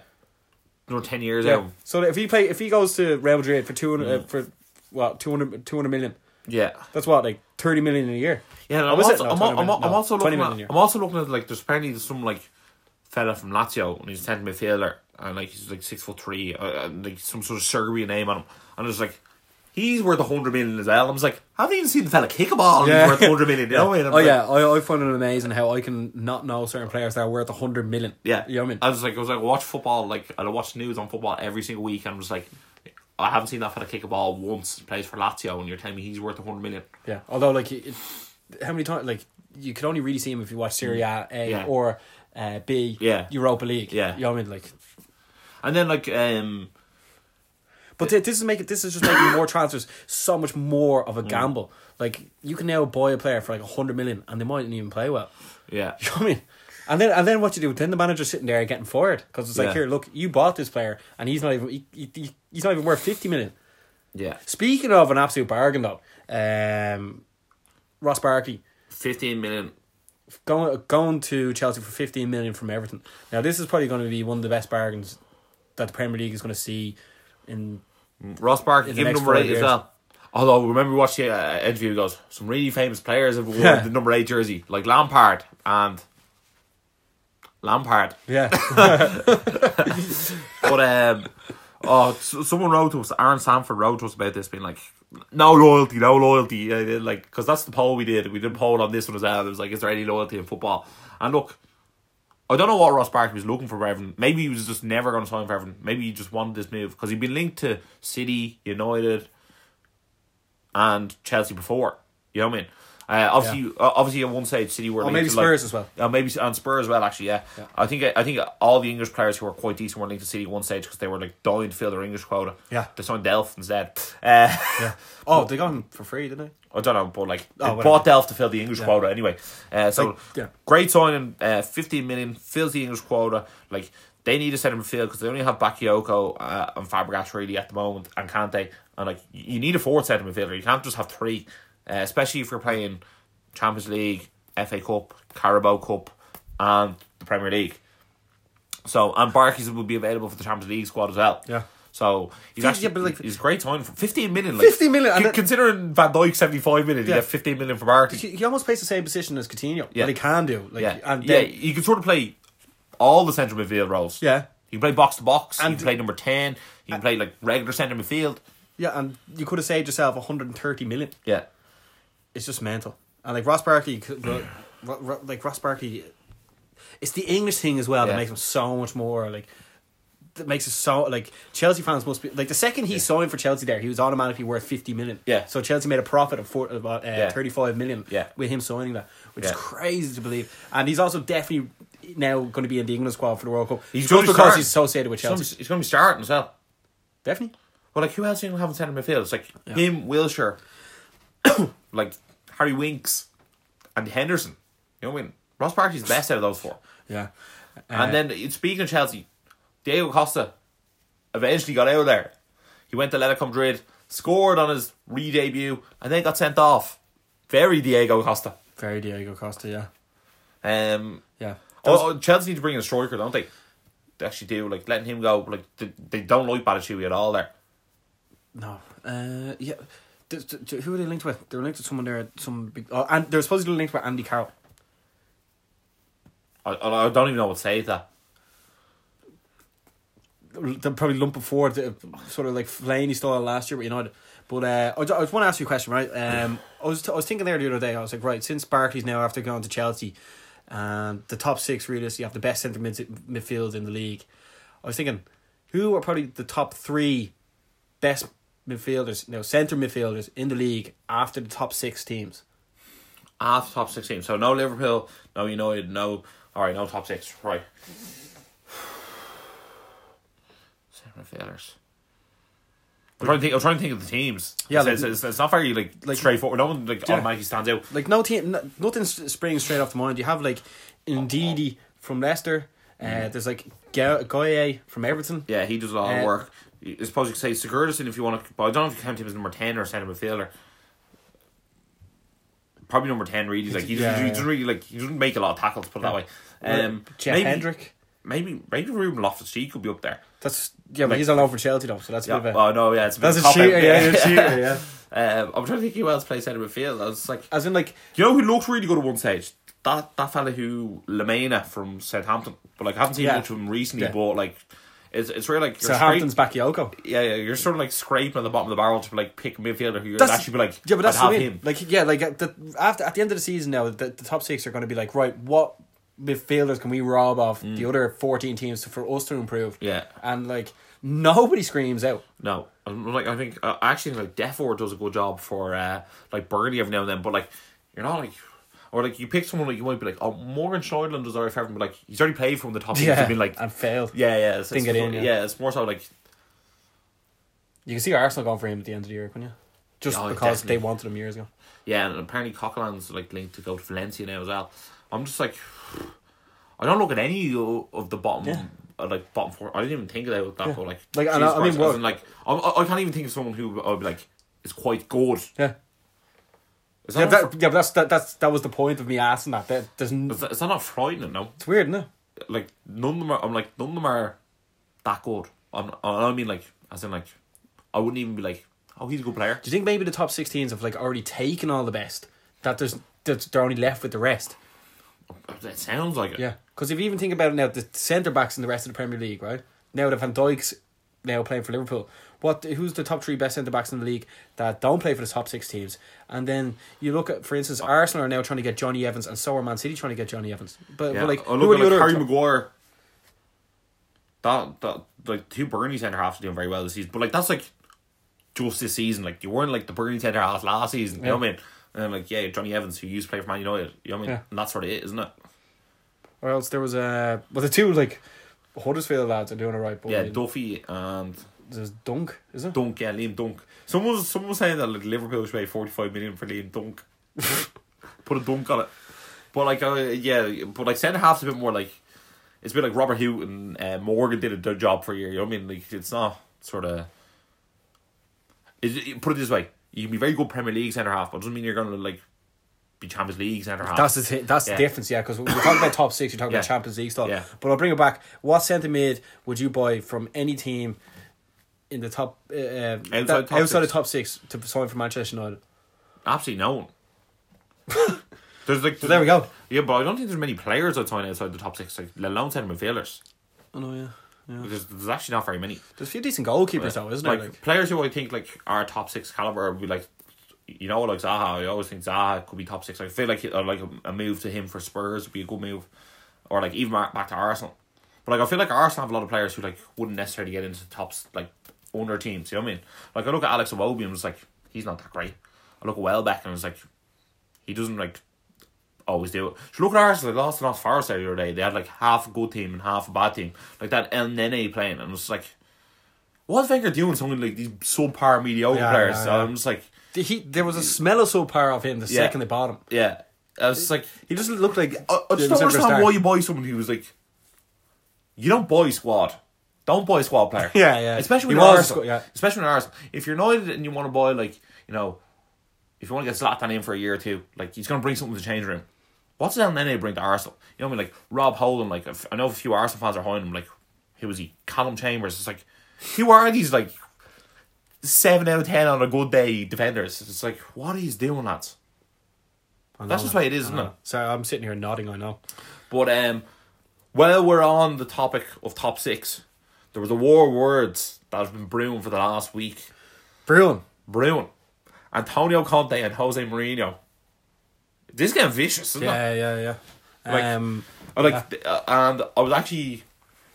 Speaker 3: Another ten years
Speaker 2: Yeah.
Speaker 3: out.
Speaker 2: So if he play, if he goes to Real Madrid for two hundred, uh,
Speaker 1: Mm.
Speaker 2: for what 200, 200 million,
Speaker 3: Yeah.
Speaker 2: that's what like thirty million in a year.
Speaker 1: Yeah, and
Speaker 2: Or
Speaker 1: I'm
Speaker 2: was it?
Speaker 1: also,
Speaker 2: No,
Speaker 1: I'm,
Speaker 2: 20
Speaker 1: al- I'm,
Speaker 2: million,
Speaker 1: al- I'm
Speaker 2: no,
Speaker 1: also
Speaker 2: 20
Speaker 1: looking
Speaker 2: million a
Speaker 1: at,
Speaker 2: year.
Speaker 1: I'm also looking at like there's apparently some like fella from Lazio and he's a centre midfielder and like he's like six foot three uh, and like some sort of Serbian name on him and it's like he's worth a hundred million as well. I was like, I haven't even seen the fella kick a ball. and
Speaker 2: Yeah.
Speaker 1: He's worth a hundred million. You know? And I'm
Speaker 2: Oh
Speaker 1: like,
Speaker 2: yeah, I, I find it amazing how I can not know certain players that are worth hundred million.
Speaker 1: Yeah.
Speaker 2: you know what I mean.
Speaker 1: was like, I was like, I watch football, like, I watch news on football every single week, and I was like, I haven't seen that fella kick a ball once. He plays for Lazio, and you're telling me he's worth 100 million.
Speaker 2: yeah, although like it, how many times like you could only really see him if you watch Serie A, A
Speaker 1: Yeah.
Speaker 2: or uh, B,
Speaker 1: Yeah.
Speaker 2: Europa League.
Speaker 1: Yeah.
Speaker 2: you know what I mean. Like,
Speaker 1: And then, like, um,
Speaker 2: but thi- this is making this is just making more transfers so much more of a
Speaker 1: Mm.
Speaker 2: gamble. Like you can now buy a player for like hundred million and they mightn't even play well.
Speaker 1: yeah.
Speaker 2: You know what I mean? And then, and then what you do? Then the manager's sitting there getting fired because it's like,
Speaker 1: Yeah.
Speaker 2: here, look, you bought this player, and he's not even he, he- he, he's not even worth fifty million.
Speaker 1: Yeah.
Speaker 2: Speaking of an absolute bargain, though, um, Ross Barkley
Speaker 1: 15 million.
Speaker 2: going going to Chelsea for fifteen million from Everton. Now this is probably going to be one of the best bargains that the Premier League is going to see. In
Speaker 1: Ross Barkley,
Speaker 2: In the
Speaker 1: give him
Speaker 2: next
Speaker 1: number
Speaker 2: five
Speaker 1: 8
Speaker 2: years.
Speaker 1: as well. Although, remember, we watched the uh, interview, he goes, some really famous players have worn the number 8 jersey, like Lampard and. Lampard.
Speaker 2: yeah,
Speaker 1: But um, oh, s- someone wrote to us. Aaron Sanford wrote to us about this, being like, "No loyalty, no loyalty." Uh, like, because that's the poll we did. We did a poll on this one as well. It was like, "Is there any loyalty in football?" And look, I don't know what Ross Barkley was looking for for Everton. Maybe he was just never going to sign for Everton. Maybe he just wanted this move because he'd been linked to City, United, and Chelsea before. You know what I mean? Uh, obviously, uh, obviously, at one stage, City were
Speaker 2: Or
Speaker 1: linked
Speaker 2: maybe
Speaker 1: to, like-
Speaker 2: Spurs as well.
Speaker 1: uh, maybe and Spurs as well. Actually, yeah. I think I think all the English players who were quite decent were linked to City at one stage because they were like dying to fill their English quota.
Speaker 2: Yeah.
Speaker 1: they signed Delph instead. Uh,
Speaker 2: oh, they got him for free, didn't they?
Speaker 1: I don't know, but like
Speaker 2: Oh,
Speaker 1: they
Speaker 2: whatever.
Speaker 1: bought Delph to fill the English quota anyway. Uh, so
Speaker 2: Like, yeah.
Speaker 1: great signing, uh, fifteen million fills the English quota. Like they need a centre midfield because they only have Bakayoko uh, and Fabregas really at the moment, and Kante. And like y- you need a fourth centre midfielder. You can't just have three, uh, especially if you're playing Champions League, FA Cup, Carabao Cup, and the Premier League. So and Barkey's will be available for the Champions League squad as well.
Speaker 2: Yeah.
Speaker 1: So he's
Speaker 2: Yeah,
Speaker 1: actually
Speaker 2: but, like-
Speaker 1: he's a great time for fifteen million. Like,
Speaker 2: 15 million, and
Speaker 1: Con-
Speaker 2: that-
Speaker 1: considering Van Dijk seventy five million,
Speaker 2: Yeah.
Speaker 1: you get fifteen million for Barkley.
Speaker 2: He, he almost plays the same position as Coutinho. Yeah,
Speaker 1: Yeah.
Speaker 2: he can do. Like,
Speaker 1: Yeah,
Speaker 2: and
Speaker 1: yeah,
Speaker 2: then,
Speaker 1: you can sort of play all the central midfield roles.
Speaker 2: Yeah.
Speaker 1: you can play box to box.
Speaker 2: And-
Speaker 1: you can play number ten. You can play like regular centre midfield.
Speaker 2: yeah, and you could have saved yourself one hundred and thirty million.
Speaker 1: Yeah,
Speaker 2: it's just mental. And like Ross Barkley, could- Ro- Ro- Ro- like Ross Barkley, it's the English thing as well that
Speaker 1: Yeah.
Speaker 2: makes him so much more like. That makes it so like Chelsea fans must be like the second he signed for Chelsea there he was automatically worth fifty million
Speaker 1: Yeah.
Speaker 2: so Chelsea made a profit of four, about uh,
Speaker 1: Yeah.
Speaker 2: thirty five million
Speaker 1: Yeah.
Speaker 2: with him signing that which is
Speaker 1: Yeah.
Speaker 2: crazy to believe and he's also definitely now going to be in the England squad for the World Cup
Speaker 1: He's
Speaker 2: just
Speaker 1: gonna be
Speaker 2: because
Speaker 1: starting.
Speaker 2: he's associated with
Speaker 1: he's gonna,
Speaker 2: Chelsea
Speaker 1: be, he's gonna be starting as well.
Speaker 2: definitely
Speaker 1: Well, like who else do you have in centre midfield? It's like him, Wilshire, like Harry Winks, and Henderson. You know what I mean? Ross Barkley's the best out of those four.
Speaker 2: yeah
Speaker 1: And then speaking of Chelsea, Diego Costa eventually got out of there. He went to Atletico Madrid, scored on his re debut, and then got sent off. Very Diego Costa.
Speaker 2: very Diego Costa yeah
Speaker 1: Um,
Speaker 2: yeah
Speaker 1: oh, oh, Chelsea need to bring in a striker, don't they? They actually do. Like letting him go. Like they, they don't like Balotelli at all. There.
Speaker 2: No. Uh, yeah. Th- th- th- who are they linked with? They're linked with someone there. Some big. Oh, and they're supposedly linked with Andy Carroll.
Speaker 1: I, I I don't even know what to say to that.
Speaker 2: They're probably lump before the sort of like Flaney style last year with United. But uh, I, ju- I just want to ask you a question, right? Um, I was t- I was thinking there the other day. I was like, right, since Barkley's now after going to Chelsea, and the top six realistically have the best centre mid- midfield in the league. I was thinking, who are probably the top three best midfielders, no centre midfielders in the league after the top six teams?
Speaker 1: Half top sixteen. So no Liverpool, no United, no
Speaker 4: All right, no top six. Right.
Speaker 1: Seven failures. I'm trying to think. I'm trying to think of the teams.
Speaker 2: Yeah,
Speaker 1: it's,
Speaker 2: like-
Speaker 1: it's, it's not very like,
Speaker 2: like-
Speaker 4: straightforward. No one like
Speaker 2: Yeah.
Speaker 4: automatically stands out.
Speaker 2: Like no team, no, nothing s- springs straight off the mind. You have like Ndidi from Leicester.
Speaker 1: Mm-hmm.
Speaker 2: Uh, there's like Ga- Goye from Everton.
Speaker 1: Yeah, he does a lot
Speaker 2: Uh,
Speaker 1: of work. I suppose you could say Sigurdsson if you want to, but I don't know if you count him as number ten or centre midfielder. Probably number ten. Really, like he doesn't,
Speaker 2: Yeah,
Speaker 1: he
Speaker 2: yeah.
Speaker 1: doesn't really like he doesn't make a lot of tackles. Put it that way. Um,
Speaker 2: Jeff
Speaker 1: maybe,
Speaker 2: Hendrick.
Speaker 1: maybe maybe Ruben Loftus Cheek could be up there.
Speaker 2: That's yeah, but he's all over Chelsea though, so that's a
Speaker 1: Yeah.
Speaker 2: bit of a
Speaker 1: Oh no, yeah, it's a bit
Speaker 2: that's
Speaker 1: of
Speaker 2: a
Speaker 1: cop-out.
Speaker 2: cheater. Yeah, you're a cheater. Yeah.
Speaker 1: Um, I'm trying to think who else plays centre midfield. I was like,
Speaker 2: As in like
Speaker 1: you know, who looked really good at one stage. That that fella who Lemena from Southampton, but like I haven't seen
Speaker 2: Yeah.
Speaker 1: much of him recently.
Speaker 2: Yeah.
Speaker 1: But like, it's it's really like you're
Speaker 2: Southampton's Bakayoko.
Speaker 1: scrap- yeah, yeah, you're sort of like scraping at the bottom of the barrel to like pick a midfielder who you're
Speaker 2: That's-
Speaker 1: actually be like,
Speaker 2: Yeah, but that's
Speaker 1: I'd
Speaker 2: the
Speaker 1: have
Speaker 2: win.
Speaker 1: him.
Speaker 2: Like yeah, like at the, after at the end of the season now, the, the top six are going to be like right. What midfielders can we rob off the other fourteen teams for us to improve?
Speaker 1: Mm. Yeah.
Speaker 2: and like nobody screams out.
Speaker 1: No, I'm like I think uh, actually like Defor does a good job for uh, like Burnley every now and then, but like you're not like. Or like you pick someone like you might be like, oh Morgan Schneidland does alright for everyone, but like he's already played from the top. Yeah, he's been like,
Speaker 2: and failed.
Speaker 1: yeah, yeah, it's,
Speaker 2: Didn't
Speaker 1: it's-
Speaker 2: get in, yeah.
Speaker 1: yeah, it's more so like
Speaker 2: You can see Arsenal going for him at the end of the year, can you? Just
Speaker 1: Oh,
Speaker 2: because
Speaker 1: definitely.
Speaker 2: they wanted him years ago.
Speaker 1: Yeah, and apparently Coquelin's like linked to go to Valencia now as well. I'm just like, I don't look at any o- of the bottom,
Speaker 2: Yeah.
Speaker 1: uh, like bottom four. I didn't even think of that with that, but like,
Speaker 2: Like, and
Speaker 1: Jesus
Speaker 2: I- I mean,
Speaker 1: Christ,
Speaker 2: what-
Speaker 1: as in, like, I, I I can't even think of someone who uh, I'd be like is quite good.
Speaker 2: Yeah.
Speaker 1: Is
Speaker 2: Yeah,
Speaker 1: that
Speaker 2: that,
Speaker 1: not,
Speaker 2: yeah, but that's that, that's that was the point of me asking that. That there's n-
Speaker 1: is that, is that not frightening? No,
Speaker 2: it's weird, no?
Speaker 1: like none of them are. I'm like none of them are that good. I'm, I mean, like as in like, I wouldn't even be like, oh, he's a good player.
Speaker 2: Do you think maybe the top 16s have like already taken all the best? That there's that they're only left with the rest.
Speaker 1: It sounds like it.
Speaker 2: Yeah, because if you even think about it now, the centre backs in the rest of the Premier League, right? Now that Van Dijk's now playing for Liverpool, what who's the top three best centre backs in the league that don't play for the top six teams? And then you look at, for instance, Arsenal are now trying to get Johnny Evans, and so are Man City trying to get Johnny Evans. But,
Speaker 1: Yeah.
Speaker 2: but like,
Speaker 1: I
Speaker 2: who
Speaker 1: look
Speaker 2: are
Speaker 1: at
Speaker 2: the
Speaker 1: like
Speaker 2: other?
Speaker 1: Harry Maguire. That that like two Burnley centre halves are doing very well this season, but like that's like just this season. Like you weren't like the Burnley centre halves last season. You know what I mean? And then, like yeah, Johnny Evans who used to play for Man United. You know what I mean?
Speaker 2: Yeah.
Speaker 1: And that's sort of it, isn't it?
Speaker 2: or else there was a well, the two like Huddersfield lads are doing it right, but
Speaker 1: Yeah,
Speaker 2: yeah,
Speaker 1: Duffy and
Speaker 2: there's Dunk, is it?
Speaker 1: Dunk. Yeah, Liam Dunk. Someone was someone was saying that like Liverpool should pay forty five million for Liam Dunk. Put a dunk on it. But like uh, yeah, but like centre halves a bit more like it's a bit like Robert Hugh and uh, Morgan did a their job for a year. You know what I mean? Like it's not sort of. It, it- put it this way: you can be very good Premier League centre half, but it doesn't mean you're gonna like be Champions League centre half.
Speaker 2: That's the thi- that's
Speaker 1: Yeah.
Speaker 2: the difference, yeah. Because we talk about top six, you talk
Speaker 1: Yeah.
Speaker 2: about Champions League stuff.
Speaker 1: Yeah.
Speaker 2: But I'll bring it back. What centre mid would you buy from any team in the top uh, outside,
Speaker 1: top
Speaker 2: outside
Speaker 1: six.
Speaker 2: the top six to sign for Manchester United?
Speaker 1: absolutely no one. there's like
Speaker 2: So there we go.
Speaker 1: Yeah, but I don't think there's many players outside outside the top six, like let alone centre midfielders.
Speaker 2: I know, yeah. Yeah.
Speaker 1: There's, there's actually not very many.
Speaker 2: There's a few decent goalkeepers though, isn't
Speaker 1: like,
Speaker 2: there? Like,
Speaker 1: players who I think like are top six caliber would be like, you know, like Zaha. I always think Zaha could be top six. I feel like uh, like a, a move to him for Spurs would be a good move, or like even back back to Arsenal. But like I feel like Arsenal have a lot of players who like wouldn't necessarily get into the tops like under teams. You know what I mean? Like I look at Alex Iwobi and it's like he's not that great. I look at Welbeck and it's like he doesn't like always do it. So look at Arsenal, they lost to North Forest the other day. They had like half a good team and half a bad team. Like that El Nene playing, and it's like, what's Wenger doing? Something like these subpar mediocre
Speaker 2: Yeah,
Speaker 1: players.
Speaker 2: yeah,
Speaker 1: So
Speaker 2: yeah.
Speaker 1: I'm just like,
Speaker 2: the- he, there was a smell of subpar of him the
Speaker 1: Yeah.
Speaker 2: second they bought him.
Speaker 1: yeah. I was just like,
Speaker 2: He doesn't look like
Speaker 1: uh, I, I just don't understand why you buy someone who was like, you don't buy squad. Don't buy a squad player.
Speaker 2: Yeah, yeah.
Speaker 1: Especially
Speaker 2: He
Speaker 1: when
Speaker 2: was
Speaker 1: Arsenal.
Speaker 2: squ- yeah.
Speaker 1: Especially when Arsenal. If you're United and you want to buy like, you know, if you want to get Zlatan in for a year or two, like he's gonna bring something to the change room. What's El Nene bring to Arsenal? You know what I mean? Like Rob Holden, like if- I know a few Arsenal fans are holding him. Like who was he? Callum Chambers. It's like who are these like seven out of ten on a good day defenders? It's like what are you doing, lads? That's just the way it is, isn't it?
Speaker 2: So I'm sitting here nodding. I know.
Speaker 1: But um, while we're on the topic of top six, there was a war of words that has been brewing for the last week.
Speaker 2: Bruin.
Speaker 1: Brewing. Antonio Conte and Jose Mourinho. This is getting vicious, isn't it?
Speaker 2: Yeah, yeah, yeah.
Speaker 1: Like-
Speaker 2: um,
Speaker 1: I Like, uh, and I was actually,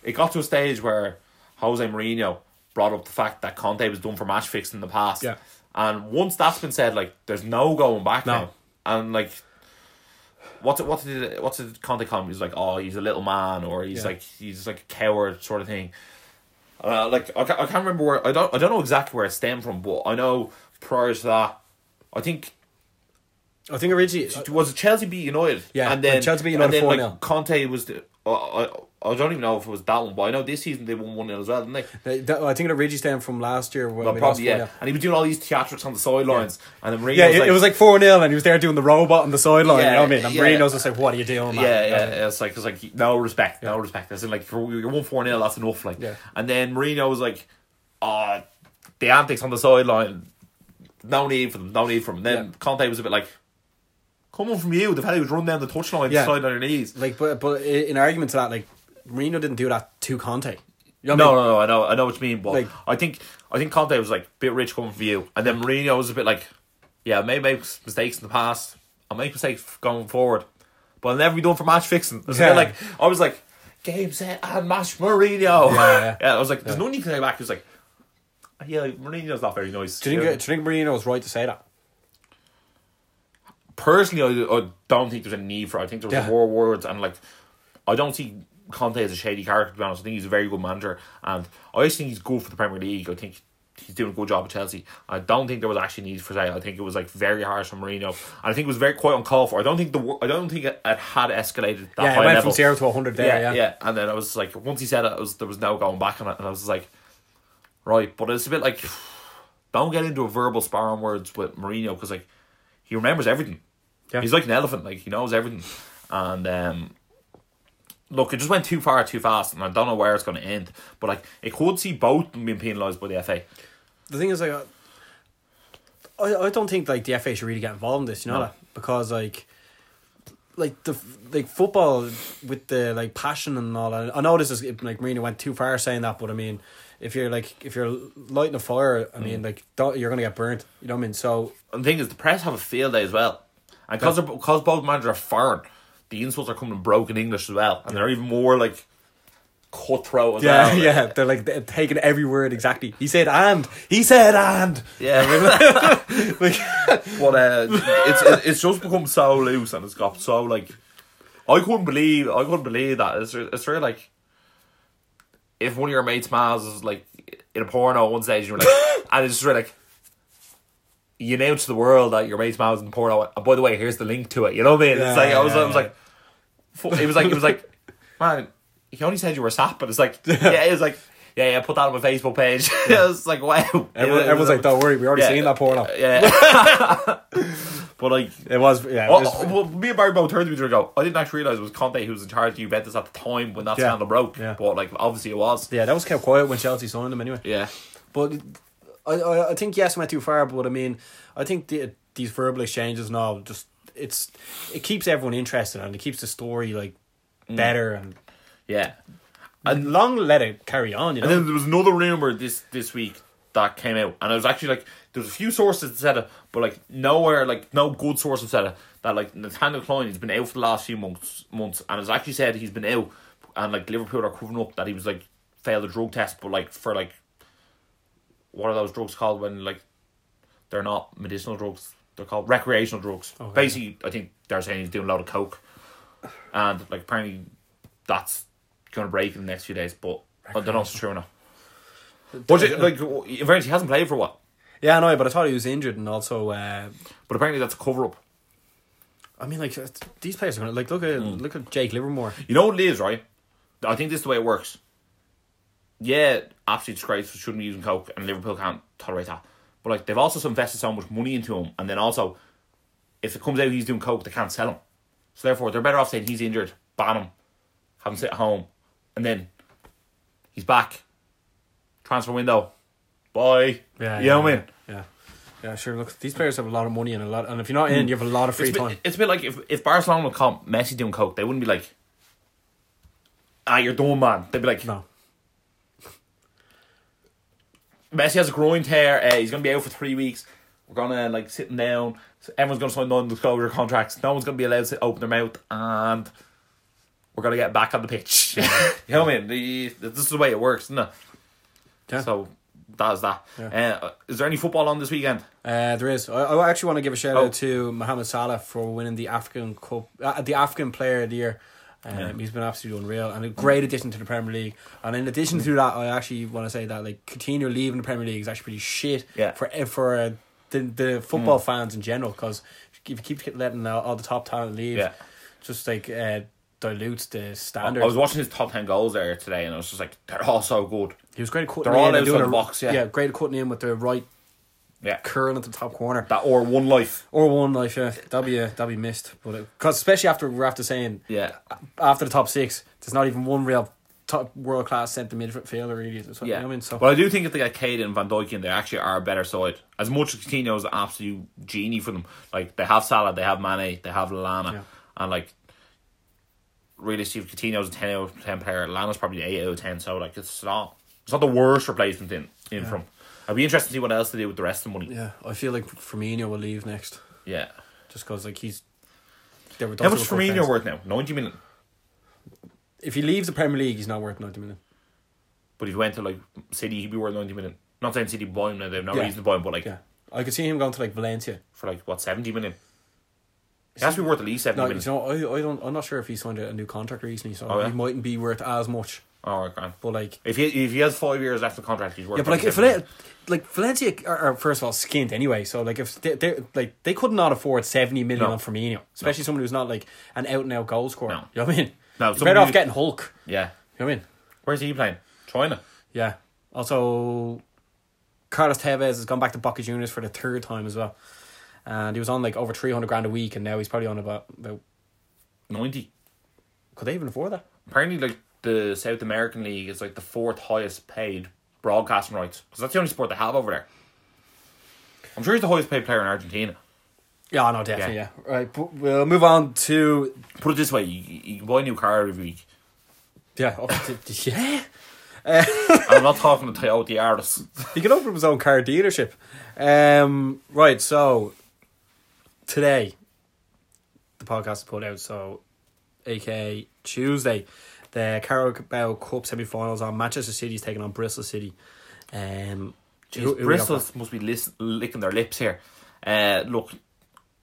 Speaker 1: it got to a stage where Jose Mourinho brought up the fact that Conte was done for match fixing in the past.
Speaker 2: Yeah.
Speaker 1: And once that's been said, like, there's no going back
Speaker 2: No.
Speaker 1: now. And like, what's it, what's it, what's it, Conte call him? He's like, oh, he's a little man, or he's
Speaker 2: Yeah.
Speaker 1: like, he's like a coward sort of thing. Uh, like I can't, I can't remember where I don't I don't know exactly where it stemmed from, but I know prior to that, I think
Speaker 2: I think originally
Speaker 1: it was it Chelsea beat United.
Speaker 2: Yeah,
Speaker 1: and then
Speaker 2: when Chelsea beat
Speaker 1: and
Speaker 2: United
Speaker 1: then,
Speaker 2: 4-0.
Speaker 1: like, Conte was the. I, I I don't even know if it was that one, but I know this season they won one 0 as well, didn't they?
Speaker 2: They- that- I think it originally stemmed from last year when
Speaker 1: Well,
Speaker 2: we lost
Speaker 1: probably yeah.
Speaker 2: 4-0.
Speaker 1: And he was doing all these theatrics on the sidelines, and then Mourinho
Speaker 2: Yeah,
Speaker 1: was
Speaker 2: it,
Speaker 1: like,
Speaker 2: it was like 4 0, and he was there doing the robot on the sideline. you know what I mean? And
Speaker 1: Yeah,
Speaker 2: Mourinho's
Speaker 1: yeah.
Speaker 2: just like, What are you doing, man?
Speaker 1: yeah, yeah, yeah, It's like it's like no respect, no respect. It's like for, you're one four nil. That's enough. Like,
Speaker 2: Yeah.
Speaker 1: and then Mourinho was like, uh the antics on the sideline. No need for them. No need for them. Then
Speaker 2: Yeah.
Speaker 1: Conte was a bit like, coming from you, the fella who's running down the touchline,
Speaker 2: Yeah.
Speaker 1: yeah. sliding on your knees.
Speaker 2: Like, but, but i- in argument to that, like, Mourinho didn't do that to Conte. You know what
Speaker 1: No,
Speaker 2: I mean?
Speaker 1: no, no. I know, I know what you mean. But
Speaker 2: Like-
Speaker 1: I think, I think Conte was like bit rich coming from you, and then Mourinho was a bit like, yeah, I may make s- mistakes in the past. I make mistakes going forward, but I'll never be done for match fixing. It's a bit
Speaker 2: Yeah.
Speaker 1: like I was like, game set and match Mourinho.
Speaker 2: Yeah.
Speaker 1: Yeah, I was like, there's no need to go back. He was like, yeah, like, Mourinho's not very nice.
Speaker 2: Do you think,
Speaker 1: Yeah.
Speaker 2: do you think Mourinho was right to say that?
Speaker 1: personally, I, I don't think there's a need for. it. I think there's
Speaker 2: Yeah.
Speaker 1: more words, and like, I don't see Conte as a shady character. To be honest, I think he's a very good manager, and I just think he's good for the Premier League. I think he's doing a good job at Chelsea. I don't think there was actually need for that. I think it was like very harsh on Mourinho, and I think it was very quite uncalled for. I don't think the wor- I don't think it, it had escalated that
Speaker 2: Yeah,
Speaker 1: high
Speaker 2: it went
Speaker 1: level.
Speaker 2: from 0 to 100 there, yeah.
Speaker 1: yeah, And then I was like, once he said it, I was, there was no going back on it, and I was just like, right, but it's a bit like. Don't get into a verbal sparring words with Mourinho because like he remembers everything.
Speaker 2: Yeah.
Speaker 1: He's like an elephant, like he knows everything. And um look, it just went too far too fast and I don't know where it's gonna end. But like it could see both being penalised by the FA.
Speaker 2: The thing is, like, I, I don't think, like, the FA should really get involved in this, you know?
Speaker 1: No.
Speaker 2: that? Because, like, like the f- like football with the like passion and all that. I know this is like Mourinho went too far saying that, but I mean, if you're like if you're lighting a fire,
Speaker 1: Mm.
Speaker 2: I mean, like don't, you're gonna get burnt. You know what I mean? So
Speaker 1: And the thing is the press have a field day as well. And because because both managers are foreign, the insults are coming in broken English as well. And they're even more like cutthroat as
Speaker 2: yeah,
Speaker 1: well. Like,
Speaker 2: yeah, they're like they're taking every word exactly. He said and he said and
Speaker 1: Yeah.
Speaker 2: like
Speaker 1: but uh, it's it- it's just become so loose and it's got so like I couldn't believe I couldn't believe that it's it's really like if one of your mates' mouths is like in a porno at one stage and you're like and it's just really like you announce to the world that your mate's mouth is in porno and by the way here's the link to it you know what I mean
Speaker 2: Yeah,
Speaker 1: it's like I was
Speaker 2: yeah,
Speaker 1: I was
Speaker 2: yeah.
Speaker 1: like fu- it was like it was like man he only said you were sap but it's like yeah it was like yeah yeah put that on my Facebook page yeah. it's like wow
Speaker 2: everyone, everyone's like, don't worry, we already
Speaker 1: Yeah.
Speaker 2: seen that porno.
Speaker 1: yeah but like
Speaker 2: It was yeah, it
Speaker 1: Oh,
Speaker 2: was,
Speaker 1: oh, well, me and Barry both turned to each other and go, I didn't actually realise it was Conte who was in charge of Juventus at the time when that
Speaker 2: Yeah.
Speaker 1: scandal broke.
Speaker 2: Yeah.
Speaker 1: But, like, obviously it was.
Speaker 2: yeah. That was kept quiet when Chelsea signed him anyway.
Speaker 1: Yeah.
Speaker 2: But I, I, I think yes, went too far. But I mean, I think the, these verbal exchanges and all just it's it keeps everyone interested and it keeps the story like
Speaker 1: Mm.
Speaker 2: better and
Speaker 1: Yeah.
Speaker 2: and long let it carry on. You know,
Speaker 1: And then there was another rumour this, this week that came out. And I was actually like, there was a few sources that said it, but, like, nowhere, like, no good source have said it, that, like, Nathaniel Klein has been out for the last few months, months and it's actually said he's been out. And, like, Liverpool are covering up that he was, like, failed a drug test, but, like, for, like, what are those drugs called when, like, they're not medicinal drugs. They're called recreational drugs. Basically, I think they're saying he's doing a lot of coke, and like apparently that's going to break in the next few days. But I don't know if it's true or not. But it, like, in fairness, he hasn't played for a while.
Speaker 2: yeah, I know, but I thought he was injured and also. Uh,
Speaker 1: But apparently, that's a cover up.
Speaker 2: I mean, like it's- these players are gonna like look at
Speaker 1: Mm.
Speaker 2: look at Jake Livermore.
Speaker 1: You know what it is, right? I think this is the way it works. Yeah, absolute disgrace. We shouldn't be using coke, and Liverpool can't tolerate that. But like, they've also invested so much money into him, and then also, if it comes out he's doing coke, they can't sell him. So therefore, they're better off saying he's injured, ban him, have him sit at home, and then he's back. Transfer window, bye. you know what I mean.
Speaker 2: Yeah, yeah, sure. Look, these players have a lot of money and a lot, and if you're not in, you have a lot of free
Speaker 1: Mm. It's a,
Speaker 2: time.
Speaker 1: bit, it's a bit like if, if Barcelona would call Messi doing coke, they wouldn't be like, ah, you're done, man. They'd be like,
Speaker 2: No,
Speaker 1: Messi has a groin tear. Uh, he's going to be out for three weeks. We're gonna like sitting down. Everyone's gonna sign non-disclosure contracts. No one's gonna be allowed to open their mouth, and we're gonna get back on the pitch. you know what I mean? The- This is the way it works, isn't it?
Speaker 2: Yeah.
Speaker 1: So that is that. Uh, is there any football on this weekend?
Speaker 2: Uh, there is. I, I actually want to give a shout
Speaker 1: Oh.
Speaker 2: out to Mohamed Salah for winning the African Cup, uh, the African Player of the Year. Um, He's been absolutely unreal and a great addition to the Premier League. And in addition to that, I actually want to say that like Coutinho leaving the Premier League is actually pretty shit
Speaker 1: Yeah. Mm.
Speaker 2: for for uh, the the football fans in general because if you keep letting all, all the top talent leave,
Speaker 1: Yeah.
Speaker 2: just like uh, dilutes the
Speaker 1: I
Speaker 2: standard.
Speaker 1: was watching his top ten goals there today, and I was just like, they're all so good.
Speaker 2: he was great at cutting
Speaker 1: They're all
Speaker 2: in and
Speaker 1: outside
Speaker 2: doing
Speaker 1: the
Speaker 2: a-
Speaker 1: box, yeah.
Speaker 2: yeah, great at cutting in with the right
Speaker 1: Yeah,
Speaker 2: curl at the top corner.
Speaker 1: that or one life.
Speaker 2: Or one life, yeah. That'd be, uh, that'd be missed. But because especially after we're after saying
Speaker 1: Yeah,
Speaker 2: after the top six, there's not even one real top world class centre midfielder really. That's what
Speaker 1: yeah.
Speaker 2: I mean. So
Speaker 1: But I do think if they get Cade and Van Dijk in, they actually are a better side. As much as Coutinho is an absolute genie for them, like they have Salah, they have Mane, they have Lallana,
Speaker 2: Yeah.
Speaker 1: and like really, Steve Coutinho's a ten out of ten player. Lallana's probably eight out of ten. So like, it's not it's not the worst replacement in in from. I'd be interested to see what else they do with the rest of the money.
Speaker 2: yeah, I feel like Firmino will leave next,
Speaker 1: Yeah.
Speaker 2: just because like he's. They were
Speaker 1: How much Firmino worth now? Ninety million.
Speaker 2: If he leaves the Premier League, he's not worth ninety million.
Speaker 1: But if he went to like City, he'd be worth ninety million. Not saying City buy him now; they have no
Speaker 2: Yeah.
Speaker 1: reason to buy him. But like
Speaker 2: Yeah, I could see him going to like Valencia.
Speaker 1: for like what seventy million, he has to be worth at least seventy
Speaker 2: No,
Speaker 1: million.
Speaker 2: you know, I, I don't. I'm not sure if he signed a a new contract recently, so
Speaker 1: Oh, yeah?
Speaker 2: he mightn't be worth as much.
Speaker 1: All right, Oh, grand.
Speaker 2: But like,
Speaker 1: If he if he has five years left of contract, he's worth.
Speaker 2: Yeah, but like if
Speaker 1: 27
Speaker 2: Val- like Valencia are, are first of all skint anyway, so like if they they like they could not afford seventy million
Speaker 1: No.
Speaker 2: on Firmino, especially someone who's not like an out and out goal scorer.
Speaker 1: No.
Speaker 2: You know what I mean?
Speaker 1: No,
Speaker 2: You're
Speaker 1: somebody
Speaker 2: better off
Speaker 1: who-
Speaker 2: getting Hulk.
Speaker 1: yeah,
Speaker 2: You know what I mean?
Speaker 1: where's he playing? China.
Speaker 2: Yeah. Also, Carlos Tevez has gone back to Boca Juniors for the third time as well, and he was on like over three hundred grand a week, and now he's probably on about about.
Speaker 1: Ninety.
Speaker 2: Could they even afford that?
Speaker 1: Apparently, like the South American league is like the fourth highest paid broadcasting rights because that's the only sport they have over there. I'm sure he's the highest paid player in Argentina.
Speaker 2: Yeah, no, definitely. Yeah. Right. But we'll move on to
Speaker 1: Put it this way: you, you can buy a new car every week.
Speaker 2: yeah, up to, yeah.
Speaker 1: I'm not talking to Toyota artists.
Speaker 2: He could open up his own car dealership. Um, right, so today the podcast is put out, so aka Tuesday, the Carabao Cup semi finals on Manchester City's taking on Bristol City. Um who- who we got
Speaker 1: Bristol
Speaker 2: for-
Speaker 1: must be lis- licking their lips here. Uh, look,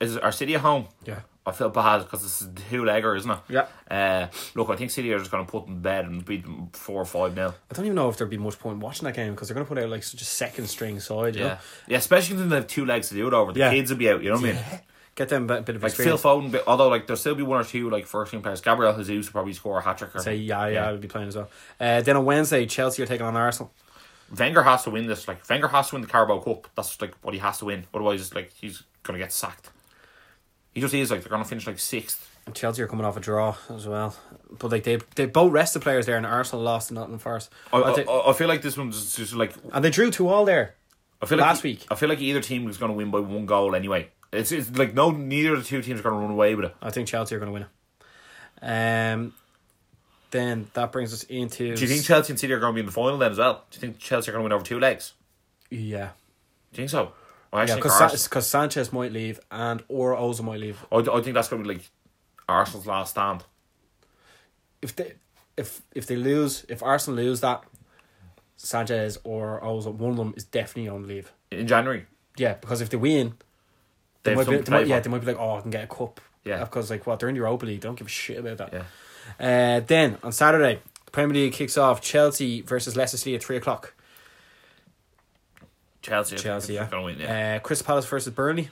Speaker 1: is our city at home?
Speaker 2: Yeah.
Speaker 1: I feel bad because this is a two legger, isn't it?
Speaker 2: Yeah.
Speaker 1: Uh, look, I think City are just going to put them to bed and beat them four or five now.
Speaker 2: I don't even know if there'd be much point watching that game because they're gonna put out like such a second string side, you
Speaker 1: Yeah.
Speaker 2: know?
Speaker 1: Yeah, especially when they have two legs to do it over. The
Speaker 2: Yeah.
Speaker 1: kids will be out, you know what I mean?
Speaker 2: Get them a bit of
Speaker 1: Like Phil
Speaker 2: experience.
Speaker 1: Foden, but- although like there'll still be one or two like first team players. Gabriel Jesus will probably score a hat trick. or
Speaker 2: Say yeah, yeah,
Speaker 1: Yeah.
Speaker 2: I'll be playing as well. Uh, then on Wednesday, Chelsea are taking on Arsenal.
Speaker 1: Wenger has to win this. Like Wenger has to win the Carabao Cup. That's like what he has to win. Otherwise, like he's gonna get sacked. He just is like they're gonna finish like sixth.
Speaker 2: Chelsea are coming off a draw as well, but like they they both rested players there, and Arsenal lost to Nottingham Forest,
Speaker 1: I,
Speaker 2: and, they,
Speaker 1: I, I feel like this one's just like
Speaker 2: and they drew two all there.
Speaker 1: I feel like e-
Speaker 2: Last week.
Speaker 1: I feel like either team is going to win by one goal anyway. It's, it's like no, neither of the two teams are going to run away with it.
Speaker 2: I think Chelsea are going to win it. Um, then that brings us into.
Speaker 1: Do you think Chelsea and City are going to be in the final then as well? Do you think Chelsea are going to win over two legs?
Speaker 2: Yeah,
Speaker 1: Do you think so? I
Speaker 2: yeah,
Speaker 1: actually think
Speaker 2: because Sanchez might leave and or Ozil might leave.
Speaker 1: Arsenal, I, I think that's going to be like Arsenal's last stand.
Speaker 2: If they if if they lose, if Arsenal lose that, Sanchez or Ozil, one of them is definitely on leave.
Speaker 1: in January.
Speaker 2: Yeah, because if they win,
Speaker 1: They
Speaker 2: they
Speaker 1: have
Speaker 2: might be,
Speaker 1: something
Speaker 2: they
Speaker 1: to
Speaker 2: might,
Speaker 1: play
Speaker 2: yeah,
Speaker 1: for.
Speaker 2: they might be like, oh, I can get a cup.
Speaker 1: Yeah.
Speaker 2: Because, like, what? They're in the Europa League. They don't give a shit about that. Uh, then, on Saturday, Premier League kicks off Chelsea versus Leicester City at 3 o'clock.
Speaker 1: Chelsea.
Speaker 2: Chelsea, yeah.
Speaker 1: Going to win. Yeah.
Speaker 2: Uh, Crystal Palace versus Burnley.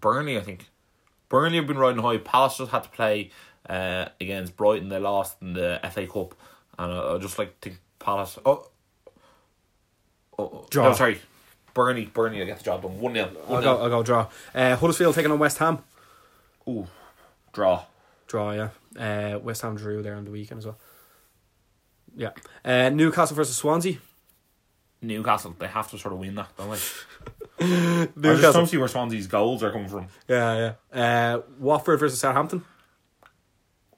Speaker 1: Burnley, I think. Burnley have been riding high. Palace just had to play uh, against Brighton. They lost in the FA Cup, and I, I just like think Palace. Oh, oh,
Speaker 2: Draw.
Speaker 1: No, sorry, Burnley. Burnley, I get the job done. One 0
Speaker 2: I'll go, I'll go draw. Uh, Huddersfield taking on West Ham.
Speaker 1: Ooh, draw.
Speaker 2: Draw, yeah. Uh, West Ham drew there on the weekend as well. Yeah. Uh, Newcastle versus Swansea.
Speaker 1: Newcastle, they have to sort of win that, don't they? I just don't see where Swansea's goals are coming from.
Speaker 2: Yeah, yeah. Uh, Watford versus Southampton.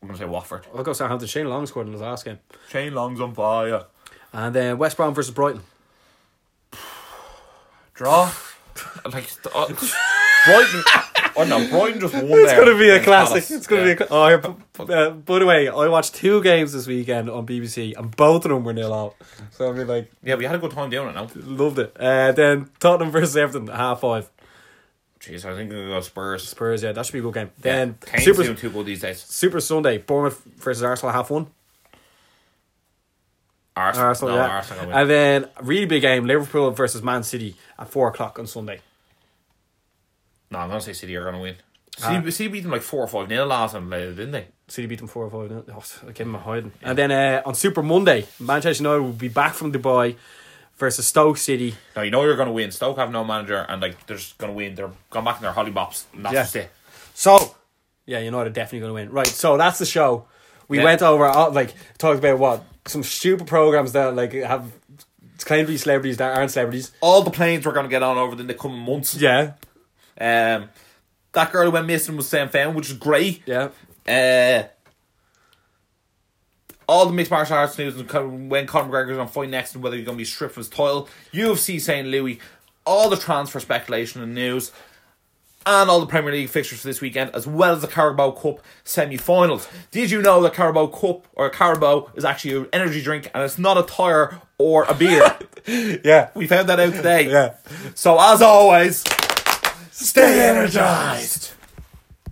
Speaker 1: I'm gonna say Watford.
Speaker 2: I'll go Southampton. Shane Long scored in his last game.
Speaker 1: Shane Long's on fire.
Speaker 2: And then West Brom versus Brighton.
Speaker 1: Draw. like st- uh, oh, Brighton. Oh no, Brighton just won
Speaker 2: It's
Speaker 1: there
Speaker 2: gonna be a
Speaker 1: against
Speaker 2: classic.
Speaker 1: Palace.
Speaker 2: It's gonna
Speaker 1: Yeah.
Speaker 2: be. A, cla- oh, here, b- b- uh, by the way, I watched two games this weekend on BBC, and both of them were nil out. So I mean, like,
Speaker 1: Yeah, we had a good time doing it now.
Speaker 2: loved it. Uh, then Tottenham versus Everton, at half five.
Speaker 1: Jeez, I think we got Spurs.
Speaker 2: Spurs, yeah, that should be a good game.
Speaker 1: Then
Speaker 2: Then
Speaker 1: yeah. Kane's
Speaker 2: Super
Speaker 1: doing too good these days.
Speaker 2: Super Sunday, Bournemouth versus Arsenal, half one.
Speaker 1: Arsenal,
Speaker 2: Arsenal,
Speaker 1: no,
Speaker 2: yeah.
Speaker 1: Arsenal. gonna win.
Speaker 2: and then a really big game, Liverpool versus Man City at four o'clock on Sunday.
Speaker 1: no, I'm gonna say City are gonna win. City, City beat them like four or five nil last time, uh, didn't they?
Speaker 2: City beat them 4 5. didn't they? Oh, I gave them a hiding. And then uh, on Super Monday, Manchester United will be back from Dubai versus Stoke City.
Speaker 1: Now you know you're gonna win. Stoke have no manager, and like they're just gonna win. They're going back in their holly bops. And that's
Speaker 2: Yeah.
Speaker 1: just it.
Speaker 2: So, yeah, United are definitely going to win. Right, so that's the show. We
Speaker 1: Yeah.
Speaker 2: went over, all, like, talked about what? Some stupid programs that, like, have claimed to be celebrities that aren't celebrities.
Speaker 1: All the planes we're gonna get on over in the coming months.
Speaker 2: Yeah.
Speaker 1: Um, that girl who went missing was Sam Fan, which is great.
Speaker 2: Yeah.
Speaker 1: Uh, all the mixed martial arts news and Con- when Conor McGregor's on fight next and whether he's going to be stripped of his title. UFC St. Louis, all the transfer speculation and news, and all the Premier League fixtures for this weekend, as well as the Carabao Cup semi-finals. Did you know that Carabao Cup or Carabao is actually an energy drink and it's not a tire or a beer?
Speaker 2: Yeah.
Speaker 1: we found that out today.
Speaker 2: Yeah.
Speaker 1: So as always, stay energized.